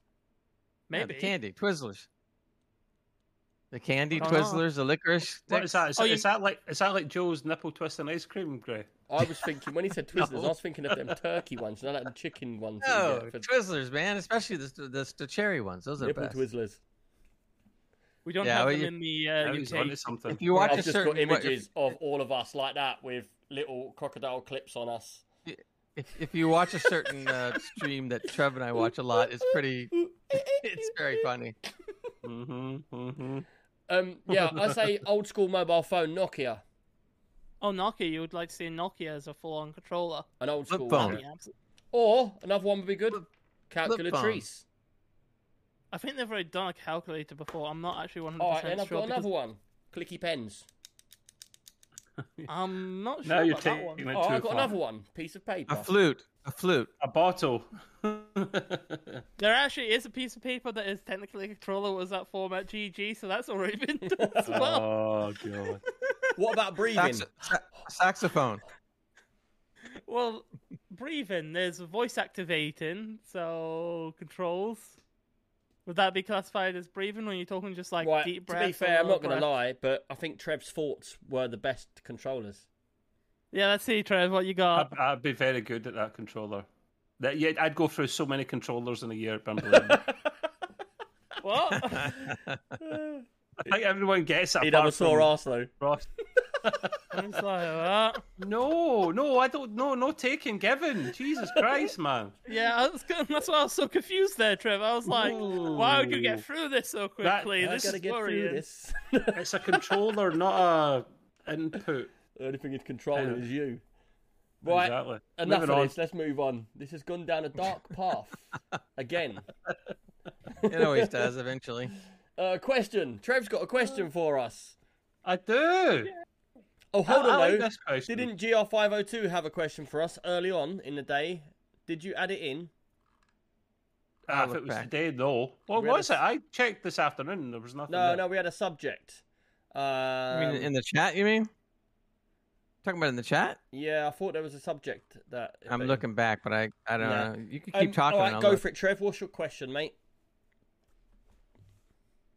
Speaker 2: Yeah,
Speaker 4: Maybe.
Speaker 2: the candy Twizzlers. The candy
Speaker 4: I don't know.
Speaker 2: Twizzlers, the licorice.
Speaker 3: What is
Speaker 2: sticks.
Speaker 3: that? Is,
Speaker 4: Oh,
Speaker 3: is
Speaker 4: you-
Speaker 3: that like is that like Joe's nipple twisting ice cream, Gray?
Speaker 1: I was thinking when he said Twizzlers, I
Speaker 2: No.
Speaker 1: was thinking of them turkey ones, you know, like the chicken ones. that you
Speaker 2: No,
Speaker 1: get for
Speaker 2: Oh, Twizzlers, man, especially the, the the cherry ones. Those are the
Speaker 1: nipple
Speaker 2: best.
Speaker 1: Twizzlers.
Speaker 4: We don't
Speaker 2: Yeah,
Speaker 4: have
Speaker 2: well,
Speaker 4: them
Speaker 2: you-
Speaker 4: in the
Speaker 3: I
Speaker 4: uh,
Speaker 3: was
Speaker 4: UK.
Speaker 3: onto something.
Speaker 2: If you watch a
Speaker 1: I've just
Speaker 2: certain
Speaker 1: got
Speaker 2: what-
Speaker 1: images of all of us like that with little crocodile clips on us.
Speaker 2: If, if, if you watch a certain uh, stream that Trev and I watch a lot, it's pretty. It's very funny.
Speaker 3: Mm-hmm, mm-hmm.
Speaker 1: Um, yeah, I say old school mobile phone Nokia,
Speaker 4: Oh, Nokia. You would like to see a Nokia as a full-on controller.
Speaker 1: an old
Speaker 2: Flip
Speaker 1: school
Speaker 2: phone.
Speaker 1: one.
Speaker 4: That'd be abs-
Speaker 1: Or another one would be good,
Speaker 2: Flip-
Speaker 1: calculatrice.
Speaker 4: I think they've already done a calculator before. I'm not actually 100
Speaker 1: All right, then
Speaker 4: percent
Speaker 1: Oh, I've
Speaker 4: sure.
Speaker 1: got
Speaker 4: because
Speaker 1: another one, clicky pens.
Speaker 4: I'm not sure
Speaker 3: Now you're
Speaker 4: about that
Speaker 3: taking
Speaker 4: one.
Speaker 3: it
Speaker 1: Oh,
Speaker 3: too
Speaker 1: I've got
Speaker 3: far.
Speaker 1: another one, piece of paper.
Speaker 2: A flute. A flute.
Speaker 3: A bottle.
Speaker 4: There actually is a piece of paper that is technically a controller. Was that format GG? So that's already been done as well.
Speaker 3: oh god.
Speaker 1: What about breathing?
Speaker 2: Sax- sa- saxophone.
Speaker 4: Well, breathing. There's voice activating. So controls. Would that be classified as breathing when you're talking just like
Speaker 1: right,
Speaker 4: deep
Speaker 1: to
Speaker 4: breath?
Speaker 1: be
Speaker 4: or
Speaker 1: fair, I'm
Speaker 4: low
Speaker 1: not going
Speaker 4: breath?
Speaker 1: to lie, but I think Trev's thoughts were the best controllers.
Speaker 4: Yeah, let's see, Trev, what you
Speaker 3: I'd,
Speaker 4: got.
Speaker 3: I'd be very good at that controller. That yeah, I'd go through so many controllers in a year. It's unbelievable.
Speaker 4: what?
Speaker 3: I think everyone gets it.
Speaker 1: He'd have a
Speaker 3: apart from
Speaker 1: sore ass though.
Speaker 3: Ross.
Speaker 4: I'm sorry about that.
Speaker 3: No, no, I don't. No, no taking, given. Jesus Christ, man.
Speaker 4: Yeah, I was gonna, that's why I was so confused there, Trev. I was like, why would you get through this so quickly?
Speaker 3: that-
Speaker 4: this
Speaker 1: gotta
Speaker 4: is
Speaker 1: get through
Speaker 4: worrying.
Speaker 1: this.
Speaker 3: It's a controller, not a input.
Speaker 1: The only thing he's controlling
Speaker 3: Yeah.
Speaker 1: is you. Right,
Speaker 3: Exactly.
Speaker 1: enough
Speaker 3: Moving
Speaker 1: of
Speaker 3: on.
Speaker 1: this. Let's move on. This has gone down a dark path again.
Speaker 2: It always does eventually.
Speaker 1: Uh, question. Trev's got a question for us.
Speaker 3: I do.
Speaker 1: Oh, hold
Speaker 3: I, I
Speaker 1: on
Speaker 3: like
Speaker 1: though.
Speaker 3: this question.
Speaker 1: Didn't GR502 have a question for us early on in the day? Did you add it in?
Speaker 3: Ah, if
Speaker 2: look
Speaker 3: it was
Speaker 2: back.
Speaker 3: today, though. What
Speaker 1: We had a
Speaker 3: was it? I checked this afternoon. and There was nothing.
Speaker 1: No,
Speaker 3: there.
Speaker 1: no, we had a subject. Um,
Speaker 2: I mean, in the chat, you mean? Talking about in the chat?
Speaker 1: yeah, I thought there was a subject that
Speaker 2: I'm
Speaker 1: that-
Speaker 2: looking back, but I, I don't
Speaker 1: Nah.
Speaker 2: know. You can
Speaker 1: Um,
Speaker 2: keep talking.
Speaker 1: All
Speaker 2: and
Speaker 1: right,
Speaker 2: I'll
Speaker 1: go
Speaker 2: look.
Speaker 1: for it, Trev. What's your question, mate?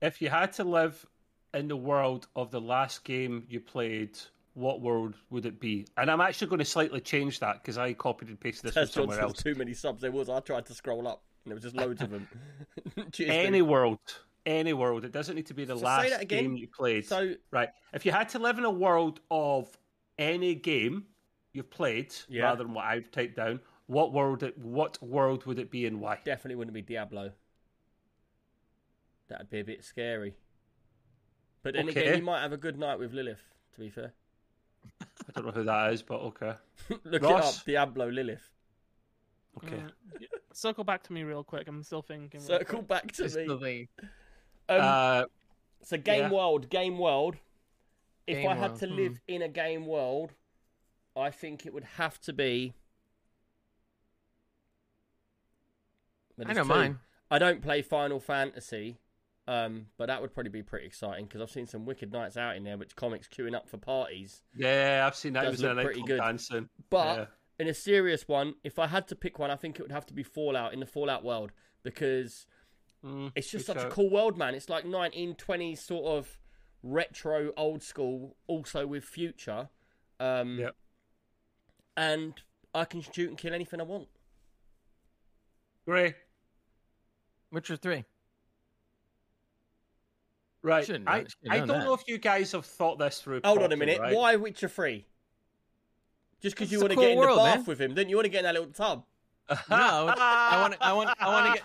Speaker 3: If you had to live in the world of the last game you played, what world would it be? And I'm actually going to slightly change that because I copied and pasted this from
Speaker 1: That's
Speaker 3: somewhere
Speaker 1: Johnson's
Speaker 3: else.
Speaker 1: too many subs. There was. I tried to scroll up, and there was just loads of them. Cheers,
Speaker 3: Any
Speaker 1: dude.
Speaker 3: world. Any world. It doesn't need to be the
Speaker 1: So say
Speaker 3: last
Speaker 1: that again.
Speaker 3: game you played.
Speaker 1: So
Speaker 3: Right. If you had to live in a world of any game you've played,
Speaker 1: Yeah.
Speaker 3: rather than what I've typed down, what world? It, what world would it be and why?
Speaker 1: definitely wouldn't be Diablo. That'd be a bit scary. But then again,
Speaker 3: Okay.
Speaker 1: you might have a good night with Lilith. To be fair,
Speaker 3: I don't know who that is, but okay,
Speaker 1: look it
Speaker 3: Ross?
Speaker 1: up. Diablo Lilith.
Speaker 3: okay.
Speaker 4: Uh, Circle back to me real quick. I'm still thinking. real
Speaker 1: Circle
Speaker 4: quick.
Speaker 1: back to
Speaker 2: Just
Speaker 1: me.
Speaker 2: the thing.
Speaker 1: Um,
Speaker 3: uh,
Speaker 1: so game
Speaker 3: yeah.
Speaker 1: world, game world. If
Speaker 2: Game
Speaker 1: I had
Speaker 2: world,
Speaker 1: to
Speaker 2: hmm.
Speaker 1: live in a game world, I think it would have to be. But
Speaker 2: I
Speaker 1: there's
Speaker 2: know
Speaker 1: two.
Speaker 2: mine.
Speaker 1: I don't play Final Fantasy, um, but that would probably be pretty exciting because I've seen some wicked nights out in there, which comics queuing up for parties.
Speaker 3: yeah, I've seen that.
Speaker 1: Does
Speaker 3: It was in a
Speaker 1: look pretty
Speaker 3: nightclub
Speaker 1: good.
Speaker 3: dancing.
Speaker 1: But
Speaker 3: Yeah.
Speaker 1: in a serious one, if I had to pick one, I think it would have to be Fallout in the Fallout world because
Speaker 3: Mm,
Speaker 1: it's just
Speaker 3: good
Speaker 1: such a
Speaker 3: shout.
Speaker 1: cool world, man. It's like 1920s sort of retro, old school, also with future. Um,
Speaker 3: Yep.
Speaker 1: And I can shoot and kill anything I want.
Speaker 3: Great.
Speaker 2: Witcher three.
Speaker 3: Right.
Speaker 2: Shouldn't
Speaker 3: I,
Speaker 2: have- should've
Speaker 3: I
Speaker 2: done
Speaker 3: don't
Speaker 2: that.
Speaker 3: know if you guys have thought this through.
Speaker 1: Hold on a
Speaker 3: properly,
Speaker 1: minute.
Speaker 3: right?
Speaker 1: Why Witcher 3? Just because
Speaker 2: It's
Speaker 1: you
Speaker 2: a
Speaker 1: want to
Speaker 2: cool
Speaker 1: get in
Speaker 2: world,
Speaker 1: the bath
Speaker 2: man.
Speaker 1: with him, didn't you want to get in that little tub?
Speaker 2: No, it's- I want. I want. I want to get.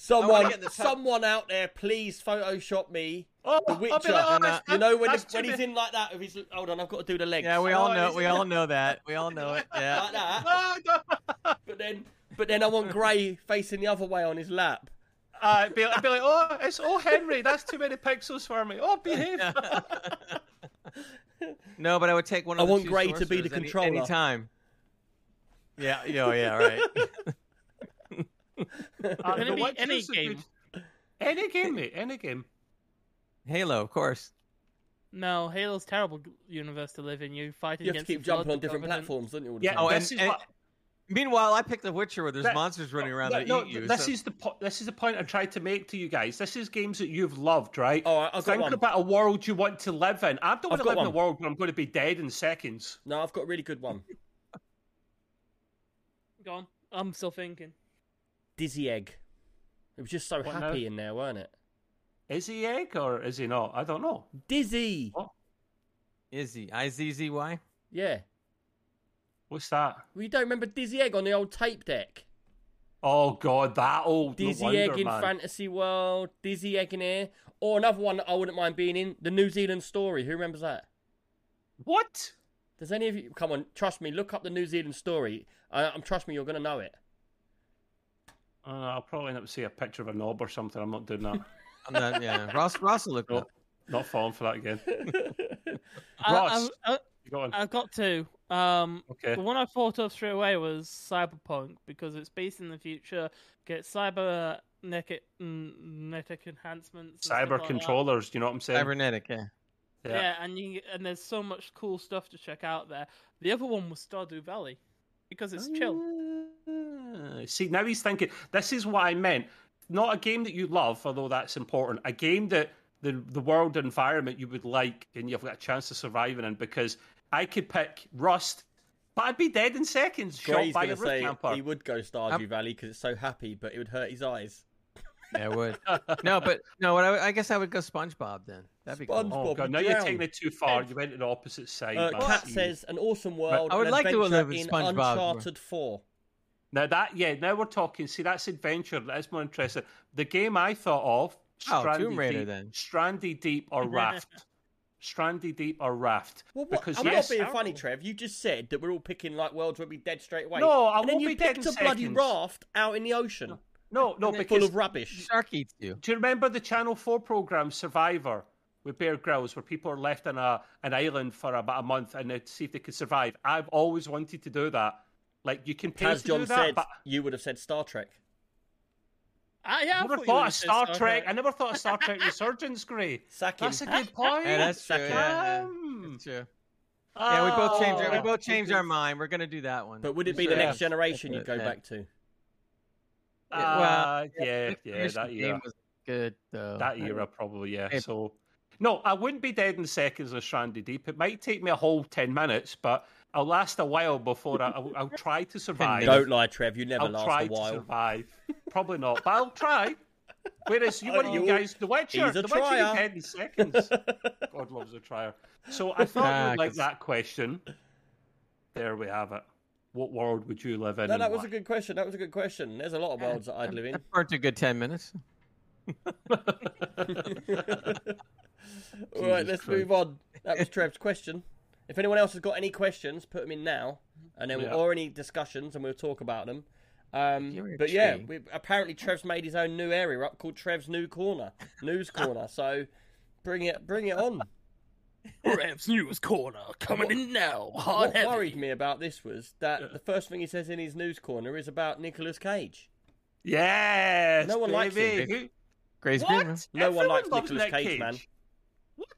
Speaker 1: Someone,
Speaker 2: get in the tub.
Speaker 1: someone out there, please Photoshop me.
Speaker 3: Oh,
Speaker 1: The
Speaker 3: I'll be
Speaker 1: Witcher.
Speaker 3: like,
Speaker 2: No, no.
Speaker 3: that's-
Speaker 1: You know when, the,
Speaker 3: that's
Speaker 1: when
Speaker 3: too
Speaker 1: he's
Speaker 3: many-
Speaker 1: in like that with his hold on, I've got to do the legs.
Speaker 2: Yeah, we
Speaker 3: Oh,
Speaker 2: all know.
Speaker 3: is
Speaker 2: We
Speaker 3: it?
Speaker 2: all know that. We all know it. Yeah.
Speaker 1: like that.
Speaker 3: Ah, no.
Speaker 1: But then, but then I want Gray facing the other way on his lap.
Speaker 3: Uh, it'd be, it'd be like, oh, it's oh Henry, that's too many pixels for me. Oh, behave.
Speaker 2: Uh, No, but I would take one.
Speaker 1: I
Speaker 2: Of the
Speaker 1: want
Speaker 2: two
Speaker 1: Gray to be the
Speaker 2: sorcerers any-
Speaker 1: controller.
Speaker 2: anytime. Yeah. Yeah. oh, Yeah. Right.
Speaker 3: Uh,
Speaker 4: Can it
Speaker 3: The
Speaker 4: be
Speaker 3: Witcher's
Speaker 4: any
Speaker 3: a
Speaker 4: game?
Speaker 3: good- Any game, mate. Any game.
Speaker 2: Halo, of course.
Speaker 4: No, Halo's terrible g- universe to live in. You fighting
Speaker 1: You have to
Speaker 4: against
Speaker 1: keep
Speaker 4: the flood,
Speaker 1: jumping on
Speaker 4: the
Speaker 1: different
Speaker 4: Covenant.
Speaker 1: platforms, don't you? All the
Speaker 3: Yeah.
Speaker 1: time?
Speaker 2: Oh,
Speaker 3: this
Speaker 2: and-
Speaker 3: is
Speaker 2: and-
Speaker 3: what-
Speaker 2: Meanwhile, I picked The Witcher where there's
Speaker 3: That-
Speaker 2: monsters running around
Speaker 3: No,
Speaker 2: that
Speaker 3: no,
Speaker 1: E
Speaker 2: eat you.
Speaker 3: this
Speaker 2: so-
Speaker 3: is the po- this is the point I tried to make to you guys. This is games that you've loved, right?
Speaker 1: All right, Oh, I've got
Speaker 3: Think
Speaker 1: one.
Speaker 3: about a world you want to live in. I don't
Speaker 1: I've
Speaker 3: want to
Speaker 1: got
Speaker 3: live in a
Speaker 1: one.
Speaker 3: world where I'm going to be dead in seconds.
Speaker 1: No, I've got a really good one.
Speaker 4: Go on. I'm still thinking.
Speaker 1: Dizzy Egg. It was just so
Speaker 3: What now?
Speaker 1: happy in there, weren't it?
Speaker 3: Is he egg or is he not? I don't know.
Speaker 1: Dizzy.
Speaker 2: Izzy, I Z Z Y.
Speaker 1: Yeah.
Speaker 3: What's that?
Speaker 1: We don't remember Dizzy Egg on the old tape deck.
Speaker 3: Oh god, that old
Speaker 1: Dizzy
Speaker 3: no wonder,
Speaker 1: Egg in
Speaker 3: man.
Speaker 1: Fantasy World, Dizzy Egg in here, or another one that I wouldn't mind being in, the New Zealand Story. Who remembers that?
Speaker 3: What?
Speaker 1: Does any of you come on? Trust me, look up the New Zealand Story. I, I'm trust me, you're gonna know it.
Speaker 3: Uh, I'll probably end up seeing a picture of a knob or something. I'm not doing that.
Speaker 2: I'm not, yeah, Ross, Ross will look it up.
Speaker 3: not falling for that again.
Speaker 4: I-
Speaker 3: Ross.
Speaker 4: I, I,
Speaker 3: You Go on.
Speaker 4: I've got two. Um,
Speaker 3: Okay.
Speaker 4: The one I thought of straight away was cyberpunk because it's based in the future, gets cyber netic, netic enhancements, and stuff like
Speaker 3: Cyber
Speaker 4: that.
Speaker 3: controllers. You know what I'm saying?
Speaker 2: Cybernetic, yeah.
Speaker 4: Yeah. and you and there's so much cool stuff to check out there. The other one was Stardew Valley because
Speaker 1: Oh,
Speaker 4: it's chill.
Speaker 3: Ah, See, now he's thinking. This is what I meant. Not a game that you love, although that's important. A game that the the world environment you would like, and you've got a chance of surviving in. Because I could pick Rust, but I'd be dead in seconds, shot
Speaker 1: Gray's
Speaker 3: by a
Speaker 1: gonna
Speaker 3: roof
Speaker 1: say
Speaker 3: camper. Um,
Speaker 1: he would go Stardew Valley because it's so happy, but it would hurt his eyes.
Speaker 2: Yeah, I would. no, but no, what I, I guess I would go SpongeBob then. That'd be
Speaker 1: Sponge-
Speaker 2: cool.
Speaker 3: Oh
Speaker 1: Bob,
Speaker 3: god, now
Speaker 1: you
Speaker 3: you're
Speaker 1: drowned.
Speaker 3: taking it too far. You went to the opposite side.
Speaker 1: Uh,
Speaker 3: man.
Speaker 1: Kat
Speaker 3: See.
Speaker 1: says an awesome world.
Speaker 2: I would
Speaker 1: an
Speaker 2: like to
Speaker 1: adventure
Speaker 2: live in
Speaker 1: in
Speaker 2: SpongeBob.
Speaker 1: Uncharted Four.
Speaker 3: Now that yeah, now we're talking. See, that's adventure. That's more interesting. The game I thought of,
Speaker 2: Oh,
Speaker 3: Strandy
Speaker 2: Tomb Raider
Speaker 3: Deep,
Speaker 2: then.
Speaker 3: Strandy Deep or Raft, Strandy Deep or Raft.
Speaker 1: Well, what?
Speaker 3: Because
Speaker 1: I'm
Speaker 3: yes,
Speaker 1: not being funny, Trev. You just said that we're all picking like worlds where we dead straight away.
Speaker 3: No, I
Speaker 1: and then
Speaker 3: won't
Speaker 1: you
Speaker 3: be dead
Speaker 1: picked
Speaker 3: in
Speaker 1: a bloody
Speaker 3: seconds.
Speaker 1: raft out in the ocean,
Speaker 3: no, no,
Speaker 1: full
Speaker 3: because
Speaker 1: of rubbish.
Speaker 2: Shark eats you.
Speaker 3: do you remember the Channel Four program Survivor with Bear Grylls, where people are left on a an island for about a month and they see if they could survive? I've always wanted to do that. Like you can pay
Speaker 1: As
Speaker 3: to
Speaker 1: John
Speaker 3: do that,
Speaker 1: said,
Speaker 3: but
Speaker 1: you would have said Star Trek.
Speaker 4: I,
Speaker 3: I
Speaker 4: yeah, I
Speaker 3: never
Speaker 4: thought you
Speaker 3: thought
Speaker 4: would've
Speaker 3: of
Speaker 4: said
Speaker 3: Star Trek. I
Speaker 4: And
Speaker 3: never thought of Star Trek Resurgence, Gray.
Speaker 1: Sack him.
Speaker 3: That's a good
Speaker 1: Oh,
Speaker 3: point.
Speaker 2: Yeah, that's true. Yeah,
Speaker 1: Second.
Speaker 2: yeah.
Speaker 3: Um,
Speaker 2: That's true. Yeah, we both changed. Our, we
Speaker 3: Oh.
Speaker 2: both changed our mind. We're gonna do that one.
Speaker 1: But would it be the
Speaker 3: Yeah.
Speaker 1: next generation you'd go
Speaker 2: Yeah.
Speaker 1: back to?
Speaker 2: Yeah,
Speaker 3: Uh,
Speaker 2: well,
Speaker 3: yeah,
Speaker 2: Next
Speaker 3: yeah,
Speaker 2: Generation
Speaker 3: that
Speaker 2: game
Speaker 3: era,
Speaker 2: was good though.
Speaker 3: that era probably, yeah.
Speaker 2: Maybe.
Speaker 3: So, no, I wouldn't be dead in seconds of Strandy Deep. It might take me a whole ten minutes, but I'll last a while before I, I'll, I'll try to survive.
Speaker 2: minutes.
Speaker 1: Don't lie, Trev. You never
Speaker 3: I'll
Speaker 1: last
Speaker 3: try
Speaker 1: a
Speaker 3: to
Speaker 1: while.
Speaker 3: survive. Probably not, but I'll try. Whereas you, one of
Speaker 1: Oh,
Speaker 3: you guys, The Witcher,
Speaker 1: he's a
Speaker 3: The Witcher, you
Speaker 1: trier.
Speaker 3: dead in seconds. God loves a trier. So I thought
Speaker 2: Ah,
Speaker 3: you would like
Speaker 2: 'cause-
Speaker 3: that question. There we have it. What world would you live in?
Speaker 1: No,
Speaker 3: and
Speaker 1: that was
Speaker 3: why?
Speaker 1: a good question. That was a good question. There's a lot of worlds that I'd live in.
Speaker 2: That burnt a good ten minutes.
Speaker 1: All right,
Speaker 3: Jesus
Speaker 1: let's
Speaker 3: Christ.
Speaker 1: move on. That was Trev's question. If anyone else has got any questions, put them in now, and then
Speaker 3: Yeah.
Speaker 1: or any discussions, and we'll talk about them. Um,
Speaker 2: You're a
Speaker 1: but yeah,
Speaker 2: tree.
Speaker 1: we, apparently Trev's made his own new area up called Trev's New Corner, News Corner. So bring it, bring it on.
Speaker 4: Rev's News Corner coming in now. Hard
Speaker 1: what
Speaker 4: heavy.
Speaker 1: worried me about this was that the first thing he says in his News Corner is about Nicolas Cage.
Speaker 3: Yes,
Speaker 1: No one likes
Speaker 3: baby.
Speaker 2: him.
Speaker 3: Who-
Speaker 2: Grace
Speaker 3: What?
Speaker 2: Beerman.
Speaker 1: No one
Speaker 3: Everyone
Speaker 1: likes
Speaker 3: loves
Speaker 1: Nicolas
Speaker 3: Nick
Speaker 1: Cage, man.
Speaker 3: What?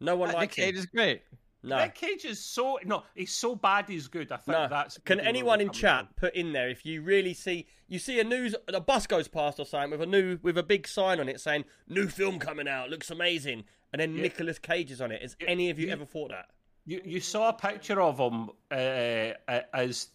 Speaker 1: No one
Speaker 2: Uh, Nick
Speaker 1: likes him.
Speaker 2: Cage is great.
Speaker 1: No,
Speaker 3: Nick Cage is so no. He's so bad. He's good. I think
Speaker 1: No.
Speaker 3: that's.
Speaker 1: Can
Speaker 3: maybe where
Speaker 1: anyone
Speaker 3: we're
Speaker 1: in
Speaker 3: coming
Speaker 1: chat
Speaker 3: from.
Speaker 1: put in there if you really see you see a news a bus goes past or something with a new with a big sign on it saying new film coming out looks amazing and then Nicolas Cage is on it. Has any of you ever thought that?
Speaker 3: You you saw a picture of him uh, uh, as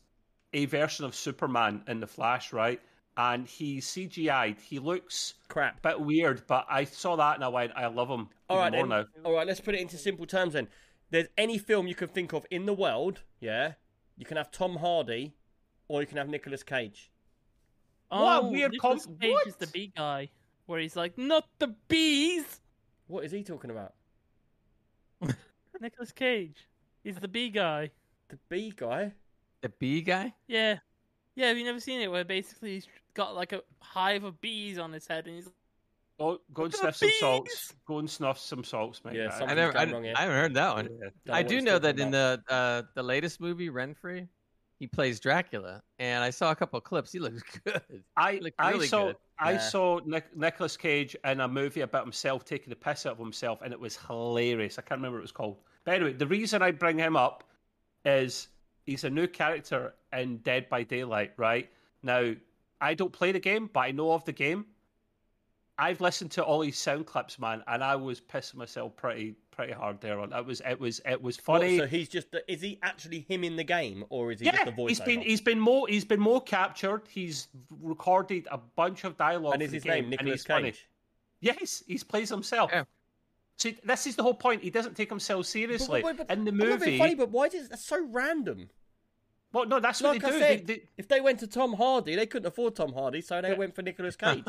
Speaker 3: a version of Superman in the Flash, right? And he's CGI'd. He looks
Speaker 1: Crap.
Speaker 3: a bit weird, but I saw that and I went, I love him.
Speaker 1: All right
Speaker 3: even
Speaker 1: then.
Speaker 3: more
Speaker 1: All right, let's put it into simple terms then. There's any film you can think of in the world, yeah? You can have Tom Hardy or you can have Nicolas Cage.
Speaker 4: Oh,
Speaker 3: What a weird
Speaker 4: Nicolas
Speaker 3: comp-
Speaker 4: Cage is
Speaker 3: what?
Speaker 4: the bee guy, where he's like, not the bees.
Speaker 1: What is he talking about?
Speaker 4: Nicholas Cage is the bee guy.
Speaker 1: The B guy?
Speaker 2: The bee guy.
Speaker 4: Yeah. Yeah, have you never seen it where basically he's got like a hive of bees on his head and he's
Speaker 3: Go, go and
Speaker 4: The
Speaker 3: sniff some
Speaker 4: bees!
Speaker 3: salts. Go and sniff some salts, mate.
Speaker 1: Yeah,
Speaker 3: I-
Speaker 1: some-
Speaker 2: I never. I, I
Speaker 1: gone wrong here.
Speaker 2: haven't heard that one.
Speaker 3: yeah.
Speaker 1: Don't
Speaker 2: I
Speaker 1: what
Speaker 2: do
Speaker 1: he's
Speaker 2: know
Speaker 1: talking
Speaker 2: that in the uh, the latest movie, Renfrey, he plays Dracula, and I saw a couple of clips. He looks good.
Speaker 3: I,
Speaker 2: Looked
Speaker 3: I
Speaker 2: really
Speaker 3: saw
Speaker 2: good.
Speaker 3: I
Speaker 1: Yeah.
Speaker 3: saw Nic- Nicolas Cage in a movie about himself taking the piss out of himself, and it was hilarious. I can't remember what it was called. But anyway, the reason I bring him up is he's a new character in Dead by Daylight. Right now, I don't play the game, but I know of the game. I've listened to all his sound clips, man, and I was pissing myself pretty pretty hard there. On it was it was it was
Speaker 1: What,
Speaker 3: funny.
Speaker 1: Oh, so he's just is he actually him in the game or is he
Speaker 3: yeah,
Speaker 1: just the voice?
Speaker 3: he's been he's been more he's been more captured. He's recorded a bunch of dialogue.
Speaker 1: and
Speaker 3: for
Speaker 1: is
Speaker 3: the
Speaker 1: his
Speaker 3: game,
Speaker 1: name
Speaker 3: and
Speaker 1: Nicolas
Speaker 3: he's funny.
Speaker 1: Cage?
Speaker 3: Yes, he plays himself.
Speaker 2: Yeah.
Speaker 3: See, this is the whole point. He doesn't take himself
Speaker 1: But-
Speaker 3: seriously
Speaker 1: but- but-
Speaker 3: in the
Speaker 1: I'm not being
Speaker 3: movie.
Speaker 1: funny, but why is it that's so random?
Speaker 3: Well, no, that's what
Speaker 1: Like
Speaker 3: they
Speaker 1: I
Speaker 3: do.
Speaker 1: said,
Speaker 3: They- they-
Speaker 1: if they went to Tom Hardy, they couldn't afford Tom Hardy, so they went for Nicolas Cage.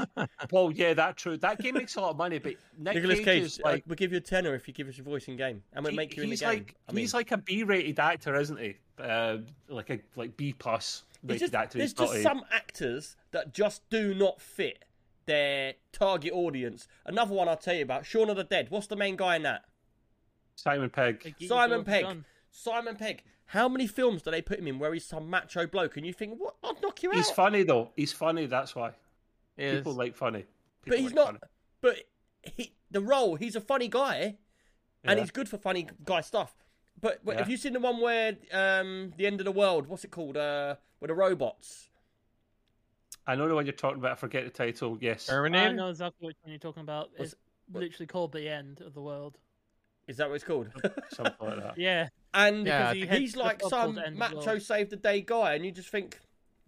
Speaker 3: well, yeah, that's true. That game makes a lot of money, but Nick
Speaker 1: Nicolas
Speaker 3: Cage,
Speaker 1: Cage,
Speaker 3: is
Speaker 1: uh,
Speaker 3: like
Speaker 1: we'll give you a tenner if you give us your voice in game, and we'll
Speaker 3: he-
Speaker 1: make you in the
Speaker 3: he's
Speaker 1: game.
Speaker 3: like
Speaker 1: I mean,
Speaker 3: he's like a B-rated actor, isn't he? Uh, like a like B plus
Speaker 1: it's
Speaker 3: rated
Speaker 1: just-
Speaker 3: actor.
Speaker 1: there's
Speaker 3: He's not
Speaker 1: just
Speaker 3: a-
Speaker 1: some actors that just do not fit their target audience. Another one I'll tell you about, Shaun of the Dead. What's the main guy in that?
Speaker 3: Simon Pegg.
Speaker 4: Like, get
Speaker 1: Simon
Speaker 4: yourself
Speaker 1: Pegg.
Speaker 4: done.
Speaker 1: Simon Pegg. How many films do they put him in where he's some macho bloke and you think, what? I'll knock you out.
Speaker 3: He's funny though. He's funny. That's why
Speaker 2: Is-
Speaker 3: people like funny.
Speaker 1: but
Speaker 3: People
Speaker 1: he's
Speaker 3: like
Speaker 1: not.
Speaker 3: funny.
Speaker 1: But he, the role, he's a funny guy, and
Speaker 3: Yeah.
Speaker 1: he's good for funny guy stuff. But, but have
Speaker 3: Yeah.
Speaker 1: you seen the one where um, the end of the world? What's it called? Uh, with the robots.
Speaker 3: I know the one you're talking about. I forget the title. Yes.
Speaker 4: I
Speaker 2: Terminator.
Speaker 4: know exactly which one you're talking about.
Speaker 1: What's-
Speaker 4: It's literally called the end of the world.
Speaker 1: Is that what it's called?
Speaker 3: Something like that.
Speaker 4: Yeah,
Speaker 1: and
Speaker 2: Yeah, I
Speaker 4: because he heads
Speaker 1: he's
Speaker 4: to the
Speaker 1: like
Speaker 4: pub called
Speaker 1: some
Speaker 4: the End of the
Speaker 1: macho
Speaker 4: World.
Speaker 1: save the day guy, and you just think,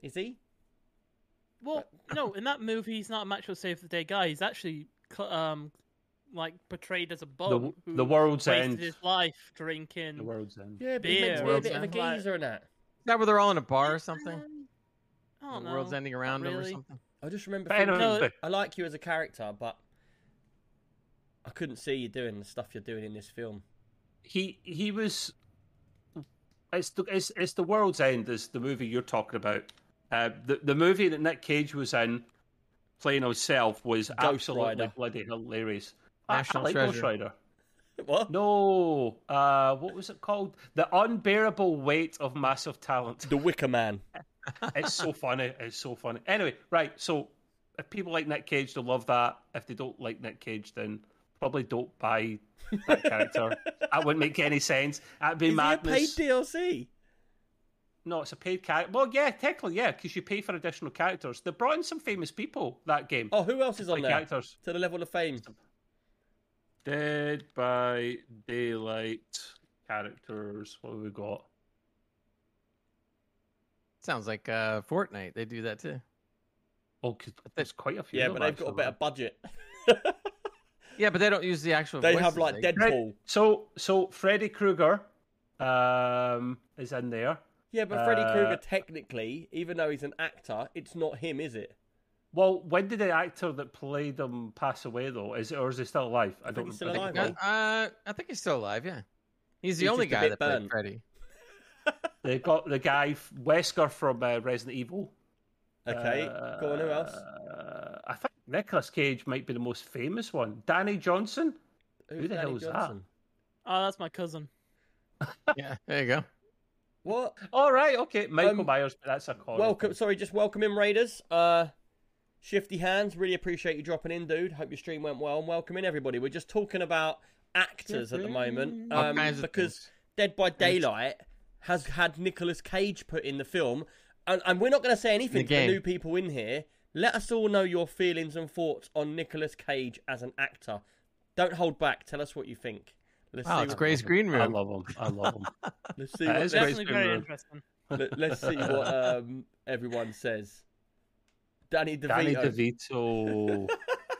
Speaker 1: is he?
Speaker 4: Well, no, in that movie, he's not a macho save the day guy. He's actually cl- um, like portrayed as a bum.
Speaker 3: The,
Speaker 4: who
Speaker 3: the world's
Speaker 4: wasted
Speaker 3: end.
Speaker 4: his life drinking.
Speaker 3: The world's end.
Speaker 1: Yeah, but
Speaker 4: he's
Speaker 1: he's
Speaker 4: meant to be
Speaker 1: a
Speaker 4: a Yeah,
Speaker 1: bit of a
Speaker 4: like-
Speaker 1: geezer and that.
Speaker 2: Is that where they're all in a bar or something?
Speaker 4: I don't
Speaker 2: the world's
Speaker 4: know.
Speaker 2: ending around them or
Speaker 4: really.
Speaker 2: something.
Speaker 1: I just remember.
Speaker 3: But anyway,
Speaker 1: thinking,
Speaker 4: No,
Speaker 3: but-
Speaker 1: I like you as a character, but I couldn't see you doing the stuff you're doing in this film.
Speaker 3: he he was it's the it's, it's the world's end is the movie you're talking about uh the, the movie that nick cage was in playing himself was absolutely
Speaker 1: Rider.
Speaker 3: bloody hilarious
Speaker 2: National
Speaker 3: I, I like Ghost
Speaker 2: Treasure.
Speaker 3: Rider.
Speaker 1: What?
Speaker 3: no uh what was it called the unbearable weight of massive talent
Speaker 1: The Wicker Man.
Speaker 3: it's so funny it's so funny anyway right so if people like nick cage they'll love that if they don't like nick cage then probably don't buy that character that wouldn't make any sense that'd be
Speaker 1: Is
Speaker 3: madness
Speaker 1: he a paid DLC?
Speaker 3: No, it's a paid character. Well, yeah, technically, yeah, because you pay for additional characters. They brought in some famous people that game.
Speaker 1: Oh, who else is on
Speaker 3: Like
Speaker 1: there?
Speaker 3: characters.
Speaker 1: To the level of fame.
Speaker 3: Dead by Daylight characters. What have we got?
Speaker 2: Sounds like uh, Fortnite. They do that too.
Speaker 3: Oh, 'cause there's quite a few.
Speaker 1: Yeah,
Speaker 3: of
Speaker 1: but
Speaker 3: them,
Speaker 1: they've got a
Speaker 3: actually.
Speaker 1: better budget.
Speaker 2: Yeah, but they don't use the actual.
Speaker 1: they
Speaker 2: voices,
Speaker 1: have like
Speaker 2: they-
Speaker 3: Fred-
Speaker 1: Deadpool.
Speaker 3: So, so Freddy Krueger um, is in there.
Speaker 1: Yeah, but Freddy Krueger,
Speaker 3: Uh,
Speaker 1: technically, even though he's an actor, it's not him, is it?
Speaker 3: Well, when did the actor that played him pass away though? Is or is he still alive? I,
Speaker 1: think
Speaker 3: don't.
Speaker 1: he's still
Speaker 3: I think-
Speaker 1: alive,
Speaker 2: Uh,
Speaker 1: Well-
Speaker 2: uh, I think he's still alive. Yeah, he's the
Speaker 1: He's
Speaker 2: only
Speaker 1: just a
Speaker 2: guy
Speaker 1: bit
Speaker 2: that
Speaker 1: burnt.
Speaker 2: played Freddy.
Speaker 3: They got the guy Wesker from uh, Resident Evil.
Speaker 1: Okay, go on, who else?
Speaker 3: Uh, I think Nicolas Cage might be the most famous one. Danny Johnson.
Speaker 1: Who's
Speaker 3: the
Speaker 1: Danny
Speaker 3: hell's that?
Speaker 1: Johnson?
Speaker 4: Oh, that's my cousin.
Speaker 2: yeah, there you go.
Speaker 1: What?
Speaker 3: All right, okay. Michael
Speaker 1: Um,
Speaker 3: Myers, but that's a call.
Speaker 1: Welcome, sorry, just welcome in, Raiders. Uh, Shifty Hands, really appreciate you dropping in, dude. Hope your stream went well, and welcome in, everybody. We're just talking about actors at the moment
Speaker 2: All
Speaker 1: um,
Speaker 2: kinds of
Speaker 1: because
Speaker 2: things.
Speaker 1: Dead by Daylight has had Nicolas Cage put in the film, and, and we're not going to say anything
Speaker 2: The
Speaker 1: to the
Speaker 2: game.
Speaker 1: new people in here. Let us all know your feelings and thoughts on Nicolas Cage as an actor. Don't hold back. Tell us what you think. Let's
Speaker 2: Wow,
Speaker 1: see
Speaker 2: it's
Speaker 1: what,
Speaker 2: Gray's green
Speaker 3: I
Speaker 2: room.
Speaker 3: love him. I love him.
Speaker 1: Let's see
Speaker 3: That
Speaker 1: what, let's-
Speaker 3: is Grace
Speaker 4: Definitely
Speaker 3: Green
Speaker 4: very
Speaker 3: Room.
Speaker 4: interesting.
Speaker 1: let, us see what um, everyone says. Danny DeVito.
Speaker 3: Danny DeVito.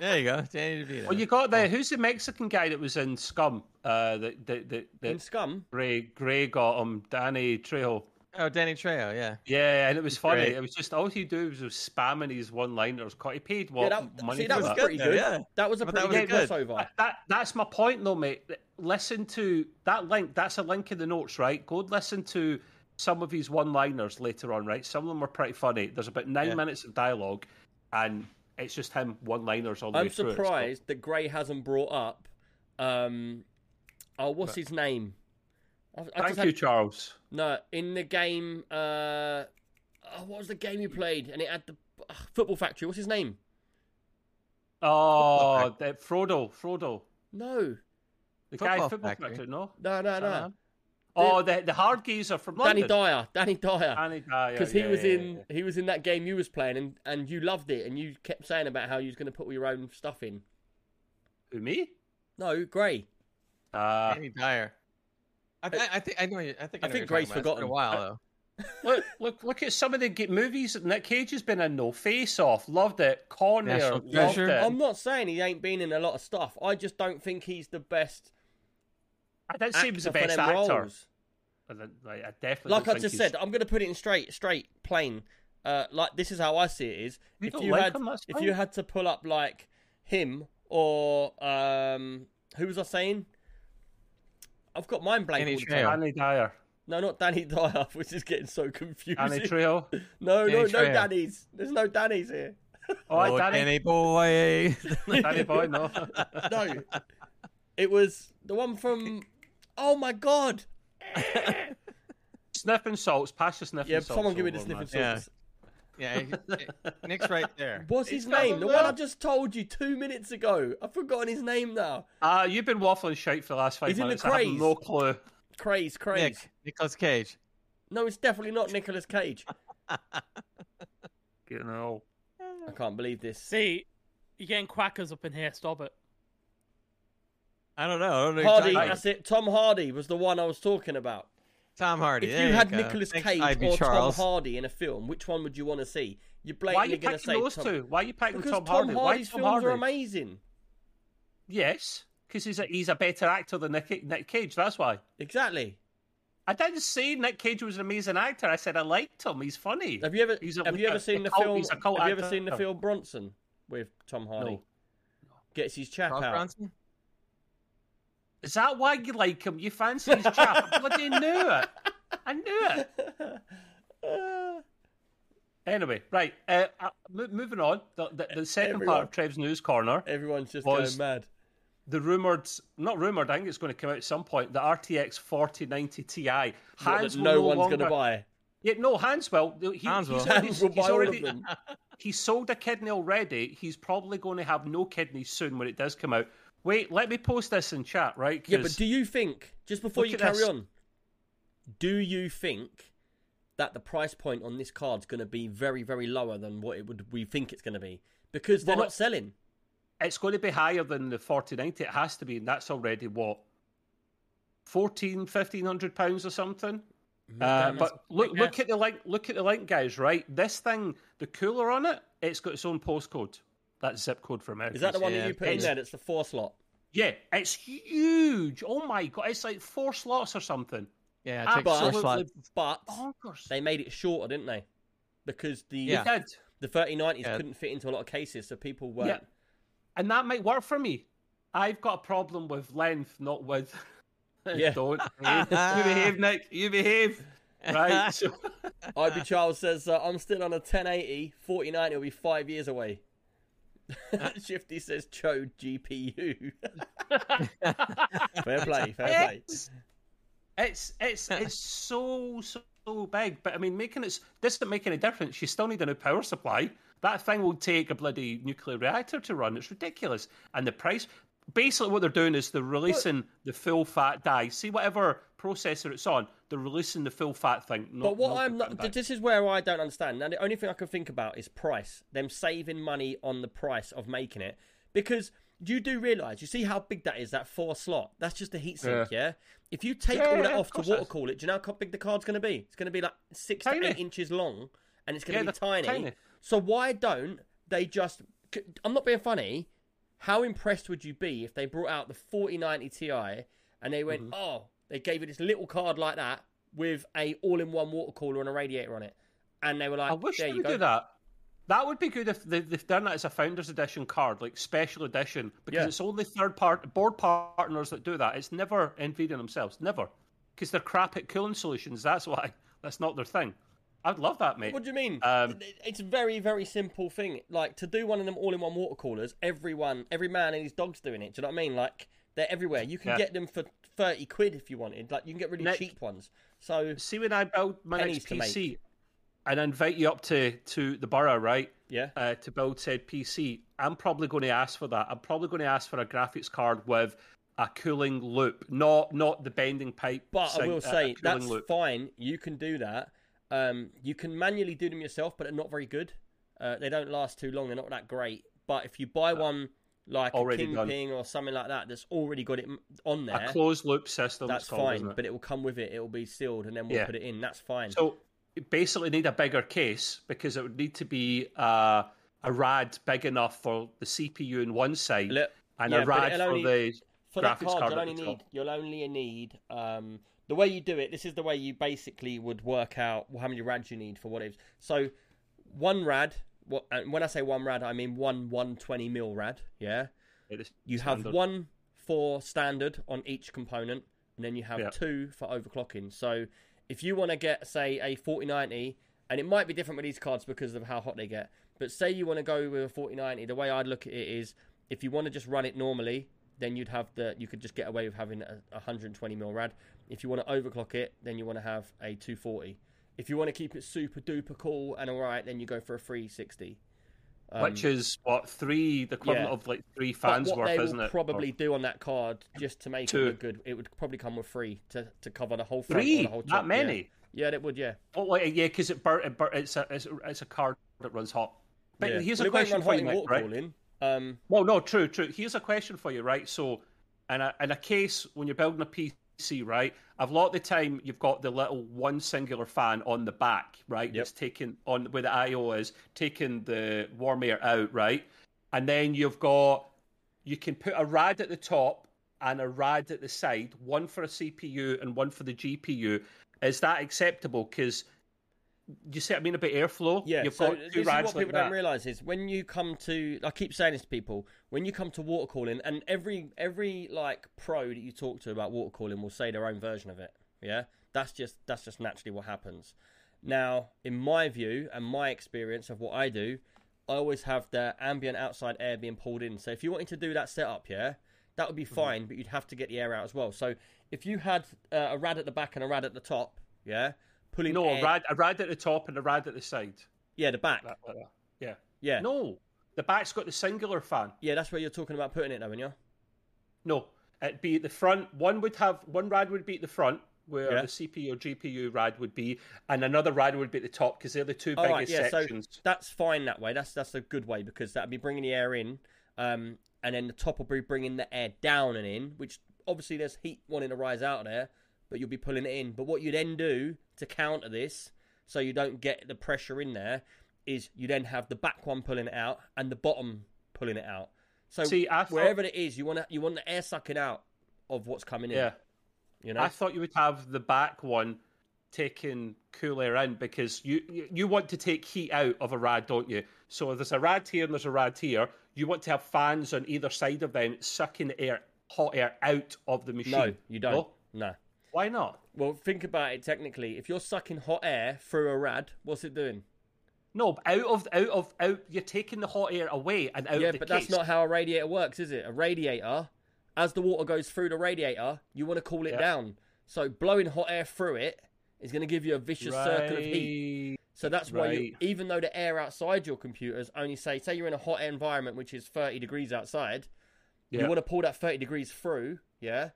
Speaker 2: There you go. Danny DeVito.
Speaker 3: well, you got there. Who's the Mexican guy that was in Scum? Uh, that that that,
Speaker 1: in
Speaker 3: that
Speaker 1: Scum.
Speaker 3: Gray Gray got him. um, Danny Trejo.
Speaker 2: Oh, Danny Trejo. Yeah.
Speaker 3: Yeah, and it was funny.
Speaker 2: great.
Speaker 3: It was just all he do was, was spamming his one-liners. He paid what
Speaker 1: Yeah, that,
Speaker 3: money
Speaker 1: see,
Speaker 3: for
Speaker 1: that was
Speaker 3: that.
Speaker 1: pretty
Speaker 2: though,
Speaker 1: good.
Speaker 2: yeah.
Speaker 1: That was a
Speaker 2: But that
Speaker 1: pretty good,
Speaker 2: was good.
Speaker 1: crossover.
Speaker 3: That, that that's my point though, mate. Listen to that link. That's a link in the notes, right? Go listen to some of his one-liners later on, right? Some of them were pretty funny. There's about nine
Speaker 2: Yeah.
Speaker 3: minutes of dialogue, and it's just him one-liners all the
Speaker 1: I'm
Speaker 3: way through. It's
Speaker 1: surprised that Gray hasn't brought up. Um, oh, what's his name? I, I
Speaker 3: cool.
Speaker 1: just
Speaker 3: Thank
Speaker 1: had-
Speaker 3: you, Charles.
Speaker 1: No, in the game. Uh, oh, what was the game you played? And it had the ugh, Football Factory. What's his name?
Speaker 3: Oh, the, Frodo, Frodo,
Speaker 1: No,
Speaker 3: the guy
Speaker 2: Football
Speaker 3: football
Speaker 2: Factory.
Speaker 3: factory. No,
Speaker 1: no, no,
Speaker 3: Shanahan?
Speaker 1: no.
Speaker 3: oh, the the hard geezer from
Speaker 1: Danny
Speaker 3: Uh, London.
Speaker 1: Dyer. Danny Dyer.
Speaker 3: Danny Dyer.
Speaker 1: Because
Speaker 3: yeah,
Speaker 1: he was
Speaker 3: uh, yeah,
Speaker 1: in,
Speaker 3: yeah.
Speaker 1: he was in that game you was playing, and, and you loved it, and you kept saying about how you was going to put all your own stuff in.
Speaker 3: Who me?
Speaker 1: No, Gray.
Speaker 3: Uh,
Speaker 2: Danny Dyer. I, th- I think I know. You, I think
Speaker 1: I
Speaker 2: I,
Speaker 1: think
Speaker 2: know what you're
Speaker 1: Gray's
Speaker 2: talking about. It's
Speaker 1: forgotten.
Speaker 2: been a while though.
Speaker 3: look, look, look at some of the g- movies that Nick Cage has been in. No Face Off, loved it. Con Air,
Speaker 2: National
Speaker 3: loved
Speaker 2: Treasure.
Speaker 3: it.
Speaker 1: I'm not saying he ain't been in a lot of stuff. I just don't think he's the best
Speaker 3: I didn't say
Speaker 1: actor
Speaker 3: he was the
Speaker 1: for
Speaker 3: best
Speaker 1: them
Speaker 3: actor.
Speaker 1: roles.
Speaker 3: I don't- like, I definitely
Speaker 1: Like
Speaker 3: don't
Speaker 1: I
Speaker 3: think
Speaker 1: just
Speaker 3: he's-
Speaker 1: said, I'm going to put it in straight, straight, plain. Uh, like this is how I see it is.
Speaker 3: You
Speaker 1: if
Speaker 3: don't
Speaker 1: you
Speaker 3: like
Speaker 1: had,
Speaker 3: him, that's
Speaker 1: if you
Speaker 3: fine.
Speaker 1: had to pull up like him or um, who was I saying? I've got mind blank.
Speaker 2: Danny
Speaker 1: all the
Speaker 2: Trejo.
Speaker 1: time.
Speaker 3: Danny Dyer,
Speaker 1: No, not Danny Dyer, which is getting so confusing.
Speaker 3: Danny Trejo.
Speaker 1: no, no, no,
Speaker 2: Danny Trejo.
Speaker 1: Danny's. There's no Danny's here.
Speaker 3: Oh, aye, Danny,
Speaker 2: Danny boy.
Speaker 3: Danny boy, no.
Speaker 1: No, it was the one from. Oh my god!
Speaker 3: sniffing salts. Pass your sniffing
Speaker 1: Yeah,
Speaker 3: salts.
Speaker 1: someone give me the
Speaker 3: over, man.
Speaker 1: sniffing sauce.
Speaker 2: yeah, he- he- Nick's right there.
Speaker 1: What's his name? The one I just told you two minutes ago. I've forgotten his name now.
Speaker 3: Ah, you've been waffling shite for the last five
Speaker 1: He's in the
Speaker 3: minutes. I have
Speaker 1: craze.
Speaker 3: no clue.
Speaker 1: Craze, craze.
Speaker 2: Nick, Nicholas Cage.
Speaker 1: No, it's definitely not Nicolas Cage.
Speaker 3: Getting old.
Speaker 1: I can't believe this.
Speaker 4: See, you're getting quackers up in here. Stop it.
Speaker 2: I don't know. I don't know. who you're
Speaker 1: Hardy,
Speaker 2: talking about.
Speaker 1: that's it. Tom Hardy was the one I was talking about.
Speaker 2: Tom Hardy.
Speaker 1: If
Speaker 2: there
Speaker 1: you had
Speaker 2: go.
Speaker 1: Nicolas
Speaker 2: Thanks,
Speaker 1: Cage
Speaker 2: Ivy
Speaker 1: or
Speaker 2: Charles.
Speaker 1: Tom Hardy in a film, which one would you want to see? You're
Speaker 3: Why are
Speaker 1: blatantly
Speaker 3: you
Speaker 1: going to say
Speaker 3: picking those
Speaker 1: Tom.
Speaker 3: two? Why are you picking
Speaker 1: Because
Speaker 3: Tom,
Speaker 1: Tom,
Speaker 3: Hardy? Why
Speaker 1: Hardy's
Speaker 3: Tom
Speaker 1: films
Speaker 3: Hardy?
Speaker 1: are amazing.
Speaker 3: Yes, because he's a, he's a better actor than Nick, Nick Cage. That's why.
Speaker 1: Exactly.
Speaker 3: I didn't say Nick Cage was an amazing actor. I said I liked him. He's funny.
Speaker 1: Have you ever
Speaker 3: He's a-
Speaker 1: have you ever seen
Speaker 3: a
Speaker 1: the
Speaker 3: cult-
Speaker 1: film?
Speaker 3: he's a cult
Speaker 1: Have you ever
Speaker 3: actor.
Speaker 1: seen the film Bronson with Tom Hardy?
Speaker 3: No.
Speaker 1: Gets his chap
Speaker 2: Charles
Speaker 1: out.
Speaker 2: Bronson?
Speaker 3: Is that why you like him? You fancy his chap? I bloody knew it. I knew it. Anyway, right. Uh, uh, mo- moving on. The, the, the second part
Speaker 1: Everyone.
Speaker 3: of Trev's news corner.
Speaker 1: Everyone's just
Speaker 3: Was-
Speaker 1: going mad.
Speaker 3: The rumored, not rumored. I think it's going to come out at some point. The RTX 4090 Ti. Hans
Speaker 1: Not that
Speaker 3: will
Speaker 1: no one's
Speaker 3: longer-
Speaker 1: going to buy.
Speaker 3: Yeah, no, Hans will. He,
Speaker 2: Hans
Speaker 3: he's
Speaker 2: will.
Speaker 3: already-
Speaker 1: Hans will
Speaker 3: he's
Speaker 1: buy all
Speaker 3: already-
Speaker 1: of them.
Speaker 3: He sold a kidney already. He's probably going to have no kidneys soon when it does come out. Wait, let me post this in chat, right?
Speaker 1: Yeah, but
Speaker 3: 'Cause-
Speaker 1: do you think, just before
Speaker 3: Look
Speaker 1: you
Speaker 3: at
Speaker 1: carry
Speaker 3: this.
Speaker 1: on, do you think that the price point on this card's going to be very, very lower than what it would we think it's going to be? Because they're
Speaker 3: Well,
Speaker 1: not selling.
Speaker 3: it's going to be higher than the 4090. It has to be, and that's already what 14, 1500 pounds or something. Uh,
Speaker 1: Madonna's-
Speaker 3: but look,
Speaker 4: Like
Speaker 3: look
Speaker 4: that.
Speaker 3: at the link. Look at the link, guys. Right, this thing, the cooler on it, it's got its own postcode. That's zip code for America.
Speaker 1: is that the one that
Speaker 2: yeah,
Speaker 1: you put in
Speaker 3: it's-
Speaker 1: there? That's the four slot.
Speaker 3: Yeah, it's huge. Oh my god, it's like four slots or something.
Speaker 2: Yeah, it takes four
Speaker 3: Absolutely.
Speaker 2: slots.
Speaker 1: But
Speaker 3: Bonkers.
Speaker 1: they made it shorter, didn't they? Because the
Speaker 2: Yeah.
Speaker 3: They did.
Speaker 1: the 3090s
Speaker 2: Yeah.
Speaker 1: couldn't fit into a lot of cases, so people weren't.
Speaker 3: Yeah. and that might work for me. I've got a problem with length, not with.
Speaker 1: Yeah.
Speaker 3: Don't
Speaker 2: You behave,
Speaker 3: Nick. You behave. Right. So,
Speaker 1: IB Charles says, uh, I'm still on a 1080. 49 will be five years away.
Speaker 2: Uh,
Speaker 1: Shifty says, Cho GPU. fair play, fair play.
Speaker 3: it's, it's it's it's so so big, but I mean, making it s- this doesn't make any difference. You still need a new power supply. That thing will take a bloody nuclear reactor to run. It's ridiculous, and the price. Basically, what they're doing is they're releasing the full fat die. See whatever processor it's on, they're releasing the full fat thing. not-
Speaker 1: But what
Speaker 3: not
Speaker 1: I'm
Speaker 3: the thin
Speaker 1: not,
Speaker 3: die.
Speaker 1: this is where I don't understand. Now, the only thing I can think about is price, them saving money on the price of making it. Because you do realise, you see how big that is, that four slot. That's just a heat sink, yeah? If you take
Speaker 3: Yeah,
Speaker 1: all that
Speaker 3: yeah, of
Speaker 1: off to
Speaker 3: course
Speaker 1: water
Speaker 3: it is.
Speaker 1: cool it, do you know how big the card's going to be? It's going to be like six
Speaker 3: Tiny.
Speaker 1: to eight inches long, and it's going
Speaker 3: Yeah,
Speaker 1: to be
Speaker 3: that's
Speaker 1: tiny.
Speaker 3: tiny.
Speaker 1: So why don't they just. c- I'm not being funny. How impressed would you be if they brought out the 4090 Ti and they
Speaker 3: Mm-hmm.
Speaker 1: went, oh, they gave it this little card like that with a all-in-one water cooler and a radiator on it, and they were like,
Speaker 3: I wish
Speaker 1: there
Speaker 3: they
Speaker 1: you
Speaker 3: would
Speaker 1: go.
Speaker 3: do that. That would be good if they- they've done that as a founders edition card, like special edition, because
Speaker 1: Yeah.
Speaker 3: it's only third part board partners that do that. It's never Nvidia themselves, never, because they're crap at cooling solutions. That's why that's not their thing. I'd love that, mate.
Speaker 1: What do you mean?
Speaker 3: Um,
Speaker 1: It- it's a very, very simple thing. Like to do one of them all-in-one water coolers, everyone, every man and his dog's doing it. Do you know what I mean? Like they're everywhere. You can
Speaker 3: Yeah.
Speaker 1: get them for thirty quid if you wanted. Like you can get really
Speaker 3: Nick-
Speaker 1: cheap ones. So
Speaker 3: See when I build my
Speaker 1: Pennies
Speaker 3: next
Speaker 1: to make.
Speaker 3: PC, and I invite you up to to the borough, right?
Speaker 1: yeah,
Speaker 3: uh, to build said PC, I'm probably going to ask for that. I'm probably going to ask for a graphics card with a cooling loop, not not the bending pipe.
Speaker 1: but I
Speaker 3: sink,
Speaker 1: will
Speaker 3: a- a
Speaker 1: say
Speaker 3: cooling
Speaker 1: that's
Speaker 3: loop.
Speaker 1: fine. You can do that. Um, you can manually do them yourself, but they're not very good. Uh, they don't last too long. They're not that great. But if you buy one like a
Speaker 3: Uh, already
Speaker 1: King
Speaker 3: done.
Speaker 1: Ping or something like that, that's already got it m- on there.
Speaker 3: a closed loop system.
Speaker 1: that's
Speaker 3: it's called,
Speaker 1: fine,
Speaker 3: isn't it?
Speaker 1: but it will come with it. It will be sealed, and then we'll
Speaker 3: Yeah.
Speaker 1: put it in. That's fine.
Speaker 3: So you basically need a bigger case because it would need to be uh, a rad big enough for the CPU in one side
Speaker 1: Look,
Speaker 3: and
Speaker 1: yeah,
Speaker 3: a
Speaker 1: but
Speaker 3: rad
Speaker 1: it'll
Speaker 3: for
Speaker 1: only-
Speaker 3: the
Speaker 1: for the
Speaker 3: graphics
Speaker 1: card,
Speaker 3: card
Speaker 1: you'll
Speaker 3: at
Speaker 1: only
Speaker 3: the top.
Speaker 1: need you'll only need um, the way you do it. This is the way you basically would work out how many rads you need for what it is. So one rad. What, and when I say one rad, I mean one one twenty mil rad. Yeah,
Speaker 3: It is
Speaker 1: you have
Speaker 3: standard.
Speaker 1: one for standard on each component, and then you have
Speaker 3: Yeah.
Speaker 1: two for overclocking. So if you want to get say a forty ninety, and it might be different with these cards because of how hot they get. But say you want to go with a forty ninety, the way I'd look at it is if you want to just run it normally, then you'd have the you could just get away with having a 120 mil rad. If you want to overclock it, then you want to have a 240. If you want to keep it super duper cool and all right, then you go for a 360. Um,
Speaker 3: which is what three the equivalent
Speaker 1: yeah.
Speaker 3: of like three
Speaker 1: but
Speaker 3: fans
Speaker 1: what
Speaker 3: worth,
Speaker 1: they will
Speaker 3: isn't it?
Speaker 1: probably
Speaker 3: Or
Speaker 1: do on that card just to make it
Speaker 3: Two.
Speaker 1: look good. It would probably come with three to, to cover the whole front or
Speaker 3: three,
Speaker 1: the whole
Speaker 3: that
Speaker 1: top, yeah.
Speaker 3: many.
Speaker 1: Yeah, that would. Yeah,
Speaker 3: Oh, like, yeah, because it bur- it bur- it's a it's, a- it's a card that runs hot. But
Speaker 1: yeah.
Speaker 3: here's
Speaker 1: Well,
Speaker 3: a
Speaker 1: it won't
Speaker 3: question
Speaker 1: run
Speaker 3: for
Speaker 1: hot
Speaker 3: you,
Speaker 1: in
Speaker 3: Mike,
Speaker 1: water
Speaker 3: right?
Speaker 1: cooling. Um,
Speaker 3: Well, no, true, true. Here's a question for you, right? So, in a, in a case when you're building a PC, right, a lot of the time you've got the little one singular fan on the back, right?
Speaker 1: Yep.
Speaker 3: That's taking on where the I/O is, taking the warm air out, right? And then you've got you can put a rad at the top and a rad at the side, one for a CPU and one for the GPU. Is that acceptable? Because you see what I mean about airflow?
Speaker 1: Yeah,
Speaker 3: you've
Speaker 1: so
Speaker 3: got
Speaker 1: this
Speaker 3: two
Speaker 1: is what
Speaker 3: rads
Speaker 1: people
Speaker 3: like
Speaker 1: don't
Speaker 3: that.
Speaker 1: realize is when you come to. I keep saying this to people when you come to water cooling, and every every like pro that you talk to about water cooling will say their own version of it. Yeah, that's just that's just naturally what happens. Now, in my view and my experience of what I do, I always have the ambient outside air being pulled in. So if you wanted to do that setup, yeah, that would be
Speaker 3: Mm-hmm.
Speaker 1: fine, but you'd have to get the air out as well. So if you had uh, a rad at the back and a rad at the top, yeah, pulling
Speaker 3: No,
Speaker 1: air,
Speaker 3: a rad, a rad at the top and a rad at the side.
Speaker 1: yeah, the back,
Speaker 3: That- like that. Yeah.
Speaker 1: yeah.
Speaker 3: No, the back's got the singular fan.
Speaker 1: Yeah, that's where you're talking about putting it, though, aren't you?
Speaker 3: No, it'd be at the front. One would have one rad would be at the front where
Speaker 1: Yeah.
Speaker 3: the CPU or GPU rad would be, and another rad would be at the top because they're the two
Speaker 1: All right,
Speaker 3: biggest
Speaker 1: yeah.
Speaker 3: sections.
Speaker 1: So that's fine that way. That's that's a good way because that'd be bringing the air in, um, and then the top will be bringing the air down and in, which obviously there's heat wanting to rise out of there, but you'll be pulling it in. But what you then do to counter this, so you don't get the pressure in there, is you then have the back one pulling it out and the bottom pulling it out. So
Speaker 3: See, I thought-
Speaker 1: wherever it is, you want to you want the air sucking out of what's coming in.
Speaker 3: yeah,
Speaker 1: You
Speaker 3: I
Speaker 1: know.
Speaker 3: thought you would have the back one taking cool air in because you you- you want to take heat out of a rad, don't you? So there's a rad here and there's a rad here. You want to have fans on either side of them sucking air, hot air out of the machine.
Speaker 1: No, you don't.
Speaker 3: No?
Speaker 1: no.
Speaker 3: Why not?
Speaker 1: Well, think about it technically. If you're sucking hot air through a rad, what's it doing?
Speaker 3: No, but out of out of out, you're taking the hot air away and out
Speaker 1: yeah,
Speaker 3: of the
Speaker 1: but
Speaker 3: case.
Speaker 1: that's not how a radiator works, is it? A radiator, as the water goes through the radiator, you want to cool it
Speaker 3: Yeah.
Speaker 1: down. So blowing hot air through it is going to give you a vicious circle of heat.
Speaker 3: heat.
Speaker 1: So that's why, you,
Speaker 3: Right.
Speaker 1: even though the air outside your computers only say, say you're in a hot air environment, which is 30 degrees outside,
Speaker 3: Yeah.
Speaker 1: you want to pull that 30 degrees through, yeah,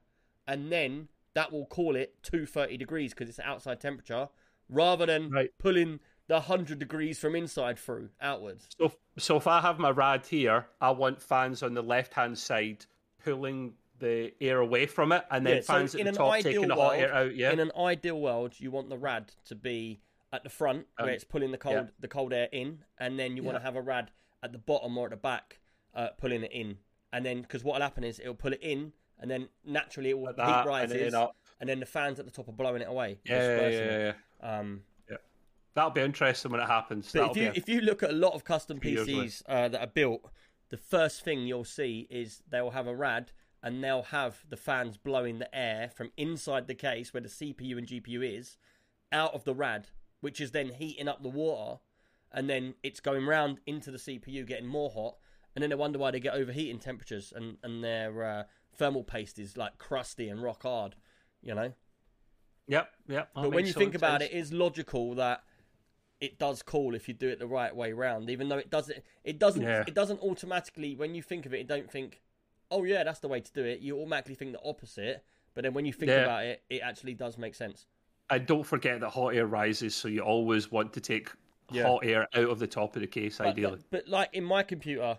Speaker 1: and then that will call it 230 degrees because it's outside temperature, rather than
Speaker 3: Right.
Speaker 1: pulling the 100 degrees from inside through outwards.
Speaker 3: So, so if I have my rad here, I want fans on the left hand side pulling the air away from it, and then
Speaker 1: Yeah, so
Speaker 3: fans
Speaker 1: in
Speaker 3: at
Speaker 1: an
Speaker 3: the top
Speaker 1: ideal
Speaker 3: taking the hot
Speaker 1: world-
Speaker 3: air out. Yeah,
Speaker 1: In an ideal world, you want the rad to be at the front where
Speaker 3: Um,
Speaker 1: it's pulling the cold
Speaker 3: yeah.
Speaker 1: the cold air in, and then you want to
Speaker 3: Yeah.
Speaker 1: have a rad at the bottom or at the back uh, pulling it in, and then because what will happen is it'll pull it in, and then naturally it will
Speaker 3: Like
Speaker 1: heat
Speaker 3: that, and
Speaker 1: rises,
Speaker 3: then
Speaker 1: and then,
Speaker 3: up.
Speaker 1: the fans at the top are blowing it away.
Speaker 3: yeah, yeah,
Speaker 1: dispersing it.
Speaker 3: yeah, yeah.
Speaker 1: Um,
Speaker 3: That'll be interesting when it happens.
Speaker 1: but
Speaker 3: That'll
Speaker 1: if you
Speaker 3: be.
Speaker 1: if you look at a lot of custom
Speaker 3: few
Speaker 1: PCs
Speaker 3: years
Speaker 1: uh, that are built, the first thing you'll see is they'll have a rad and they'll have the fans blowing the air from inside the case where the CPU and GPU is out of the rad, which is then heating up the water, and then it's going round into the CPU, getting more hot, and then they wonder why they get overheating temperatures and and their uh, thermal paste is like crusty and rock hard, you know
Speaker 3: a, yep, yep. that
Speaker 1: but when
Speaker 3: makes
Speaker 1: you think
Speaker 3: total
Speaker 1: about
Speaker 3: sense.
Speaker 1: it, it is logical that it does call if you do it the right way round. Even though it doesn't, it doesn't,
Speaker 3: Yeah.
Speaker 1: it doesn't automatically. When you think of it, it don't think, oh yeah, that's the way to do it. You automatically think the opposite. But then when you think
Speaker 3: Yeah.
Speaker 1: about it, it actually does make sense.
Speaker 3: and don't forget that hot air rises, so you always want to take
Speaker 1: Yeah.
Speaker 3: hot air out of the top of the case,
Speaker 1: But-
Speaker 3: ideally.
Speaker 1: But, but, like in my computer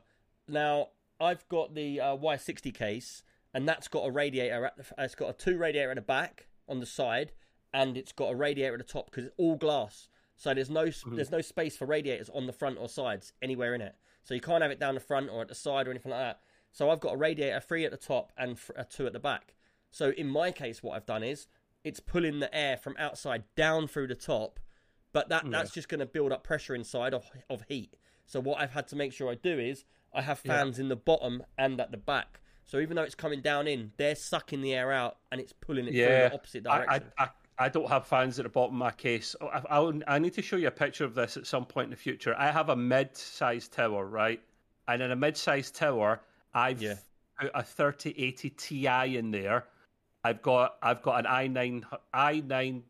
Speaker 1: now, I've got the uh, Y60 case, and that's got a radiator. At the, f- it's got a two radiator at the back on the side, and it's got a radiator at the top because it's all glass. So there's no s there's no space for radiators on the front or sides anywhere in it. So you can't have it down the front or at the side or anything like that. So I've got a radiator three at the top and f- a two at the back. So in my case, what I've done is it's pulling the air from outside down through the top, but that, that's just going to build up pressure inside of, of heat. So what I've had to make sure I do is I have fans in the bottom and at the back. So even though it's coming down in, they're sucking the air out and it's pulling it through
Speaker 3: Yeah,
Speaker 1: the opposite
Speaker 3: I,
Speaker 1: direction.
Speaker 3: I, I, I don't have fans at the bottom of my case. Oh, I, I'll, I need to show you a picture of this at some point in the future. I have a mid-sized tower, right? And in a mid-sized tower, I've
Speaker 1: Yeah.
Speaker 3: put a 3080 Ti in there. I've got I've got an i9 i9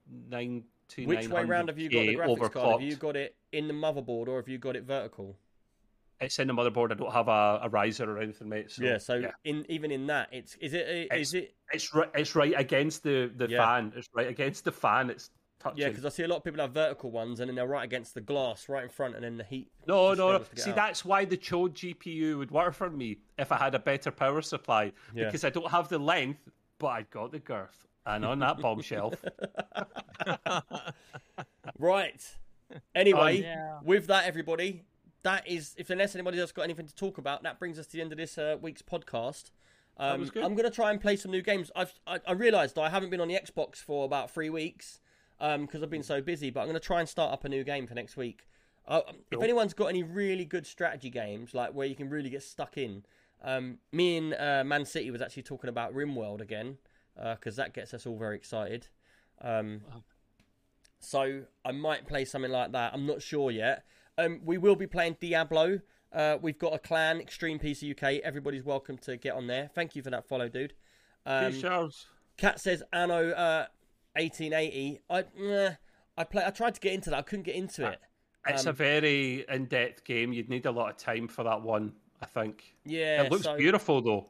Speaker 3: 9900
Speaker 1: Which way round have you got the graphics card? Have
Speaker 3: overclocked.
Speaker 1: you got it in the motherboard or have you got it vertical?
Speaker 3: It's in the motherboard. I don't have a, a riser or anything, mate. So,
Speaker 1: yeah. So in even in that, it's is it is
Speaker 3: It's-
Speaker 1: it
Speaker 3: it's right. It's right against the, the
Speaker 1: Yeah.
Speaker 3: fan. It's right against the fan. It's touching.
Speaker 1: yeah? Because I see a lot of people have vertical ones and then they're right against the glass, right in front, and then the heat.
Speaker 3: No,
Speaker 1: just
Speaker 3: no, no.
Speaker 1: struggles to get
Speaker 3: See,
Speaker 1: out.
Speaker 3: that's why the Chode GPU would work for me if I had a better power supply
Speaker 1: Yeah.
Speaker 3: because I don't have the length, but I've got the girth. And on that bombshell,
Speaker 1: Right. Anyway,
Speaker 3: Oh,
Speaker 4: Yeah.
Speaker 1: with that, everybody, that is. If unless anybody else got anything to talk about, that brings us to the end of this uh, week's podcast. Um,
Speaker 3: was good.
Speaker 1: I'm going to try and play some new games. I've I, I realised I haven't been on the Xbox for about three weeks because I've been so busy. But I'm going to try and start up a new game for next week. Uh, If anyone's got any really good strategy games, like where you can really get stuck in, um, me and uh, Man City was actually talking about RimWorld again because that gets us all very excited. Um, so I might play something like that. I'm not sure yet. Um, we will be playing Diablo. Uh, we've got a clan, Extreme PC UK. Everybody's welcome to get on there. Thank you for that follow, dude. Um,
Speaker 3: Charles.
Speaker 1: Cat says Anno uh, 1880. I nah, I play. I tried to get into that. I couldn't get into it.
Speaker 3: It's a
Speaker 1: um,
Speaker 3: very in-depth game. You'd need a lot of time for that one, I think.
Speaker 1: Yeah,
Speaker 3: it looks
Speaker 1: so-
Speaker 3: beautiful though.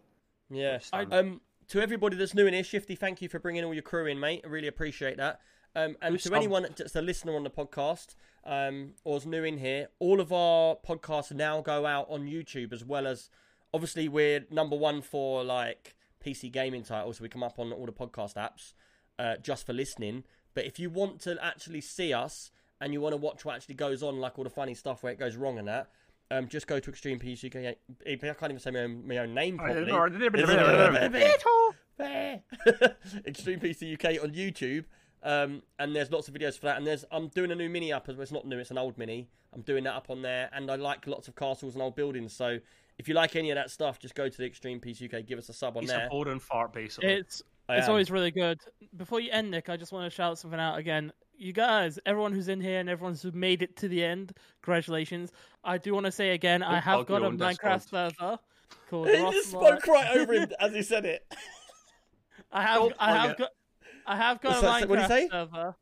Speaker 1: Yeah.
Speaker 3: I-
Speaker 1: Um, to everybody that's new in here, Shifty, thank you for bringing all your crew in, mate. I really appreciate that. Um, and to
Speaker 3: problem.
Speaker 1: anyone that's a listener on the podcast um, or is new in here, all of our podcasts now go out on YouTube as well as obviously we're number one for like PC gaming titles. We come up on all the podcast apps uh, just for listening. But if you want to actually see us and you want to watch what actually goes on, like all the funny stuff where it goes wrong and that, um, just go to Extreme PC. UK. I can't even say my own, my own name properly. Extreme PC UK on YouTube. Um, and there's lots of videos for that. And there's I'm doing a new mini up as well. It's not new, it's an old mini. I'm doing that up on there. And I like lots of castles and old buildings. So if you like any of that stuff, just go to the Extreme PC UK. Give us a sub on
Speaker 3: He's
Speaker 1: there.
Speaker 3: a boring fart, basically.
Speaker 4: It's
Speaker 1: I
Speaker 4: it's
Speaker 1: am.
Speaker 4: always really good. Before you end, Nick, I just want to shout something out again. You guys, everyone who's in here and everyone who's made it to the end, congratulations. I do want to say again, I
Speaker 1: Oh,
Speaker 3: Don't
Speaker 4: have
Speaker 3: bug
Speaker 4: got
Speaker 3: your
Speaker 4: a
Speaker 3: own
Speaker 4: Minecraft
Speaker 3: Discord.
Speaker 4: server called
Speaker 1: He just
Speaker 4: Rossmore.
Speaker 1: spoke right over him as he said it.
Speaker 4: I have
Speaker 1: Oh,
Speaker 3: Don't
Speaker 4: I
Speaker 3: plug
Speaker 4: have
Speaker 3: it.
Speaker 4: got I have got
Speaker 1: So-
Speaker 4: a
Speaker 1: so what'd he
Speaker 4: Minecraft
Speaker 1: say?
Speaker 4: server.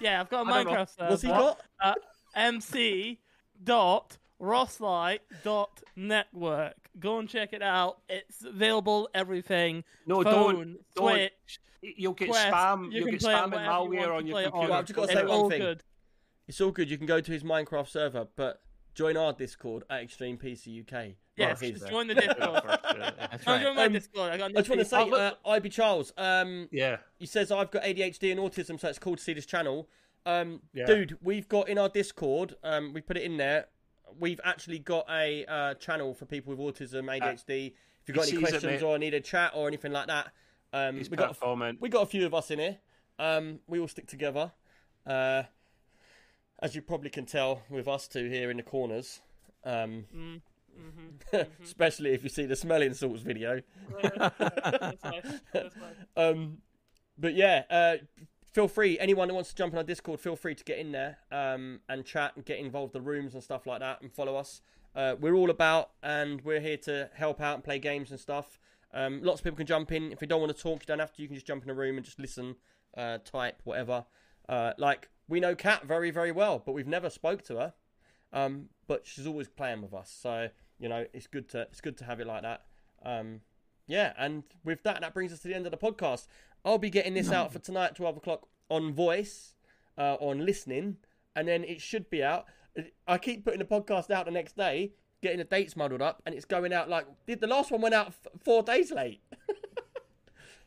Speaker 4: Yeah, I've got a
Speaker 3: I don't know.
Speaker 4: Minecraft server.
Speaker 1: What's he got?
Speaker 4: Uh, MC dot Rosslight dot network. Go and check it out. It's available everything.
Speaker 3: no,
Speaker 4: phone,
Speaker 3: don't, don't.
Speaker 4: Twitch,
Speaker 3: You'll get
Speaker 4: Quest.
Speaker 3: spam.
Speaker 4: You
Speaker 3: You'll
Speaker 4: can
Speaker 3: get
Speaker 4: play it
Speaker 3: spam and
Speaker 4: wherever you
Speaker 3: malware
Speaker 4: want
Speaker 3: on
Speaker 4: to
Speaker 3: your
Speaker 4: play it on.
Speaker 3: computer.
Speaker 1: Well, I've just got to
Speaker 4: It's
Speaker 1: say one
Speaker 4: all
Speaker 1: thing.
Speaker 4: good.
Speaker 1: It's all good. You can go to his Minecraft server, but join our Discord at Extreme PC UK.
Speaker 4: Yes,
Speaker 1: Not his.
Speaker 4: just join the Discord.
Speaker 2: That's
Speaker 4: Don't
Speaker 2: right.
Speaker 4: join my
Speaker 1: Um,
Speaker 4: Discord. I got
Speaker 1: I just want to
Speaker 4: nothing.
Speaker 1: say,
Speaker 3: Oh, look-
Speaker 1: uh, IB Charles, um,
Speaker 3: yeah.
Speaker 1: he says I've got ADHD and autism, so it's cool to see this channel. Um,
Speaker 3: Yeah.
Speaker 1: Dude, we've got in our Discord, um, we put it in there. We've actually got a uh, channel for people with autism, ADHD. if you've got any
Speaker 3: Uh, he sees it,
Speaker 1: questions
Speaker 3: mate.
Speaker 1: or need a chat or anything like that, um,
Speaker 3: He's
Speaker 1: we
Speaker 3: put a
Speaker 1: got a,
Speaker 3: comment.
Speaker 1: we got a few of us in here. Um, we all stick together. Uh, as you probably can tell with us two here in the corners. Um, especially if you see the smelling salts video.
Speaker 4: That's fine. That's fine.
Speaker 1: Um, but yeah, uh, feel free. Anyone who wants to jump on our Discord, feel free to get in there um, and chat and get involved in the rooms and stuff like that and follow us. Uh, we're all about and we're here to help out and play games and stuff. Um, lots of people can jump in. If you don't want to talk, you don't have to. You can just jump in a room and just listen, uh, type, whatever. Uh, like we know Kat very, very well, but we've never spoke to her. Um, but she's always playing with us, so you know it's good to it's good to have it like that. Um, yeah, and with that, that brings us to the end of the podcast. I'll be getting this out for tonight, twelve o'clock, on voice, uh, on listening, and then it should be out. I keep putting the podcast out the next day, getting the dates muddled up, and it's going out like did the last one went out f- four days late.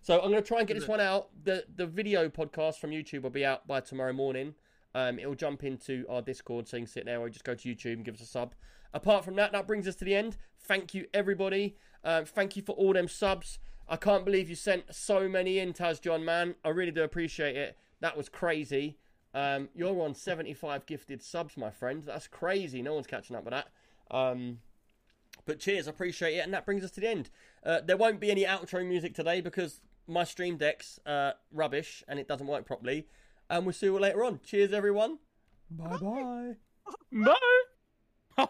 Speaker 1: so I'm going to try and get this one out. the The video podcast from YouTube will be out by tomorrow morning, Um, it'll jump into our Discord, so you can sit there or just go to YouTube and give us a sub. Apart from that, that brings us to the end. Thank you, everybody. Uh, thank you for all them subs. I can't believe you sent so many in, Taz John, man. I really do appreciate it. That was crazy. Um, you're on 75 gifted subs, my friend. That's crazy. No one's catching up with that. Um, but cheers, I appreciate it. And that brings us to the end. Uh, there won't be any outro music today because my stream deck's uh, rubbish and it doesn't work properly. And we'll see you later on. Cheers, everyone. Bye-bye.
Speaker 4: No.